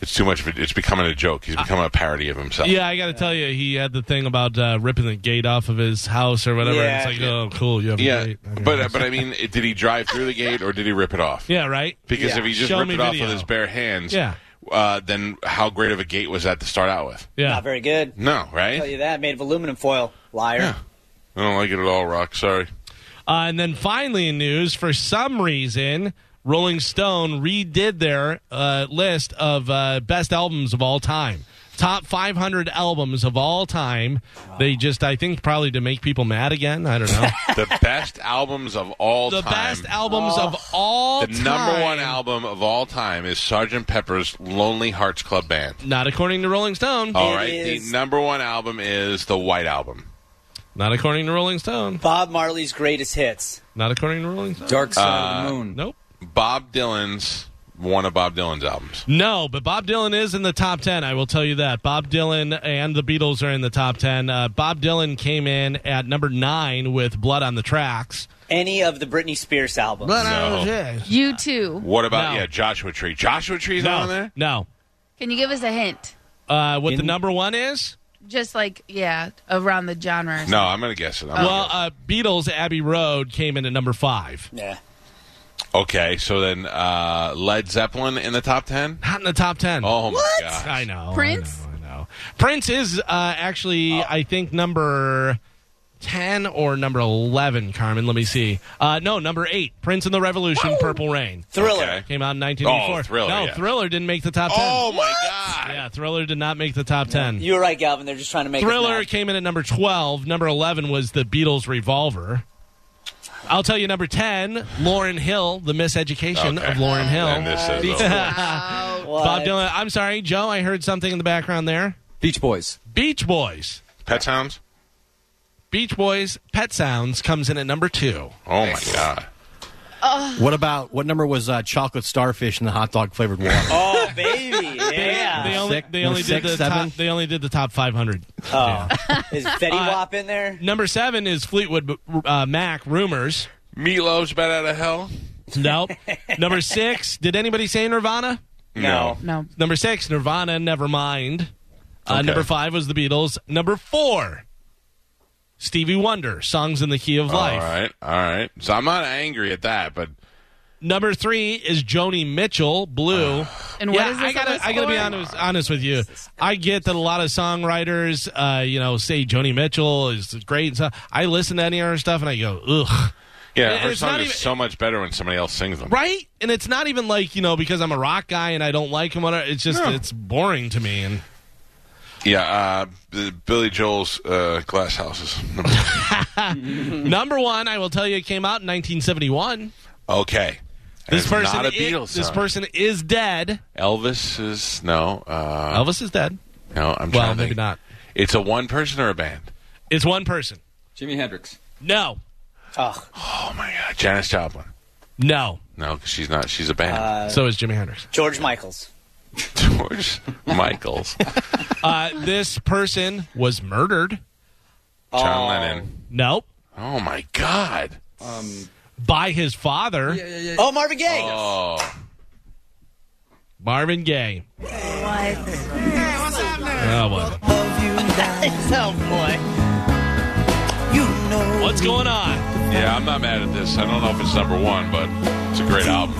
[SPEAKER 2] It's too much. Of a, it's becoming a joke. He's becoming a parody of himself.
[SPEAKER 4] Yeah, I got to tell you, he had the thing about uh, ripping the gate off of his house or whatever.
[SPEAKER 3] Yeah.
[SPEAKER 4] It's like, oh, cool, you have a
[SPEAKER 2] Yeah,
[SPEAKER 4] gate. on your
[SPEAKER 2] but uh,
[SPEAKER 4] house.
[SPEAKER 2] but I mean, it, did he drive through the gate or did he rip it off?
[SPEAKER 4] yeah, right.
[SPEAKER 2] Because if he just
[SPEAKER 4] Show
[SPEAKER 2] ripped
[SPEAKER 4] me
[SPEAKER 2] it off
[SPEAKER 4] video.
[SPEAKER 2] with his bare hands,
[SPEAKER 4] Yeah.
[SPEAKER 2] uh, then how great of a gate was that to start out with?
[SPEAKER 4] Yeah,
[SPEAKER 3] Not very good.
[SPEAKER 2] No, right?
[SPEAKER 3] tell you that. Made of aluminum foil. Liar.
[SPEAKER 2] I don't like it at all, Rock. Sorry.
[SPEAKER 4] Uh, and then finally, in news, for some reason, Rolling Stone redid their uh, list of uh, best albums of all time. Top 500 albums of all time. They just, I think, probably to make people mad again. I don't know.
[SPEAKER 2] The best albums of all
[SPEAKER 4] the
[SPEAKER 2] time.
[SPEAKER 4] best albums of all
[SPEAKER 2] The
[SPEAKER 4] time.
[SPEAKER 2] number one album of all time is Sgt. Pepper's Lonely Hearts Club Band.
[SPEAKER 4] Not according to Rolling Stone.
[SPEAKER 2] All right,
[SPEAKER 3] is-
[SPEAKER 2] the number one album is the White Album.
[SPEAKER 4] Not according to Rolling Stone.
[SPEAKER 3] Bob Marley's greatest hits.
[SPEAKER 4] Not according to Rolling Stone.
[SPEAKER 7] Dark Side
[SPEAKER 2] Uh,
[SPEAKER 7] of the
[SPEAKER 2] Hmm.
[SPEAKER 7] Moon.
[SPEAKER 4] Nope.
[SPEAKER 2] Bob Dylan's one of Bob Dylan's albums.
[SPEAKER 4] No, but Bob Dylan is in the top 10. I will tell you that. Bob Dylan and the Beatles are in the top 10. Uh, Bob Dylan came in at number nine with Blood on the Tracks.
[SPEAKER 3] Any of the Britney Spears albums.
[SPEAKER 2] No.
[SPEAKER 5] You too.
[SPEAKER 2] What about
[SPEAKER 4] No.
[SPEAKER 2] yeah, Joshua Tree? Joshua Tree's not on
[SPEAKER 4] No.
[SPEAKER 2] there.
[SPEAKER 4] No.
[SPEAKER 5] Can you give us a hint?
[SPEAKER 4] Uh, what the number one is?
[SPEAKER 5] Just like, yeah, around the genre.
[SPEAKER 2] No, I'm gonna guess it. I'm gonna
[SPEAKER 4] Well,
[SPEAKER 2] guess
[SPEAKER 4] uh, Beatles Abbey Road came in at number five.
[SPEAKER 3] Yeah.
[SPEAKER 2] it. okay, so then uh, Led Zeppelin in the top ten.
[SPEAKER 4] Not in the top 10.
[SPEAKER 2] Oh
[SPEAKER 5] What?
[SPEAKER 2] my god!
[SPEAKER 4] I know. I
[SPEAKER 5] Prince?
[SPEAKER 4] know, I know. Prince is uh,
[SPEAKER 2] Oh.
[SPEAKER 4] actually, I think, number 10 or number 11, Carmen. Let me see. Uh, no, number 8. Prince and the Revolution, Purple Rain.
[SPEAKER 3] Thriller.
[SPEAKER 2] Okay.
[SPEAKER 4] Came out in 1984.
[SPEAKER 2] Oh, Thriller,
[SPEAKER 4] No,
[SPEAKER 2] yeah.
[SPEAKER 4] Thriller didn't make the top 10.
[SPEAKER 2] Oh my god!
[SPEAKER 4] Yeah, Thriller did not make the top 10.
[SPEAKER 3] You were right, Galvin. They're just trying to make us
[SPEAKER 4] Thriller
[SPEAKER 3] mad.
[SPEAKER 4] came in at number 12. Number 11 was the Beatles' Revolver. I'll tell you, number 10, Lauren Hill, The Miseducation
[SPEAKER 2] Okay.
[SPEAKER 4] of Lauren Hill.
[SPEAKER 2] And this is over.
[SPEAKER 3] What?
[SPEAKER 4] Bob Dylan, I'm sorry, Joe, I heard something in the background there.
[SPEAKER 7] Beach Boys.
[SPEAKER 4] Beach Boys.
[SPEAKER 2] Pet Sounds.
[SPEAKER 4] Beach Boys, Pet Sounds comes in at number two.
[SPEAKER 2] Oh my god!
[SPEAKER 1] What about what number was uh, chocolate starfish in the hot dog flavored water?
[SPEAKER 3] Oh baby, yeah.
[SPEAKER 4] They only,
[SPEAKER 1] Six-
[SPEAKER 4] they only
[SPEAKER 1] six,
[SPEAKER 4] did the
[SPEAKER 1] seven?
[SPEAKER 4] top, they only did the top 500.
[SPEAKER 3] Oh. Is Fetty Wap in there?
[SPEAKER 4] Number seven is Fleetwood uh, Mac, Rumors.
[SPEAKER 2] Meatloaf's bad out of hell.
[SPEAKER 4] Nope. number six, did anybody say Nirvana?
[SPEAKER 2] No.
[SPEAKER 5] No.
[SPEAKER 4] Number six, Nirvana, Nevermind. Uh,
[SPEAKER 2] Okay.
[SPEAKER 4] Number five was the Beatles. Number four, Stevie Wonder, Songs in the Key of Life.
[SPEAKER 2] All right, all right. So I'm not angry at that, but
[SPEAKER 4] Number three is Joni Mitchell, Blue.
[SPEAKER 5] And what
[SPEAKER 4] yeah,
[SPEAKER 5] is
[SPEAKER 4] I
[SPEAKER 5] this on
[SPEAKER 4] gotta,
[SPEAKER 5] the
[SPEAKER 4] I gotta be
[SPEAKER 5] score?
[SPEAKER 4] honest, honest with you. I get that a lot of songwriters, uh, you know, say Joni Mitchell is great. And stuff. I listen to any of her stuff and I go, ugh,
[SPEAKER 2] yeah,
[SPEAKER 4] And
[SPEAKER 2] her
[SPEAKER 4] it's
[SPEAKER 2] song
[SPEAKER 4] not
[SPEAKER 2] is
[SPEAKER 4] even-
[SPEAKER 2] so much better when somebody else sings them.
[SPEAKER 4] right? And it's not even like you know because I'm a rock guy and I don't like him. Whatever. It's just
[SPEAKER 2] No.
[SPEAKER 4] it's boring to me. And
[SPEAKER 2] Yeah, uh, B- Billy Joel's uh, Glass Houses.
[SPEAKER 4] number one, I will tell you, it came out in 1971.
[SPEAKER 2] okay. And
[SPEAKER 4] This
[SPEAKER 2] it's
[SPEAKER 4] person,
[SPEAKER 2] not a
[SPEAKER 4] i-
[SPEAKER 2] Beatles
[SPEAKER 4] this
[SPEAKER 2] song.
[SPEAKER 4] person is dead.
[SPEAKER 2] Elvis is no. Uh,
[SPEAKER 4] Elvis is dead.
[SPEAKER 2] no, I'm trying
[SPEAKER 4] Well,
[SPEAKER 2] to
[SPEAKER 4] maybe
[SPEAKER 2] think.
[SPEAKER 4] not.
[SPEAKER 2] It's a one person or a band.
[SPEAKER 4] It's one person.
[SPEAKER 7] Jimi Hendrix.
[SPEAKER 4] No,
[SPEAKER 3] Oh,
[SPEAKER 2] Oh my God, Janis Joplin.
[SPEAKER 4] no.
[SPEAKER 2] No, 'cause she's not. She's a band.
[SPEAKER 7] Uh,
[SPEAKER 4] so is Jimi Hendrix.
[SPEAKER 3] George Michaels.
[SPEAKER 2] George Michaels,
[SPEAKER 4] Uh, this person was murdered.
[SPEAKER 2] John
[SPEAKER 3] Oh.
[SPEAKER 2] Lennon.
[SPEAKER 4] Nope.
[SPEAKER 2] Oh my God.
[SPEAKER 4] By his father,
[SPEAKER 3] Oh, Marvin Gaye.
[SPEAKER 2] Oh,
[SPEAKER 4] Marvin Gaye.
[SPEAKER 5] What?
[SPEAKER 4] Oh, well.
[SPEAKER 3] Oh boy.
[SPEAKER 4] What's going on?
[SPEAKER 2] yeah. I'm not mad at this. I don't know if it's number one, but it's a great album.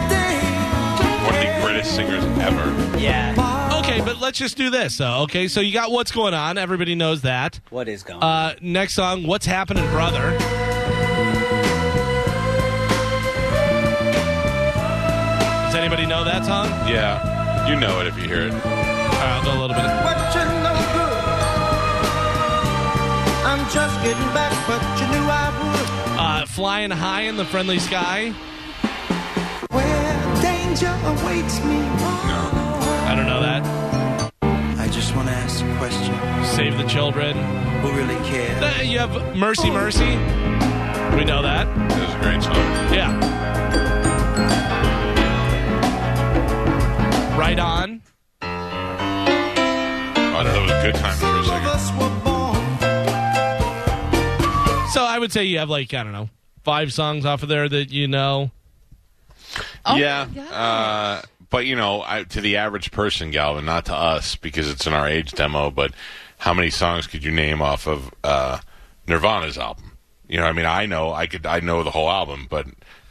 [SPEAKER 2] One of the greatest singers ever.
[SPEAKER 3] Yeah.
[SPEAKER 4] Okay, but let's just do this. So, okay, so you got what's going on. Everybody knows that.
[SPEAKER 3] What is going? on?
[SPEAKER 4] Uh, next song, what's happening, brother? Does anybody know that song?
[SPEAKER 2] Yeah. You know it if you hear it.
[SPEAKER 4] I'll go a little bit.
[SPEAKER 11] But you know good. I'm just getting back, but you knew I would.
[SPEAKER 4] Uh, flying high in the friendly sky.
[SPEAKER 11] Danger awaits me.
[SPEAKER 4] I don't know that.
[SPEAKER 11] I just want to ask a question.
[SPEAKER 4] Save the children.
[SPEAKER 11] Who really cares?
[SPEAKER 4] Uh, you have Mercy, Mercy. We know that.
[SPEAKER 2] This is a great song.
[SPEAKER 4] Yeah. Right on.
[SPEAKER 2] Oh, that was good timing for a second.
[SPEAKER 11] Us were born.
[SPEAKER 4] So I would say you have like I don't know five songs off of there that you know.
[SPEAKER 5] Oh my
[SPEAKER 2] yeah.
[SPEAKER 5] God.
[SPEAKER 2] Uh, but, you know, I, to the average person, Galvin, not to us because it's in our age demo, but how many songs could you name off of uh, Nirvana's album? You know, I mean, I know, I could, I know the whole album, but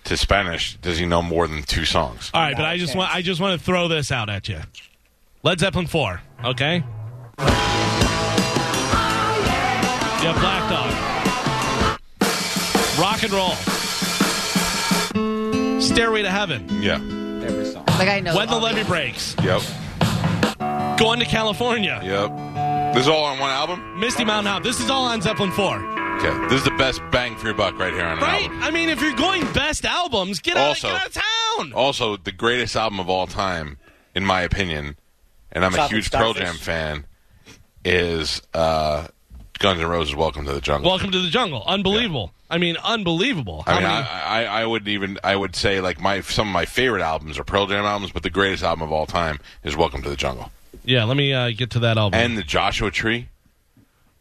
[SPEAKER 2] to Spanish, does he know more than two songs?
[SPEAKER 5] Uh,
[SPEAKER 4] All right, but I just want I just want to throw this out at you. Led Zeppelin four. Okay. You have Black Dog. Rock and roll. Stairway to Heaven.
[SPEAKER 2] Yeah.
[SPEAKER 7] Every song.
[SPEAKER 5] Like I know.
[SPEAKER 4] When the
[SPEAKER 5] all
[SPEAKER 4] levee
[SPEAKER 5] these.
[SPEAKER 4] breaks.
[SPEAKER 2] Yep.
[SPEAKER 4] Going to California.
[SPEAKER 2] Yep. This is all on one album.
[SPEAKER 4] Misty Mountain Hop. This is all on Zeppelin four.
[SPEAKER 2] Okay. This is the best bang for your buck right here on an
[SPEAKER 4] Right?
[SPEAKER 2] album.
[SPEAKER 4] I mean, if you're going best albums, get out,
[SPEAKER 2] Also-
[SPEAKER 4] get out of town.
[SPEAKER 2] Also, the greatest album of all time, in my opinion, and I'm a
[SPEAKER 3] Chocolate
[SPEAKER 2] huge Pearl Jam
[SPEAKER 3] Starfish.
[SPEAKER 2] fan, is uh, Guns N' Roses' "Welcome to the Jungle."
[SPEAKER 4] Welcome to the jungle. Unbelievable. I mean, unbelievable. How
[SPEAKER 2] I mean,
[SPEAKER 4] many-
[SPEAKER 2] I, I, I would even I would say like my some of my favorite albums are Pearl Jam albums, but the greatest album of all time is Welcome to the Jungle
[SPEAKER 4] yeah, let me uh, get to that album.
[SPEAKER 2] and the Joshua Tree.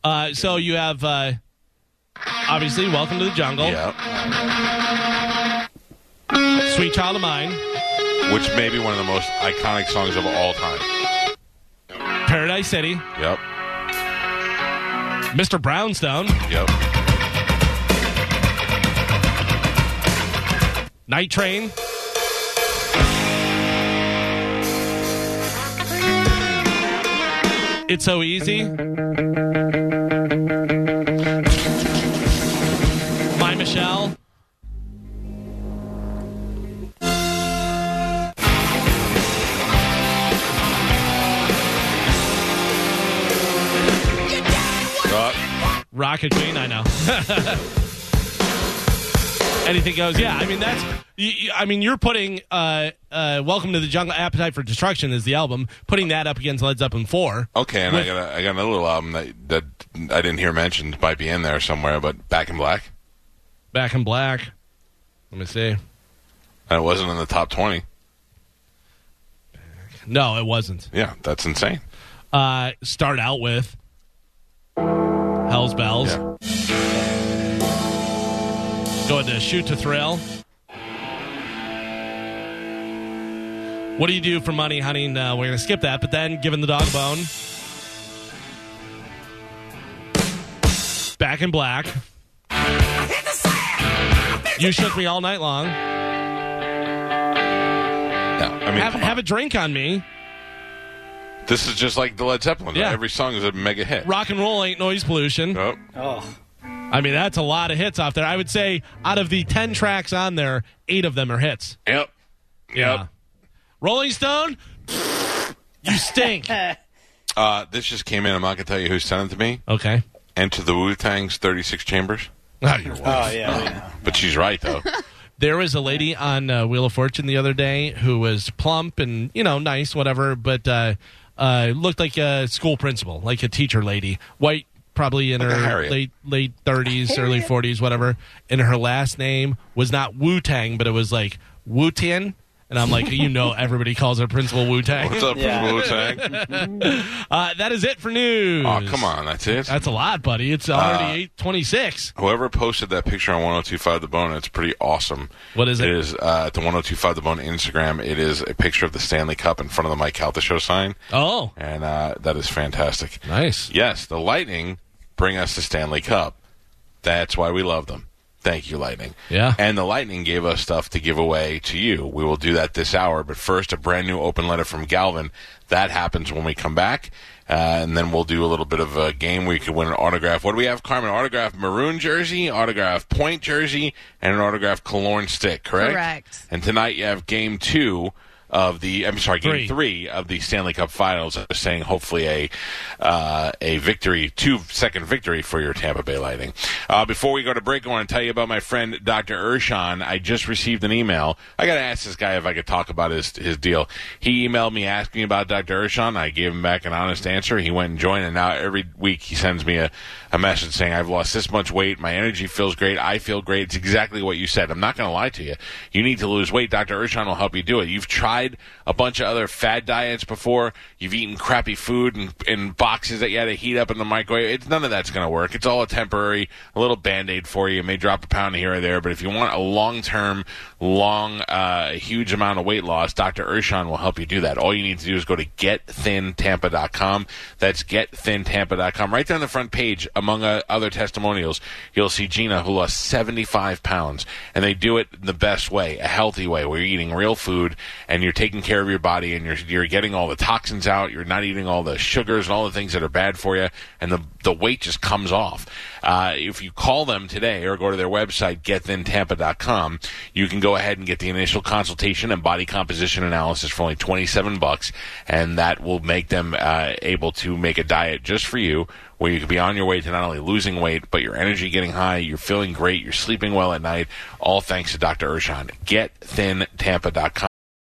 [SPEAKER 4] uh, so you have uh, obviously Welcome to the Jungle,
[SPEAKER 2] Yeah,
[SPEAKER 4] Sweet Child of Mine,
[SPEAKER 2] which may be one of the most iconic songs of all time.
[SPEAKER 4] Paradise City,
[SPEAKER 2] Yep,
[SPEAKER 4] Mr. Brownstone,
[SPEAKER 2] yep,
[SPEAKER 4] Night Train. It's so easy. My Michelle.
[SPEAKER 2] Uh,
[SPEAKER 4] Rocket Queen, I know. Anything goes. Yeah, I mean that's. You, you- I mean, you're putting uh, uh, "Welcome to the Jungle." Appetite for Destruction is the album. Putting that up against Led Zeppelin four.
[SPEAKER 2] Okay, and I
[SPEAKER 4] With-
[SPEAKER 2] got a, I got another little album that that I didn't hear mentioned might be in there somewhere, but Back in Black.
[SPEAKER 4] Back in Black. Let me see.
[SPEAKER 2] And it wasn't in the top twenty.
[SPEAKER 4] No, it wasn't.
[SPEAKER 2] Yeah, that's insane.
[SPEAKER 4] Uh, start out with Hell's Bells.
[SPEAKER 2] Yeah.
[SPEAKER 4] Going to Shoot to Thrill. What do you do for money, honey? No, we're gonna skip that. But then, given the dog a bone, Back in Black. You shook me all night long.
[SPEAKER 2] Yeah, I mean,
[SPEAKER 4] Have,
[SPEAKER 2] come on.
[SPEAKER 4] have a drink on me.
[SPEAKER 2] This is just like the Led Zeppelin.
[SPEAKER 4] Yeah.
[SPEAKER 2] Every song is a mega hit.
[SPEAKER 4] Rock and roll ain't noise pollution.
[SPEAKER 2] Oh,
[SPEAKER 3] Oh,
[SPEAKER 4] I mean, that's a lot of hits off there. I would say out of the 10 tracks on there, eight of them are hits.
[SPEAKER 2] yep. Yep.
[SPEAKER 4] Rolling Stone, you stink.
[SPEAKER 2] Uh, this just came in. I'm not going to tell you who sent it to me.
[SPEAKER 4] okay.
[SPEAKER 2] Enter the Wu Tang's 36 Chambers.
[SPEAKER 3] oh yeah.
[SPEAKER 2] But she's right, though.
[SPEAKER 4] There was a lady on uh, Wheel of Fortune the other day who was plump and, you know, nice, whatever, but uh, uh, looked like a school principal, like a teacher lady. White, probably in
[SPEAKER 2] a
[SPEAKER 4] her
[SPEAKER 2] Harriet.
[SPEAKER 4] late late 30s, early 40s, whatever. And her last name was not Wu Tang, but it was like Wu Tian. And I'm like, you know, everybody calls her principal Wu Tang.
[SPEAKER 2] What's up,
[SPEAKER 3] Yeah.
[SPEAKER 2] Wu Tang?
[SPEAKER 4] Uh, that is it for news.
[SPEAKER 2] Oh, come on. Uh, That's it.
[SPEAKER 4] That's a lot, buddy. It's already 826.
[SPEAKER 2] Whoever posted that picture on 1025 The Bone, it's pretty awesome.
[SPEAKER 4] What is it?
[SPEAKER 2] It is uh, at the 1025 The Bone Instagram. It is a picture of the Stanley Cup in front of the Mike Calta Show sign,
[SPEAKER 4] Oh,
[SPEAKER 2] and uh, that is fantastic.
[SPEAKER 4] nice.
[SPEAKER 2] Yes, the Lightning bring us the Stanley Cup. That's why we love them. Thank you, Lightning.
[SPEAKER 4] Yeah.
[SPEAKER 2] And the Lightning gave us stuff to give away to you. We will do that this hour, but first, a brand new open letter from Galvin. That happens when we come back. Uh, and then we'll do a little bit of a game where you could win an autograph. What do we have, Carmen? Autograph maroon jersey, autograph point jersey, and an autograph Cologne stick, correct?
[SPEAKER 5] Correct.
[SPEAKER 2] And tonight you have game two of the I'm sorry, game
[SPEAKER 4] Three.
[SPEAKER 2] three of the Stanley Cup Finals. I'm just saying, hopefully a uh, a victory, two second victory for your Tampa Bay Lightning. Uh, before we go to break, I want to tell you about my friend Dr. Urshan. I just received an email. I got to ask this guy if I could talk about his his deal. He emailed me asking about Dr. Urshan. I gave him back an honest answer. He went and joined, and now every week he sends me a, a message saying I've lost this much weight. My energy feels great. I feel great. It's exactly what you said. I'm not going to lie to you. You need to lose weight. Dr. Urshan will help you do it. You've tried a bunch of other fad diets before. You've eaten crappy food and, and boxes that you had to heat up in the microwave. It's none of that's going to work. It's all a temporary, a little band aid for you. It may drop a pound here or there, but if you want a long term, long, uh, huge amount of weight loss, Dr. Urshan will help you do that. All you need to do is go to getthintampa.com. That's getthintampa.com. Right there on the front page, among uh, other testimonials, you'll see Gina, who lost 75 pounds. And they do it the best way, a healthy way, where you're eating real food and you're taking care of your body and you're, you're getting all the toxins out. You're not eating all the sugars and all the things that are bad for you. And the, the weight just comes off. Uh, if you call them today or go to their website, getthintampa.com, you can go ahead and get the initial consultation and body composition analysis for only 27 bucks, and that will make them uh, able to make a diet just for you where you could be on your way to not only losing weight, but your energy getting high, you're feeling great, you're sleeping well at night, all thanks to Dr. Urshan. GetThinTampa.com.